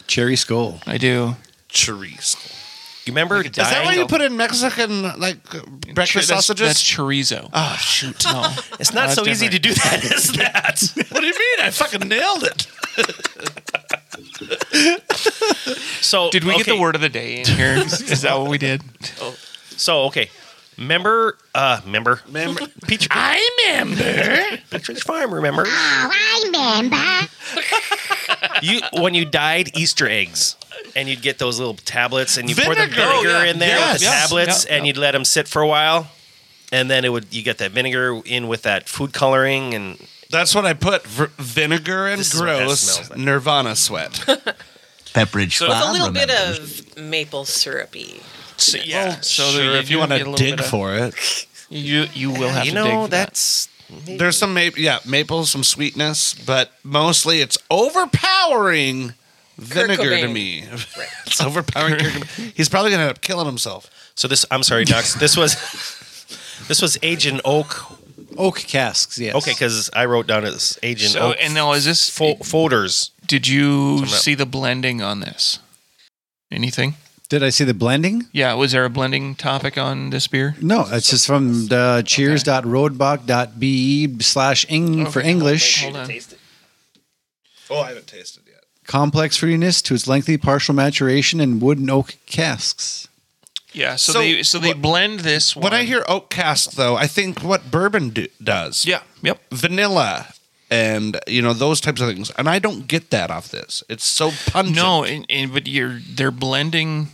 Cherry Skull.
I do.
Chorizo.
You remember
Like a
Is that
dying?
what you
Dangle.
put in Mexican like uh, breakfast
That's-
sausages?
That's chorizo.
oh shoot!
No,
It's not
That's
so easy to do that, is that?
what do you mean? I fucking nailed it.
So
Did we get
okay,
the word of the day in here? Is that what we did?
So okay, member, uh, member,
Remember-
Peach,
I remember.
Peach Farm, remember? you when you dyed Easter eggs. And you'd get those little tablets, and you pour the
Vinegar.
vinegar
Oh, yeah.
in there with the
Yes.
tablets,
Yeah,
and
yeah.
you'd let them sit for a while, and then it would. You get that vinegar in with that food coloring, and
That's what I put: v- vinegar and
This is what that
gross
smells like.
Nirvana sweat.
Pepperidge
So-
Farm.
With a little bit
remember.
of maple syrupy.
So, yeah. so
sure,
do
if you want
get a
to
little
dig
bit of-
for it,
you, you will have
you
to dig.
know
for that.
that's
there's some maple, yeah, maple, some sweetness, but mostly it's overpowering vinegar to
Cobain.
me. it's overpowering. Kurt Cobain. He's probably gonna end up killing himself.
so. This I'm sorry, Knox. This was this was aged in oak.
Oak casks, yes.
Okay, because I wrote down it's aged in
So
oak.
and now is this?
fo- folders.
did you
Somewhat.
see the blending on this? Anything?
Did I see the blending?
Yeah. Was there a blending topic on this beer?
No, it's just from the cheers.roadbach.be E slash ing Mm, for English.
Hold on.
Oh, I haven't tasted yet.
Complex fruitiness to its lengthy partial maturation in wood and oak casks.
Yeah. So,
So
they so they
what-
blend this one.
When I hear oak cask, though, I think what bourbon do- does.
Yeah. Yep.
vanilla. And you know those types of things, and I don't get that off this. It's so pungent.
No, and, and but you're they're blending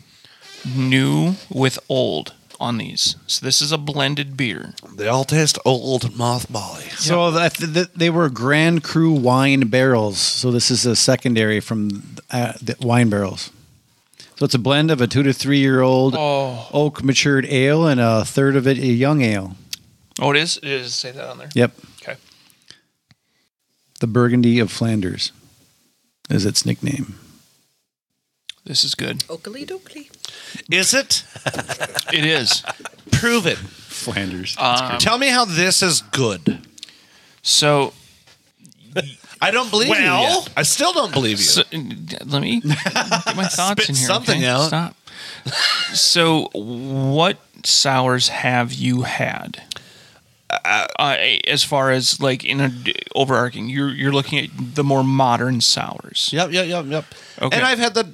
new with old on these. So this is a blended beer.
they all taste old mothbally.
So that, th- they were Grand Cru wine barrels. So this is a secondary from uh, the wine barrels. So it's a blend of a two to three year old
Oh.
oak matured ale and a third of it a young ale.
Oh, it is. It is say that on there.
Yep.
Okay.
The Burgundy of Flanders is its nickname.
This is good.
Oakley doakley.
Is it?
It is.
Prove it.
Flanders.
Um,
Tell me how this is good.
so,
I don't believe
Well-
you. yet. I still don't believe you.
so let me get my thoughts in
Spit
here.
something out.
Stop. So, what sours have you had? Uh, as far as like in a d- overarching, you're you're looking at the more modern sours.
yep, yep, yep, yep.
Okay.
And I've had the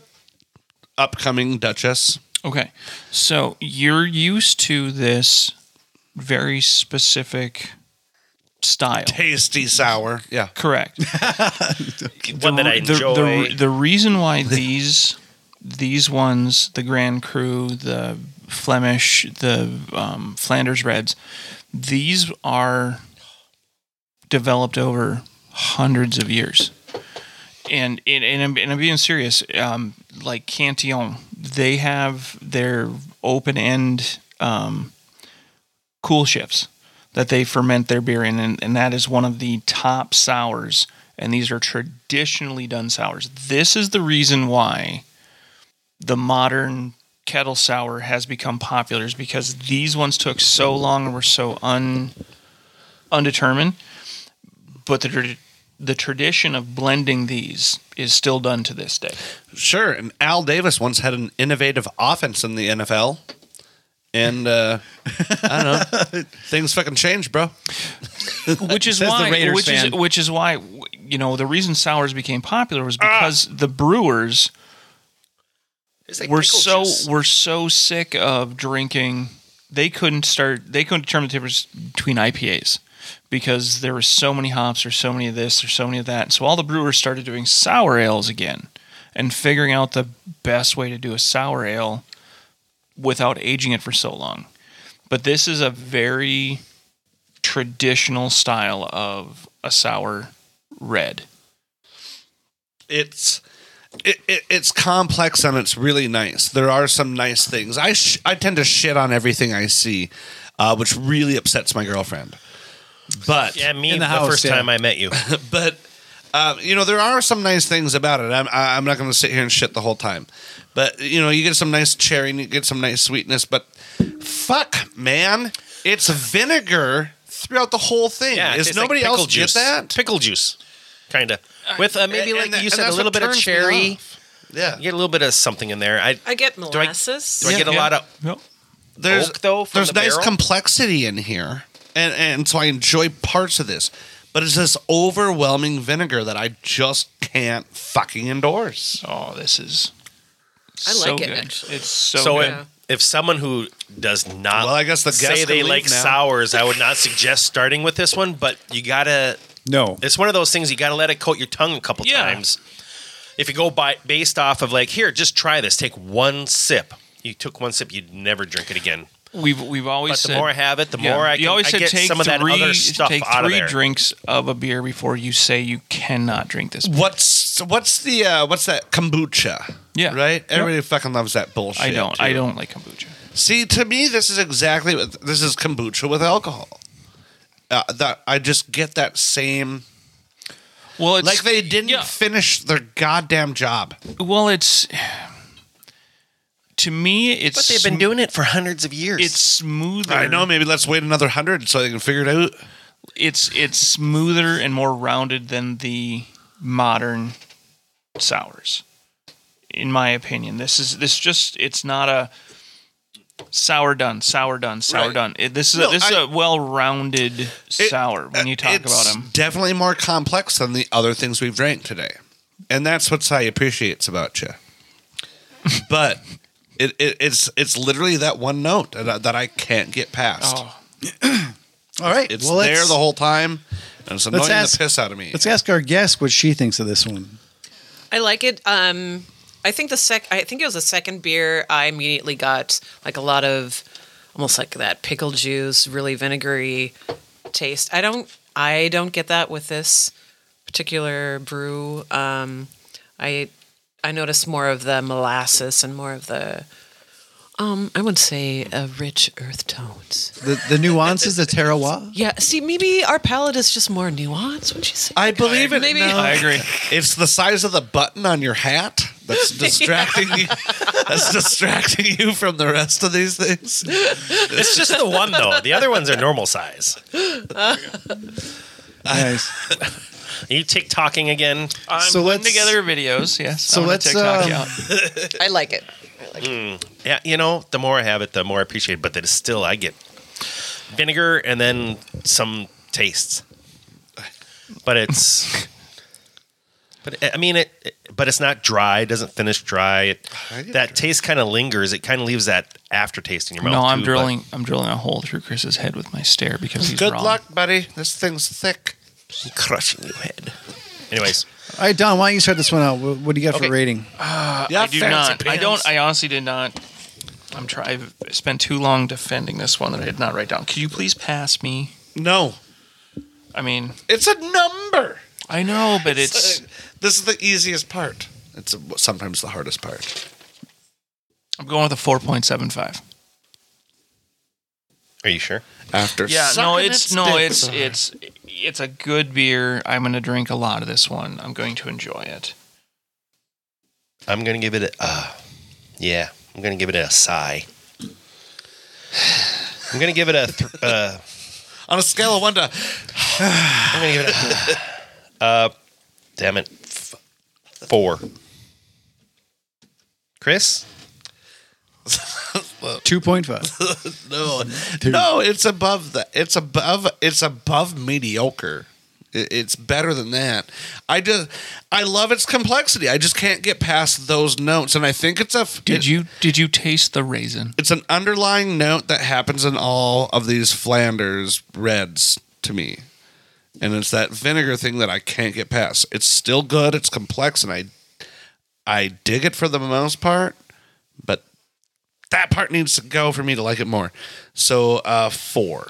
upcoming Duchess.
Okay. So you're used to this very specific style.
Tasty sour. Yeah.
Correct.
One that I
The-
enjoy.
The, the, reason why these these ones, the Grand Cru, the Flemish, the um, Flanders Reds, these are developed over hundreds of years. And and, and, I'm, and I'm being serious. Um, like Cantillon, they have their open end um, cool shifts that they ferment their beer in, and, and that is one of the top sours. And these are traditionally done sours. This is the reason why the modern kettle sour has become popular, is because these ones took so long and were so un undetermined. But the tra- the tradition of blending these is still done to this day.
Sure. And Al Davis once had an innovative offense in the NFL. And uh, I don't know. Things fucking change, bro.
which is
Says the
why
Raiders
which is
fan.
which is why you know the reason sours became popular was because the brewers
Ah. It's like
were
pickle
so
juice.
were so sick of drinking they couldn't start they couldn't determine the difference between IPAs because there were so many hops or so many of this or so many of that so all the brewers started doing sour ales again and figuring out the best way to do a sour ale without aging it for so long but this is a very traditional style of a sour red
it's it, it, it's complex and it's really nice. There are some nice things. I sh- I tend to shit on everything I see, uh, which really upsets my girlfriend. But
Yeah, me
In the
the,
house,
first
yeah.
time I met you.
but uh, you know there are some nice things about it. I'm I- I'm not going to sit here and shit the whole time. But you know you get some nice cherry and you get some nice sweetness. But fuck, man, it's vinegar throughout the whole thing.
Yeah, it
Is
tastes like
nobody
pickle
else
juice.
get that?
Pickle juice, kind of. With uh, maybe
And-
like
and that-
you
and
said, a
that's
little
what
bit of
turns me
cherry.
off. Yeah,
You get a little bit of something in there. I
I get
I-
molasses.
do I get a lot of
no
there's
oak, though, from
there's
the
nice
barrel?
complexity in here, and and so I enjoy parts of this, but it's this overwhelming vinegar that I just can't fucking endorse.
Oh, this is.
I
so
like it,
good.
actually.
It's so,
so
good.
if, if someone who does not
Well, I guess the guests
say
can
they
leave
like
now.
sours, I would not suggest starting with this one. But you gotta.
No.
It's one of those things you gotta let it coat your tongue a couple
Yeah.
times. If you go by based off of like here, just try this. Take one sip. You took one sip, you'd never drink it again.
we've we've always
But the
said,
more I have it, the
yeah,
more I
you
can
always
I
said
get
take
some of that
three,
other stuff
take
out of
three
there.
drinks of a beer before you say you cannot drink this.
What's what's the uh, what's that kombucha?
Yeah.
right.
Yep.
Everybody fucking loves that bullshit.
I don't.
too.
I don't like kombucha.
See, to me, this is exactly what this is kombucha with alcohol. Uh, that I just get that same
Well, it's
like they didn't
yeah.
finish their goddamn job.
Well, it's to me, it's
But they've been
sm-
doing it for hundreds of years.
It's smoother.
I know. Maybe let's wait another hundred so they can figure it out.
It's it's smoother and more rounded than the modern sours, in my opinion. This is this just it's not a sour done, sour done, sour
Right.
done. It, this is
No,
a, this is
I-
a well-rounded
It- uh,
sour when you talk
it's
about them.
Definitely more complex than the other things we've drank today, and that's what I appreciates about you. But it, it, it's it's literally that one note that I, that I can't get past.
Oh,
All right.
it's
well,
there
let's-
the whole time, and it's annoying
ask-
the piss out of me.
Let's ask our guest what she thinks of this one.
I like it. Um, I think the sec. I think it was the second beer. I immediately got like a lot of almost like that pickle juice, really vinegary taste. I don't. I don't get that with this particular brew. Um, I I noticed more of the molasses and more of the. Um, I would say uh, rich earth tones.
The, the nuances, the terroir.
Yeah. See, maybe our palate is just more nuanced. Would you say?
I believe it.
Maybe-
no.
I agree.
It's the size of the button on your hat that's distracting you. That's distracting you from the rest of these things.
it's just the one though. The other ones are normal size.
Nice.
Are you TikToking again?
I'm
So
so
let's-
together videos. Yes.
so
I'm gonna
let's,
uh,
TikTok you
um,
out.
I like it.
Yeah, you know, the more I have it, the more I appreciate it. But that is still, I get vinegar and then some tastes. But it's, but I mean it, But it's not dry. It doesn't finish dry. It, that taste kind of lingers. It kind of leaves that aftertaste in your mouth.
No, I'm
too, but-
drilling. I'm drilling a hole through Chris's head with my stare because he's
Good
wrong.
luck, buddy. This thing's thick. Crushing your head.
Anyways,
All right, Don, why don't you start this one out? What, what do you got
Okay.
for rating?
Yeah,
I do not. I don't. I honestly did not. I'm trying. I've spent too long defending this one that I did not write down. Could you please pass me?
no.
I mean,
It's a number.
I know, but it's.
this is the easiest part. It's sometimes the hardest part.
I'm going with a 4.75.
are you sure?
After
Yeah, no,
sucking
it's no,
dick.
it's it's it's a good beer. I'm going to drink a lot of this one. I'm going to enjoy it.
I'm gonna give it a. Uh, yeah, I'm gonna give it a sigh. I'm gonna give it a. Th- uh,
on a scale of one to
I'm gonna give it a. uh, damn it, F- four. Chris,
Two point five.
no, no, it's above that. It's above. It's above mediocre. I- It's better than that. I just, I love its complexity. I just can't get past those notes, and I think it's a.
Did
it-
you did you taste the raisin?
It's an underlying note that happens in all of these Flanders reds to me, and it's that vinegar thing that I can't get past. It's still good. It's complex, and I, I dig it for the most part, but that part needs to go for me to like it more. So uh, four.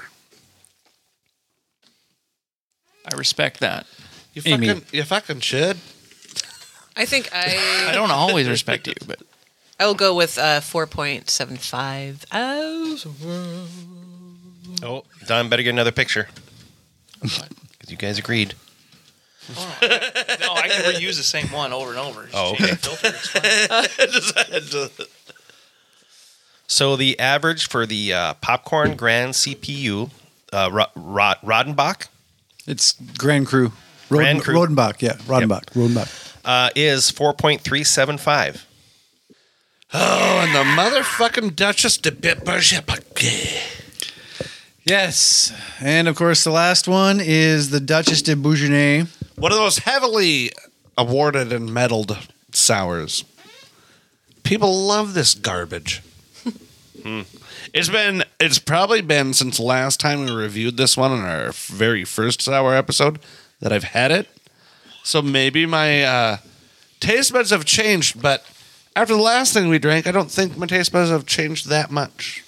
I respect that.
You
Amy.
fucking, you fucking should.
I think I
I don't always respect you, but
I will go with uh, four point seven five. Oh,
Oh, Don better get another picture. Because you guys agreed.
no, I can reuse the same one over and over.
Oh, okay. So the average for the uh, popcorn grand CPU, uh, Ro- Ro- Rodenbach,
It's Grand Cru. Roden,
Grand Cru.
Rodenbach, yeah, Rodenbach, Rodenbach.
uh, is 4.375.
Oh, and the motherfucking Duchess de Bitburger.
Yes, and of course the last one is the Duchess de Bourgogne.
One of the most heavily awarded and medaled sours. People love this garbage. It's been it's probably been since last time we reviewed this one in our very first sour episode that I've had it. So maybe my uh, taste buds have changed, but after the last thing we drank, I don't think my taste buds have changed that much.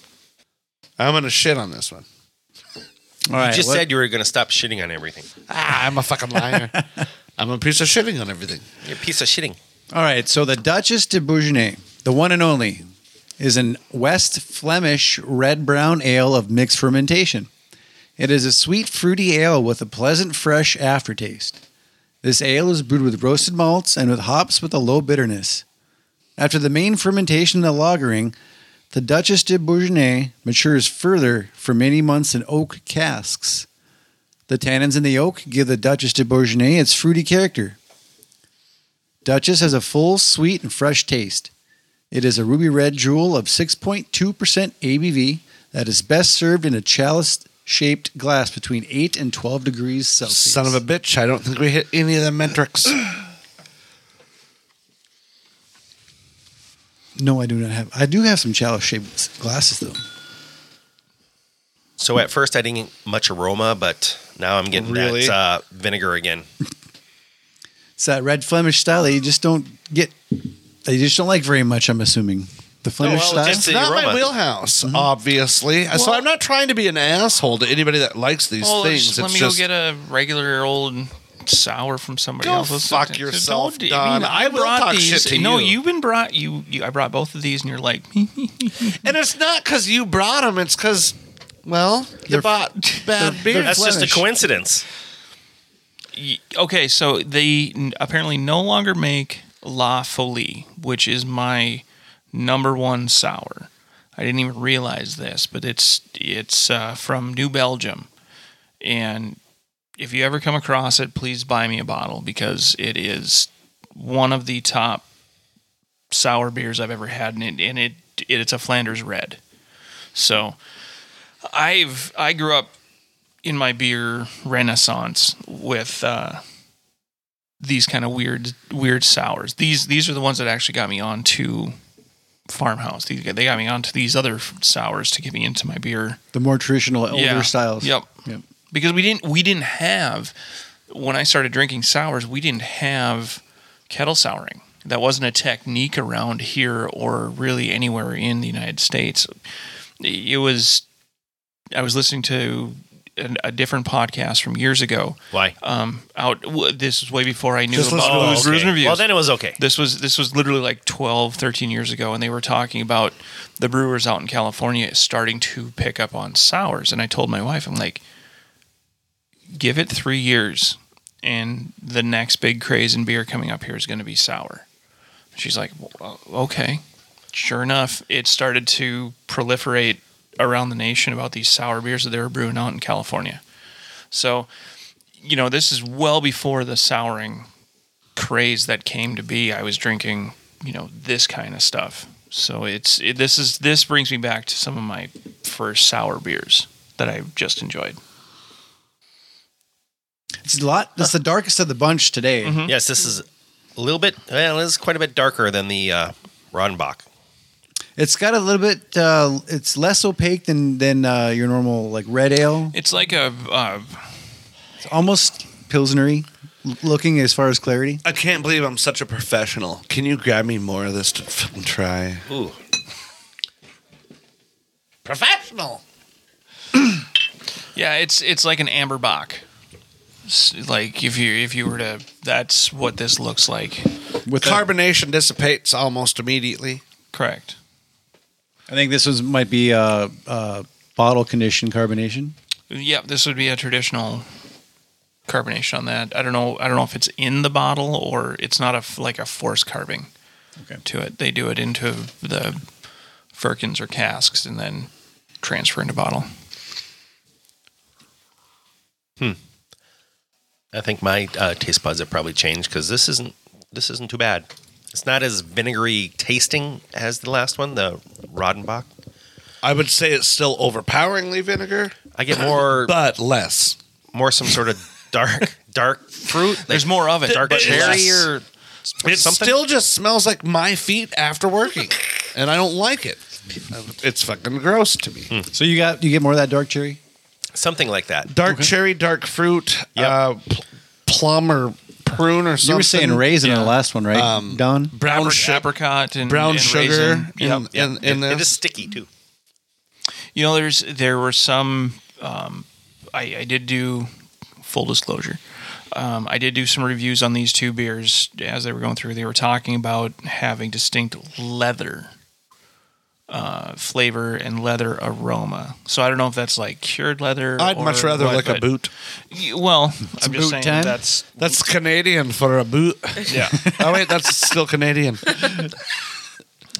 I'm gonna shit on this one.
All right,
you just
what-
said you were going to stop shitting on everything.
Ah, I'm a fucking liar. I'm a piece of shitting on everything.
You're a piece of shitting.
All right, so the Duchess de Bourgogne, the one and only, is an West Flemish red brown ale of mixed fermentation. It is a sweet, fruity ale with a pleasant, fresh aftertaste. This ale is brewed with roasted malts and with hops with a low bitterness. After the main fermentation and the lagering, the Duchess de Bourgogne matures further for many months in oak casks. The tannins in the oak give the Duchess de Bourgogne its fruity character. Duchess has a full, sweet, and fresh taste. It is a ruby red jewel of 6.2% ABV that is best served in a chalice shaped glass between 8 and 12 degrees Celsius.
Son of a bitch, I don't think we hit any of the metrics.
No, I do not have. I do have some chalice shaped glasses, though.
So at first I didn't get much aroma, but now I'm getting
Really?
that uh, vinegar again.
It's that red Flemish style that you just don't get. That you just don't like very much, I'm assuming. The Flemish
well,
style?
just-
it's
the
not my
aroma.
wheelhouse,
Mm-hmm.
obviously. so I'm not trying to be an asshole to anybody that likes these
Well,
things.
just let
It's
me
just-
go get a regular old sour from somebody
Go
else.
fuck
Don't-
yourself,
don't-
Don. I will
brought
talk
these.
shit to
no,
you.
have been brought. You, you, I brought both of these, and you're like,
and it's not because you brought them. It's because, well, you bought bad beer.
That's just
Flemish.
a coincidence.
Y- okay, so they n- apparently no longer make La Folie, which is my number one sour. I didn't even realize this, but it's it's uh, from New Belgium, and if you ever come across it, please buy me a bottle because it is one of the top sour beers I've ever had, and it, and it, it it's a Flanders red. So, I've I grew up in my beer renaissance with uh, these kind of weird weird sours. These these are the ones that actually got me onto farmhouse. These they got me onto these other sours to get me into my beer
the more traditional older
Yeah.
styles.
Yep.
Yep.
because we didn't we didn't have when I started drinking sours we didn't have kettle souring. That wasn't a technique around here or really anywhere in the United States. It was I was listening to an, a different podcast from years ago.
Why?
Um, out w- this was way before I knew
Just listen
about
to
Booze
us.
Brews and Reviews.
Well, then it was okay.
This was this was literally like 12, 13 years ago, and they were talking about the brewers out in California starting to pick up on sours. And I told my wife, I'm like, give it three years, and the next big craze in beer coming up here is going to be sour. She's like, well, okay. Sure enough, it started to proliferate around the nation about these sour beers that they were brewing out in California. So, you know, this is well before the souring craze that came to be, I was drinking, you know, this kind of stuff. So it's it, this is this brings me back to some of my first sour beers that I just enjoyed.
It's a lot. That's the darkest of the bunch today.
Yes, this is a little bit. Well, this is quite a bit darker than the uh, Rodenbach.
It's got a little bit. Uh, it's less opaque than than uh, your normal like red ale.
It's like a uh,
It's almost pilsnery l- looking as far as clarity.
I can't believe I'm such a professional. Can you grab me more of this to fucking try?
Ooh,
Professional.
yeah, it's it's like an amber bock. S- Like if you if you were to, that's what this looks like.
With that-
Carbonation dissipates almost immediately.
Correct.
I think this was might be uh, uh, bottle conditioned carbonation.
Yep, this would be a traditional carbonation on that. I don't know. I don't know if it's in the bottle or it's not a f- like a force carving
Okay.
to it. They do it into the firkins or casks and then transfer into bottle.
I think my uh, taste buds have probably changed because this isn't this isn't too bad. It's not as vinegary tasting as the last one, the Rodenbach.
I would say it's still overpoweringly vinegar,
I get more
but less.
more some sort of dark dark fruit. like
There's more of it.
dark
But
cherry
less.
or
It
something.
still just smells like my feet after working, and I don't like it. It's fucking gross to me.
So you got you get more of that dark cherry.
something like that.
Dark cherry, dark fruit,
Yep.
uh, pl- plum or prune or something.
You were saying raisin in
Yeah.
the last one, right? Don.
brown
Apri-
sugar,
apricot and
brown
and
sugar
raisin. Yep.
in, in, in
it, it is
this.
sticky too.
You know, there's there were some. Um, I, I did do full disclosure. Um, I did do some reviews on these two beers as they were going through. They were talking about having distinct leather uh, flavor and leather aroma. So I don't know if that's like cured leather.
I'd
or
much rather
what,
like a
but-
boot.
Y- Well, I'm
boot
just saying
time?
that's
That's Canadian for a boot.
yeah.
oh wait, that's still Canadian.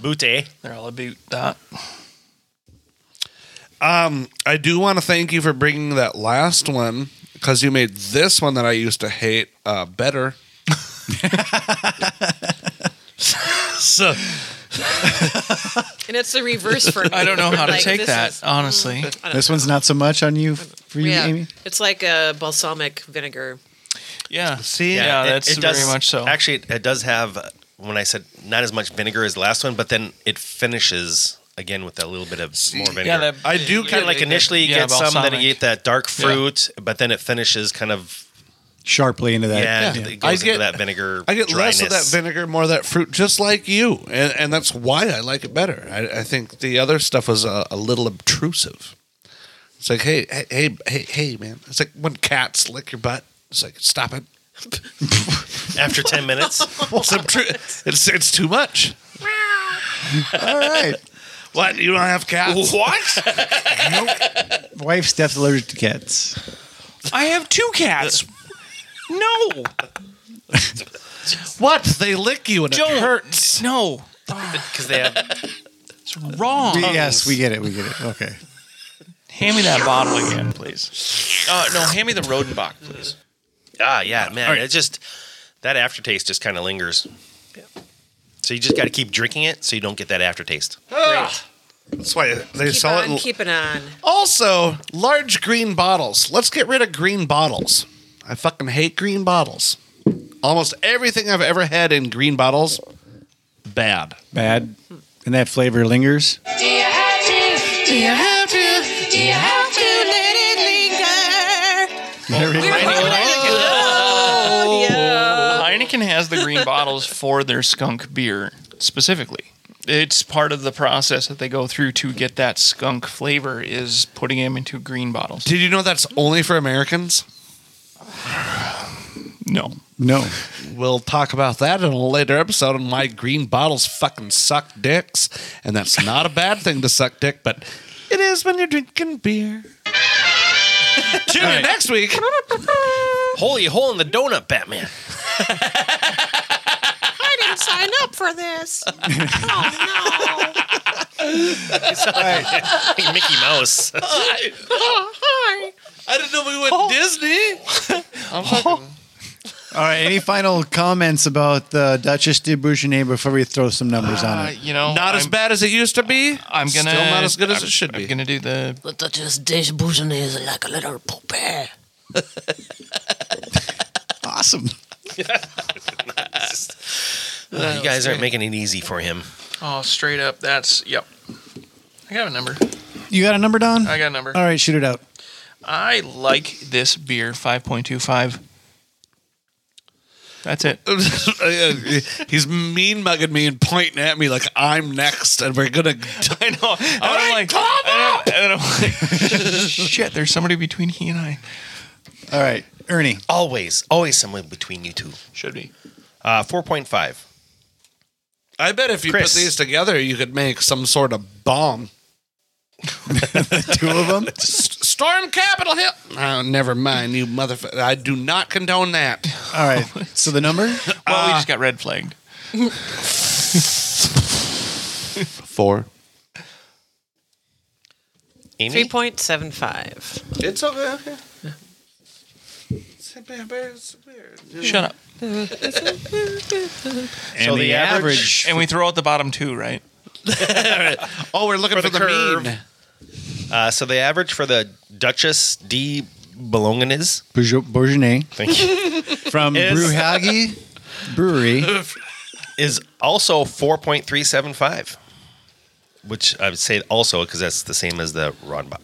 Booty.
They're all a boot. That
I do want to thank you for bringing that last one because you made this one that I used to hate uh, better. so
And it's the reverse for me.
I don't know how to
Like,
take
this
that
is- Mm.
honestly.
This one's not so much on you f- for you,
yeah,
Amy.
it's like a balsamic vinegar.
Yeah.
See?
Yeah,
it-
that's
it does-
very much so.
Actually, it, it does have uh, when I said not as much vinegar as the last one, but then it finishes again with a little bit of more vinegar.
yeah, that,
I do
kind
kind
of like initially you
yeah,
get some, then
balsamic.
you get that dark fruit, but then it finishes kind of
Sharply into that.
yeah,
yeah.
it
I
goes
get-
into that vinegar.
I get
dryness.
less of that vinegar, more of that fruit, just like you, and, and that's why I like it better. I, I think the other stuff was a, a little obtrusive. It's like, hey, hey, hey, hey, hey, man! It's like when cats lick your butt. It's like, stop it.
after ten minutes.
It's, obtru- it's, it's too much.
All right.
What? You don't have cats?
what?
Wife's death allergic to cats.
I have two cats. No,
What? They lick you and
Don't.
it hurts.
no,
Because they have
it's wrong.
We- yes, we get it. We get it. Okay.
Hand me that bottle again, please. Uh, no, hand me the Rodenbach, please.
ah yeah man. It just that aftertaste just kind of lingers. So you just got to keep drinking it so you don't get that aftertaste.
That's why they
Keep
sell
on,
it.
keep it on.
also, large green bottles. Let's get rid of green bottles. I fucking hate green bottles. Almost everything I've ever had in green bottles, bad.
Bad. And that flavor lingers. There we go.
Heineken has the green bottles for their skunk beer specifically. It's part of the process that they go through to get that skunk flavor is putting them into green bottles.
Did you know that's only for Americans?
No,
No.
We'll talk about that in a later episode on why green bottles fucking suck dicks. And that's not a bad thing to suck dick, but it is when you're drinking beer. Tune in next week.
Holy hole in the donut, Batman.
I didn't sign up for this. oh no!
Like Mickey Mouse.
Oh, hi.
I didn't know we went Disney.
All right. Any final comments about the Duchess de Bourgogne before we throw some numbers on
Uh,
it?
you know,
Not as
I'm-
bad as it used to be.
I'm gonna
still not as good as
I'm-
it should
I'm
be.
gonna do the
The Duchess de Bourgogne is like a little puppy.
Awesome.
you guys aren't making it easy for him.
oh straight up. That's yep. I got a number.
You got a number, Don?
I got a number.
All right. Shoot it out.
I like this beer. Five point two five. That's it.
He's mean mugging me and pointing at me like I'm next, and we're gonna.
I know. And I'm like, and I'm- and I'm like, shit. There's somebody between he and I.
All right. Ernie.
Always, always someone between you two.
Should be.
Uh, Four point five.
I bet if you
Chris.
put these together, you could make some sort of bomb.
Two of them.
S- Storm Capitol Hill. Oh, never mind, you motherfucker. I do not condone that.
All right. So the number?
Well, we just got red flagged.
Four.
Amy,
Three point seven five.
It's okay. okay. It's a bear, bear, it's a bear.
Shut up.
so the, average.
And we throw out the bottom two, right?
Oh, we're looking for,
For
the,
the curve.
mean.
Uh, so the average for the Duchess de Bologna is.
Bourgeois- Bourgeois
Thank you.
from
Is-
Brewhagi Brewery.
is also 4.375, which I would say also because that's the same as the Ronbach.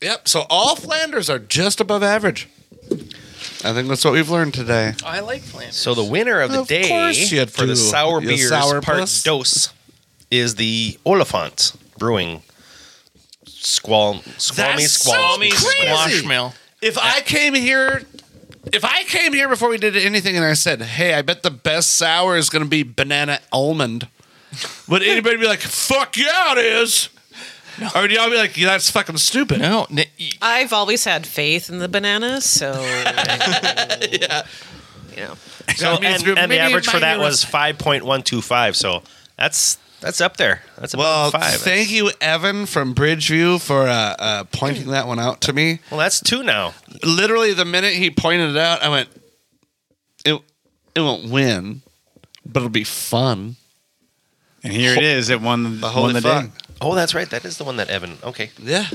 Yep. So all Flanders are just above average. I think that's what we've learned today.
I like Flanders.
So the winner of the
Of
day
course you
for the
do,
sour
you
beers
sour
part
puss.
dose is the Oliphant Brewing Squall Squalmy
That's
Squall.
so crazy.
Squashmill.
If I came here, if I came here before we did anything and I said, hey, I bet the best sour is going to be banana almond, would anybody be like, fuck yeah, it is? Or would y'all be like, yeah, that's fucking stupid?
No, n- y-
I've always had faith in the banana, so You know.
So,
That means
and,
we're-
and the
maybe
average for
mine
that
were-
was 5.125. So that's that's up there. That's
Well,
about five.
thank you, Evan from Bridgeview, for uh, uh, pointing that one out to me.
well, that's two now.
Literally, the minute he pointed it out, I went, it, it won't win, but it'll be fun.
And here it is. It won
The
the,
holy
won the
fuck.
day.
Oh, that's right. That is the one that Evan. Okay.
Yeah.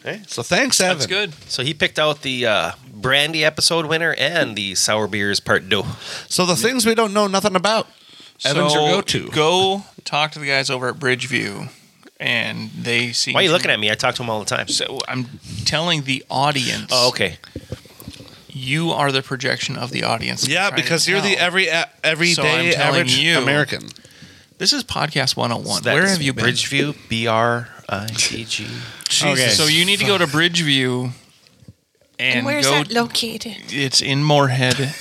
Okay.
So thanks, Evan.
that's good.
So he picked out the uh, brandy episode winner and the sour beers part two.
So the things we don't know nothing about. Evan's your
So
go-to.
Go talk to the guys over at Bridgeview, and they see.
Why are you looking at me? I talk to him all the time.
So I'm telling the audience.
Oh, okay.
You are the projection of the audience. I'm
Yeah,
trying to
because you're the
tell.
every e, everyday
So I'm telling
average
you.
American.
This is podcast 101.
So
Where
that's
have you been?
Bridgeview, B R I G G.
Okay.
So you need to go to Bridgeview. And,
Where's
go,
that located?
It's in Moorhead.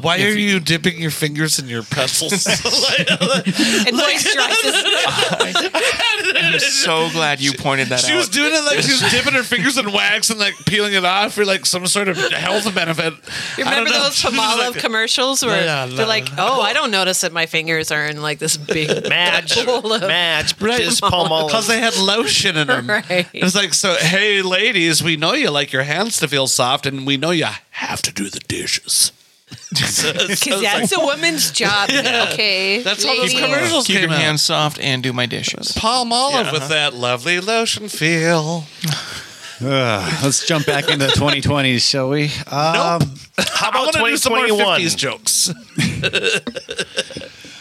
Why are you dipping your fingers in your pretzels?
It moisturizes.
I'm so glad you pointed that
she
out.
was doing it like she was dipping her fingers in wax and like peeling it off for like some sort of health benefit. I don't
Remember
know.
those
She was
Palmolive
like-
commercials where
La, la, la,
they're like, "Oh, I don't notice that my fingers are in like this big
Match.
bowl of
Match.
Right,
Just palm all
because they had lotion in them.
Right.
It was like, so hey, ladies, we know you like your hands to feel soft, and we know you have to do the dishes.
because that's a woman's job." Okay,
That's how those
ladies.
commercials
Keep
came
your
out.
hands soft and do my dishes.
Palm olive
uh-huh.
with that lovely lotion feel.
Ugh, let's jump back into the 2020s, shall we? Um,
How
I
about
want to do some more
2021?
50s jokes.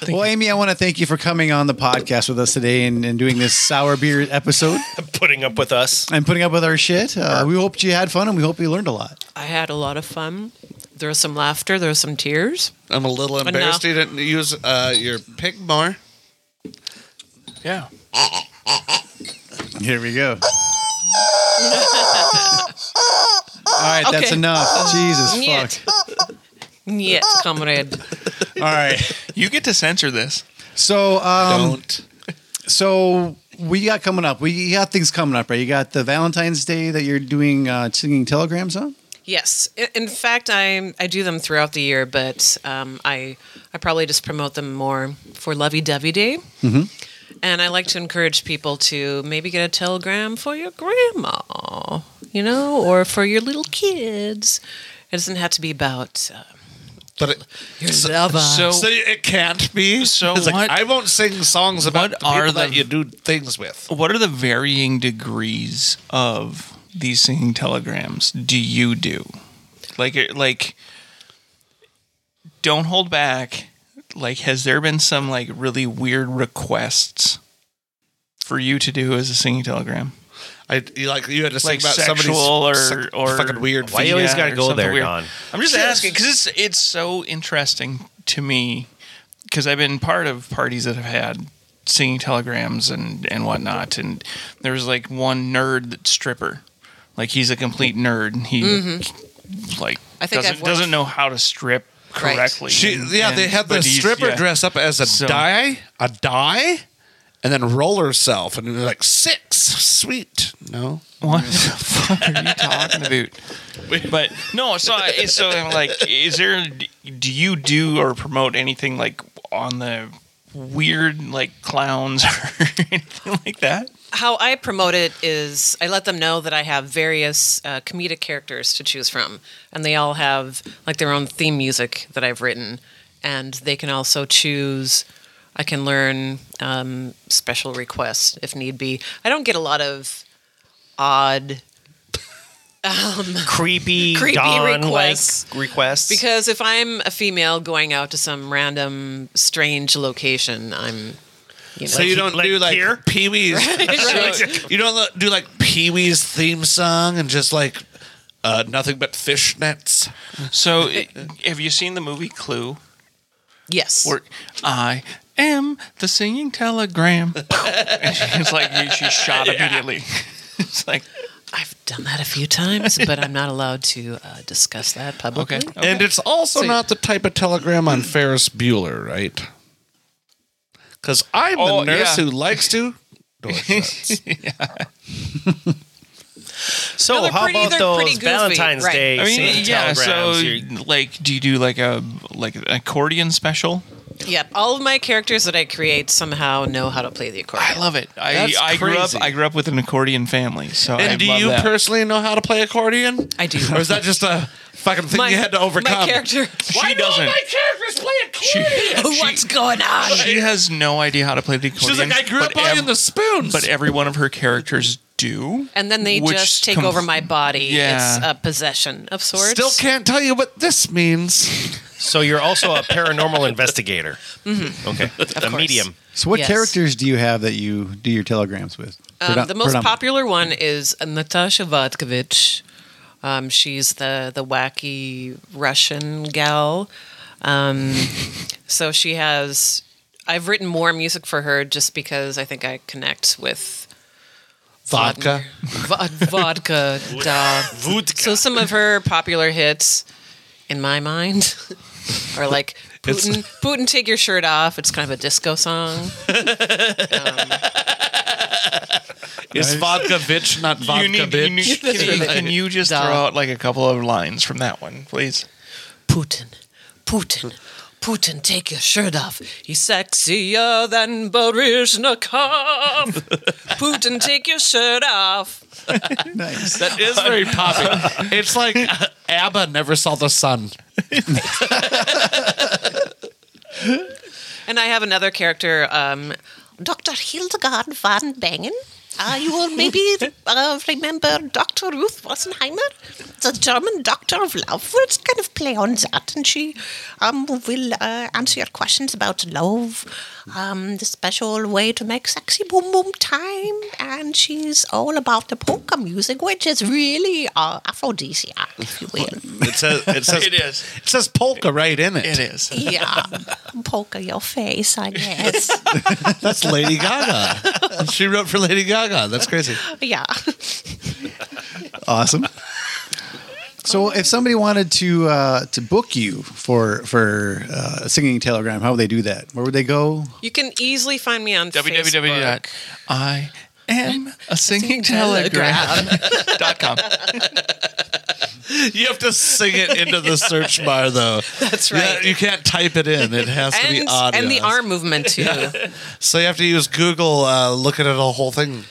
Well, Amy, I want to thank you for coming on the podcast with us today and, and doing this sour beer episode
Putting up with us.
and putting up with our shit. Uh, we hoped you had fun and we hope you learned a lot.
I had a lot of fun. There was some laughter. There was some tears.
I'm a little
no.
embarrassed you didn't use uh, your pig more.
Yeah.
Here we go. All right, that's
Okay.
enough. Jesus
Niet.
fuck.
Yet, comrade.
All right.
You get to censor this.
So, um,
Don't.
so we got coming up. We got things coming up, right? You got the Valentine's Day that you're doing uh, singing telegrams on.
Yes. I- In fact, I I do them throughout the year, but um, I I probably just promote them more for Lovey Dovey Day. Mm-hmm. And I like to encourage people to maybe get a telegram for your grandma, you know, or for your little kids. It doesn't have to be about uh,
but it,
Here's lava.
So,
so it can't be.
So
it's like,
what-
I won't sing songs about
what
the people
are the-
that you do things with.
what are the varying degrees of these singing telegrams? Do you do like it- like? Don't hold back. Like, has there been some like really weird requests for you to do as a singing telegram?
I you like you had to sing
like
about
sexual or
somebody's sec-
or
fucking weird.
Why you
feet.
always
yeah,
gotta
or
go
something
there,
weird.
Don?
I'm just
Yes.
asking because it's it's so interesting to me because I've been part of parties that have had singing telegrams and and whatnot, and there was like one nerd that stripper, like he's a complete nerd. and He like
Mm-hmm. I think I've
doesn't
watched-
doesn't know how to strip
Right.
correctly.
She,
and-
yeah, they
and-
had the
but he's-
stripper
yeah.
dress up as a
So-
die, a die, and then roll herself, and they're like six, sweet. No,
What the fuck are you talking about? But no, so I, so I'm like, is there? Do you do or promote anything like on the weird like clowns or anything like that?
how I promote it is I let them know that I have various uh, comedic characters to choose from, and they all have like their own theme music that I've written, and they can also choose. I can learn um, special requests if need be. I don't get a lot of odd
Creepy,
Creepy
Don
requests.
like requests.
because if I'm a female going out to some random strange location, I'm you know,
so you don't
like
do like
here?
Pee Wee's.
Right.
you don't lo- do like Pee Wee's theme song and just like uh, nothing but fishnets.
So i have you seen the movie Clue?
yes.
Or I am the singing telegram. and she's like, she's shot immediately. it's like
I've done that a few times, but I'm not allowed to uh, discuss that publicly.
okay,
And it's also not the type of telegram on Ferris Bueller, right? Because I'm
Oh,
the nurse
yeah.
who likes to. door shuts.
so
No, they're
how
pretty-
about
they're
those
pretty goofy,
Valentine's
right.
Day
I mean,
singing
yeah. So,
telegrams? You're-
like, do you do like a like an accordion special?
Yep. All of my characters that I create somehow know how to play the
I
accordion.
love it. I,
That's
I grew up
crazy.
I grew up with an accordion family, so
and
I
do
love
you
that.
personally know how to play accordion?
I do.
Or is that just a fucking thing you had to overcome?
My character.
she doesn't.
characters play accordion.
What's going on?
She has no idea how to play the accordion.
She's like, I grew up
but ev-
playing the spoons.
but every one of her characters do.
And then they
which
just take
com-
over my body.
Yeah.
It's a possession of sorts.
still can't tell you what this means.
so you're also a paranormal investigator. Okay, a medium.
So, what
Yes.
characters do you have that you do your telegrams with?
Um,
Predom-
the most
predom-
popular one is Natasha Vodkovich. Um, she's the the wacky Russian gal. Um, so she has. I've written more music for her just because I think I connect with
Vodka.
Vod- vodka. duh. So some of her popular hits, in my mind, are like
It's-
Putin. Putin, take your shirt off. It's kind of a disco song.
Is vodka bitch not vodka
You need,
bitch?
you need- can, you, can you just
Duh.
throw out like a couple of lines from that one, please?
Putin, Putin, Putin, take your shirt off. He's sexier than Baryshnikov. Putin, take your shirt off.
Nice.
That is very popular. it's like uh, ABBA never saw the sun.
And I have another character, um,
Dr. Hildegard van Bangen. Uh, you will maybe uh, remember Dr. Ruth Wassenheimer, the German doctor of love. Well, It's kind of play on that, and she um, will uh, answer your questions about love, um, the special way to make sexy boom boom time, and she's all about the polka music, which is really uh, aphrodisiac, if you will.
It says it says
It is.
It says polka right in it.
It is.
yeah, polka your face, I guess.
That's Lady Gaga. she wrote for Lady Gaga. That's crazy.
yeah.
Awesome. So, if somebody wanted to uh, to book you for for uh, a singing telegram, how would they do that? Where would they go?
you can easily find me on Facebook.
www.i am a singing telegram.com.
You have to sing it into the search bar though.
That's
You-
right.
You, can't type it in. It has to be
And,
audio.
and the arm movement too.
So you have to use Google uh, looking at a whole thing.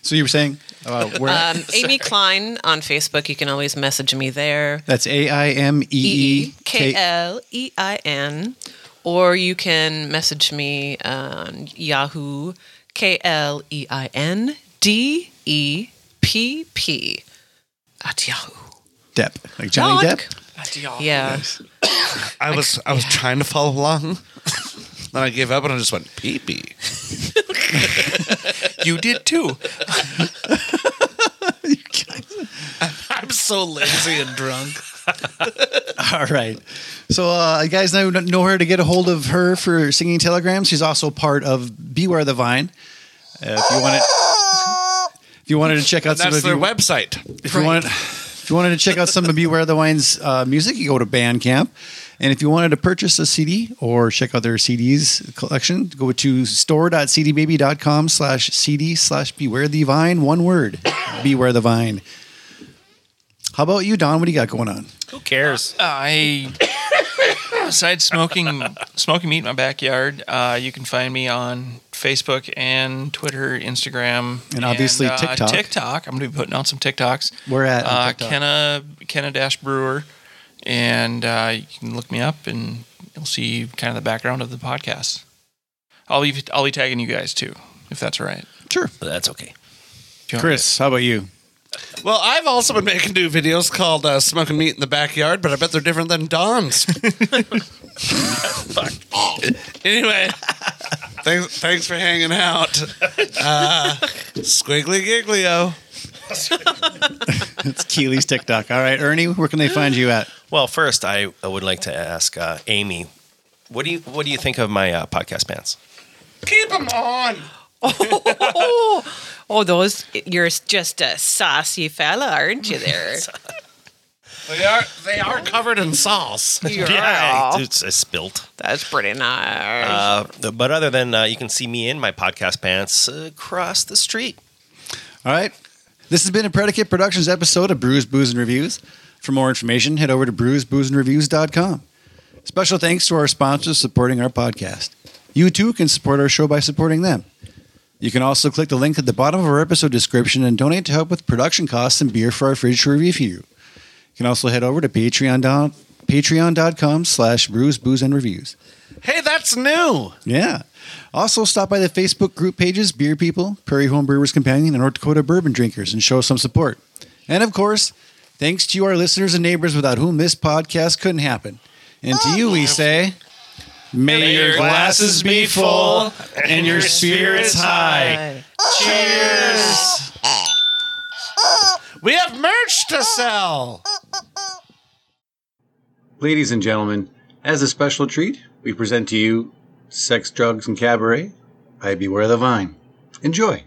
So you were saying uh, where?
Um, Amy Klein on Facebook. You can always message me there.
that's A I M E
E
E
K L E I N. Or you can message me on Yahoo, K L E I N D E P P at Yahoo.
Depp, like Johnny
Dog.
Depp.
Yeah.
I was I was trying to follow along. Then I gave up and I just went pee pee.
You did too.
I'm so lazy and drunk.
All right. So, uh, you guys know, know her to get a hold of her for singing telegrams. She's also part of Beware the Vine. Uh, if you want it, if you wanted to check out some
That's
of
their
you,
website.
if you wanted, if you wanted to check out some of Beware the Wine's uh, music, you go to Bandcamp. And if you wanted to purchase a CD or check out their CDs collection, go to store.cdbaby.com slash CD slash Beware the Vine. One word, Beware the Vine. How about you, Don? What do you got going on?
Who cares?
I besides smoking smoking meat in my backyard, uh, you can find me on Facebook and Twitter, Instagram,
And obviously
uh,
TikTok.
TikTok. I'm gonna be putting out some TikToks.
Where at on
Uh,
TikTok?
Kenna Kenna Dash Brewer, and uh, you can look me up, and you'll see kind of the background of the podcast. I'll be I'll be tagging you guys too, if that's all right.
Sure.
That's okay.
Chris, how about you?
Well, I've also been making new videos called uh, "Smoking Meat in the Backyard," but I bet they're different than Don's. anyway, thanks, thanks for hanging out, uh, Squiggly Giglio.
It's Keely's TikTok. All right, Ernie, where can they find you at?
Well, first, I, I would like to ask uh, Amy, what do you what do you think of my uh, podcast pants?
Keep them on.
Oh, those, you're just a saucy fella, aren't you there?
They are they are covered in sauce.
Yeah, it's a spilt.
That's pretty nice.
Uh, but other than uh, you can see me in my podcast pants across the street.
All right. This has been a Predicate Productions episode of Brews, Booze, and Reviews. For more information, head over to brewsboozeandreviews.com. Special thanks to our sponsors supporting our podcast. You too can support our show by supporting them. You can also click the link at the bottom of our episode description and donate to help with production costs and beer for our fridge to review for you. You can also head over to Patreon dot- patreon.com slash brews, booze, and reviews.
Hey, that's new.
Yeah. Also, stop by the Facebook group pages Beer People, Prairie Home Brewers Companion, and North Dakota Bourbon Drinkers and show some support. And of course, thanks to you, our listeners and neighbors without whom this podcast couldn't happen. And
Oh.
to you, we say, may, your glasses be full and your spirits high.
We have merch to sell.
Ladies and gentlemen, as a special treat, we present to you Sex, Drugs, and Cabaret by Beware the Vine. Enjoy.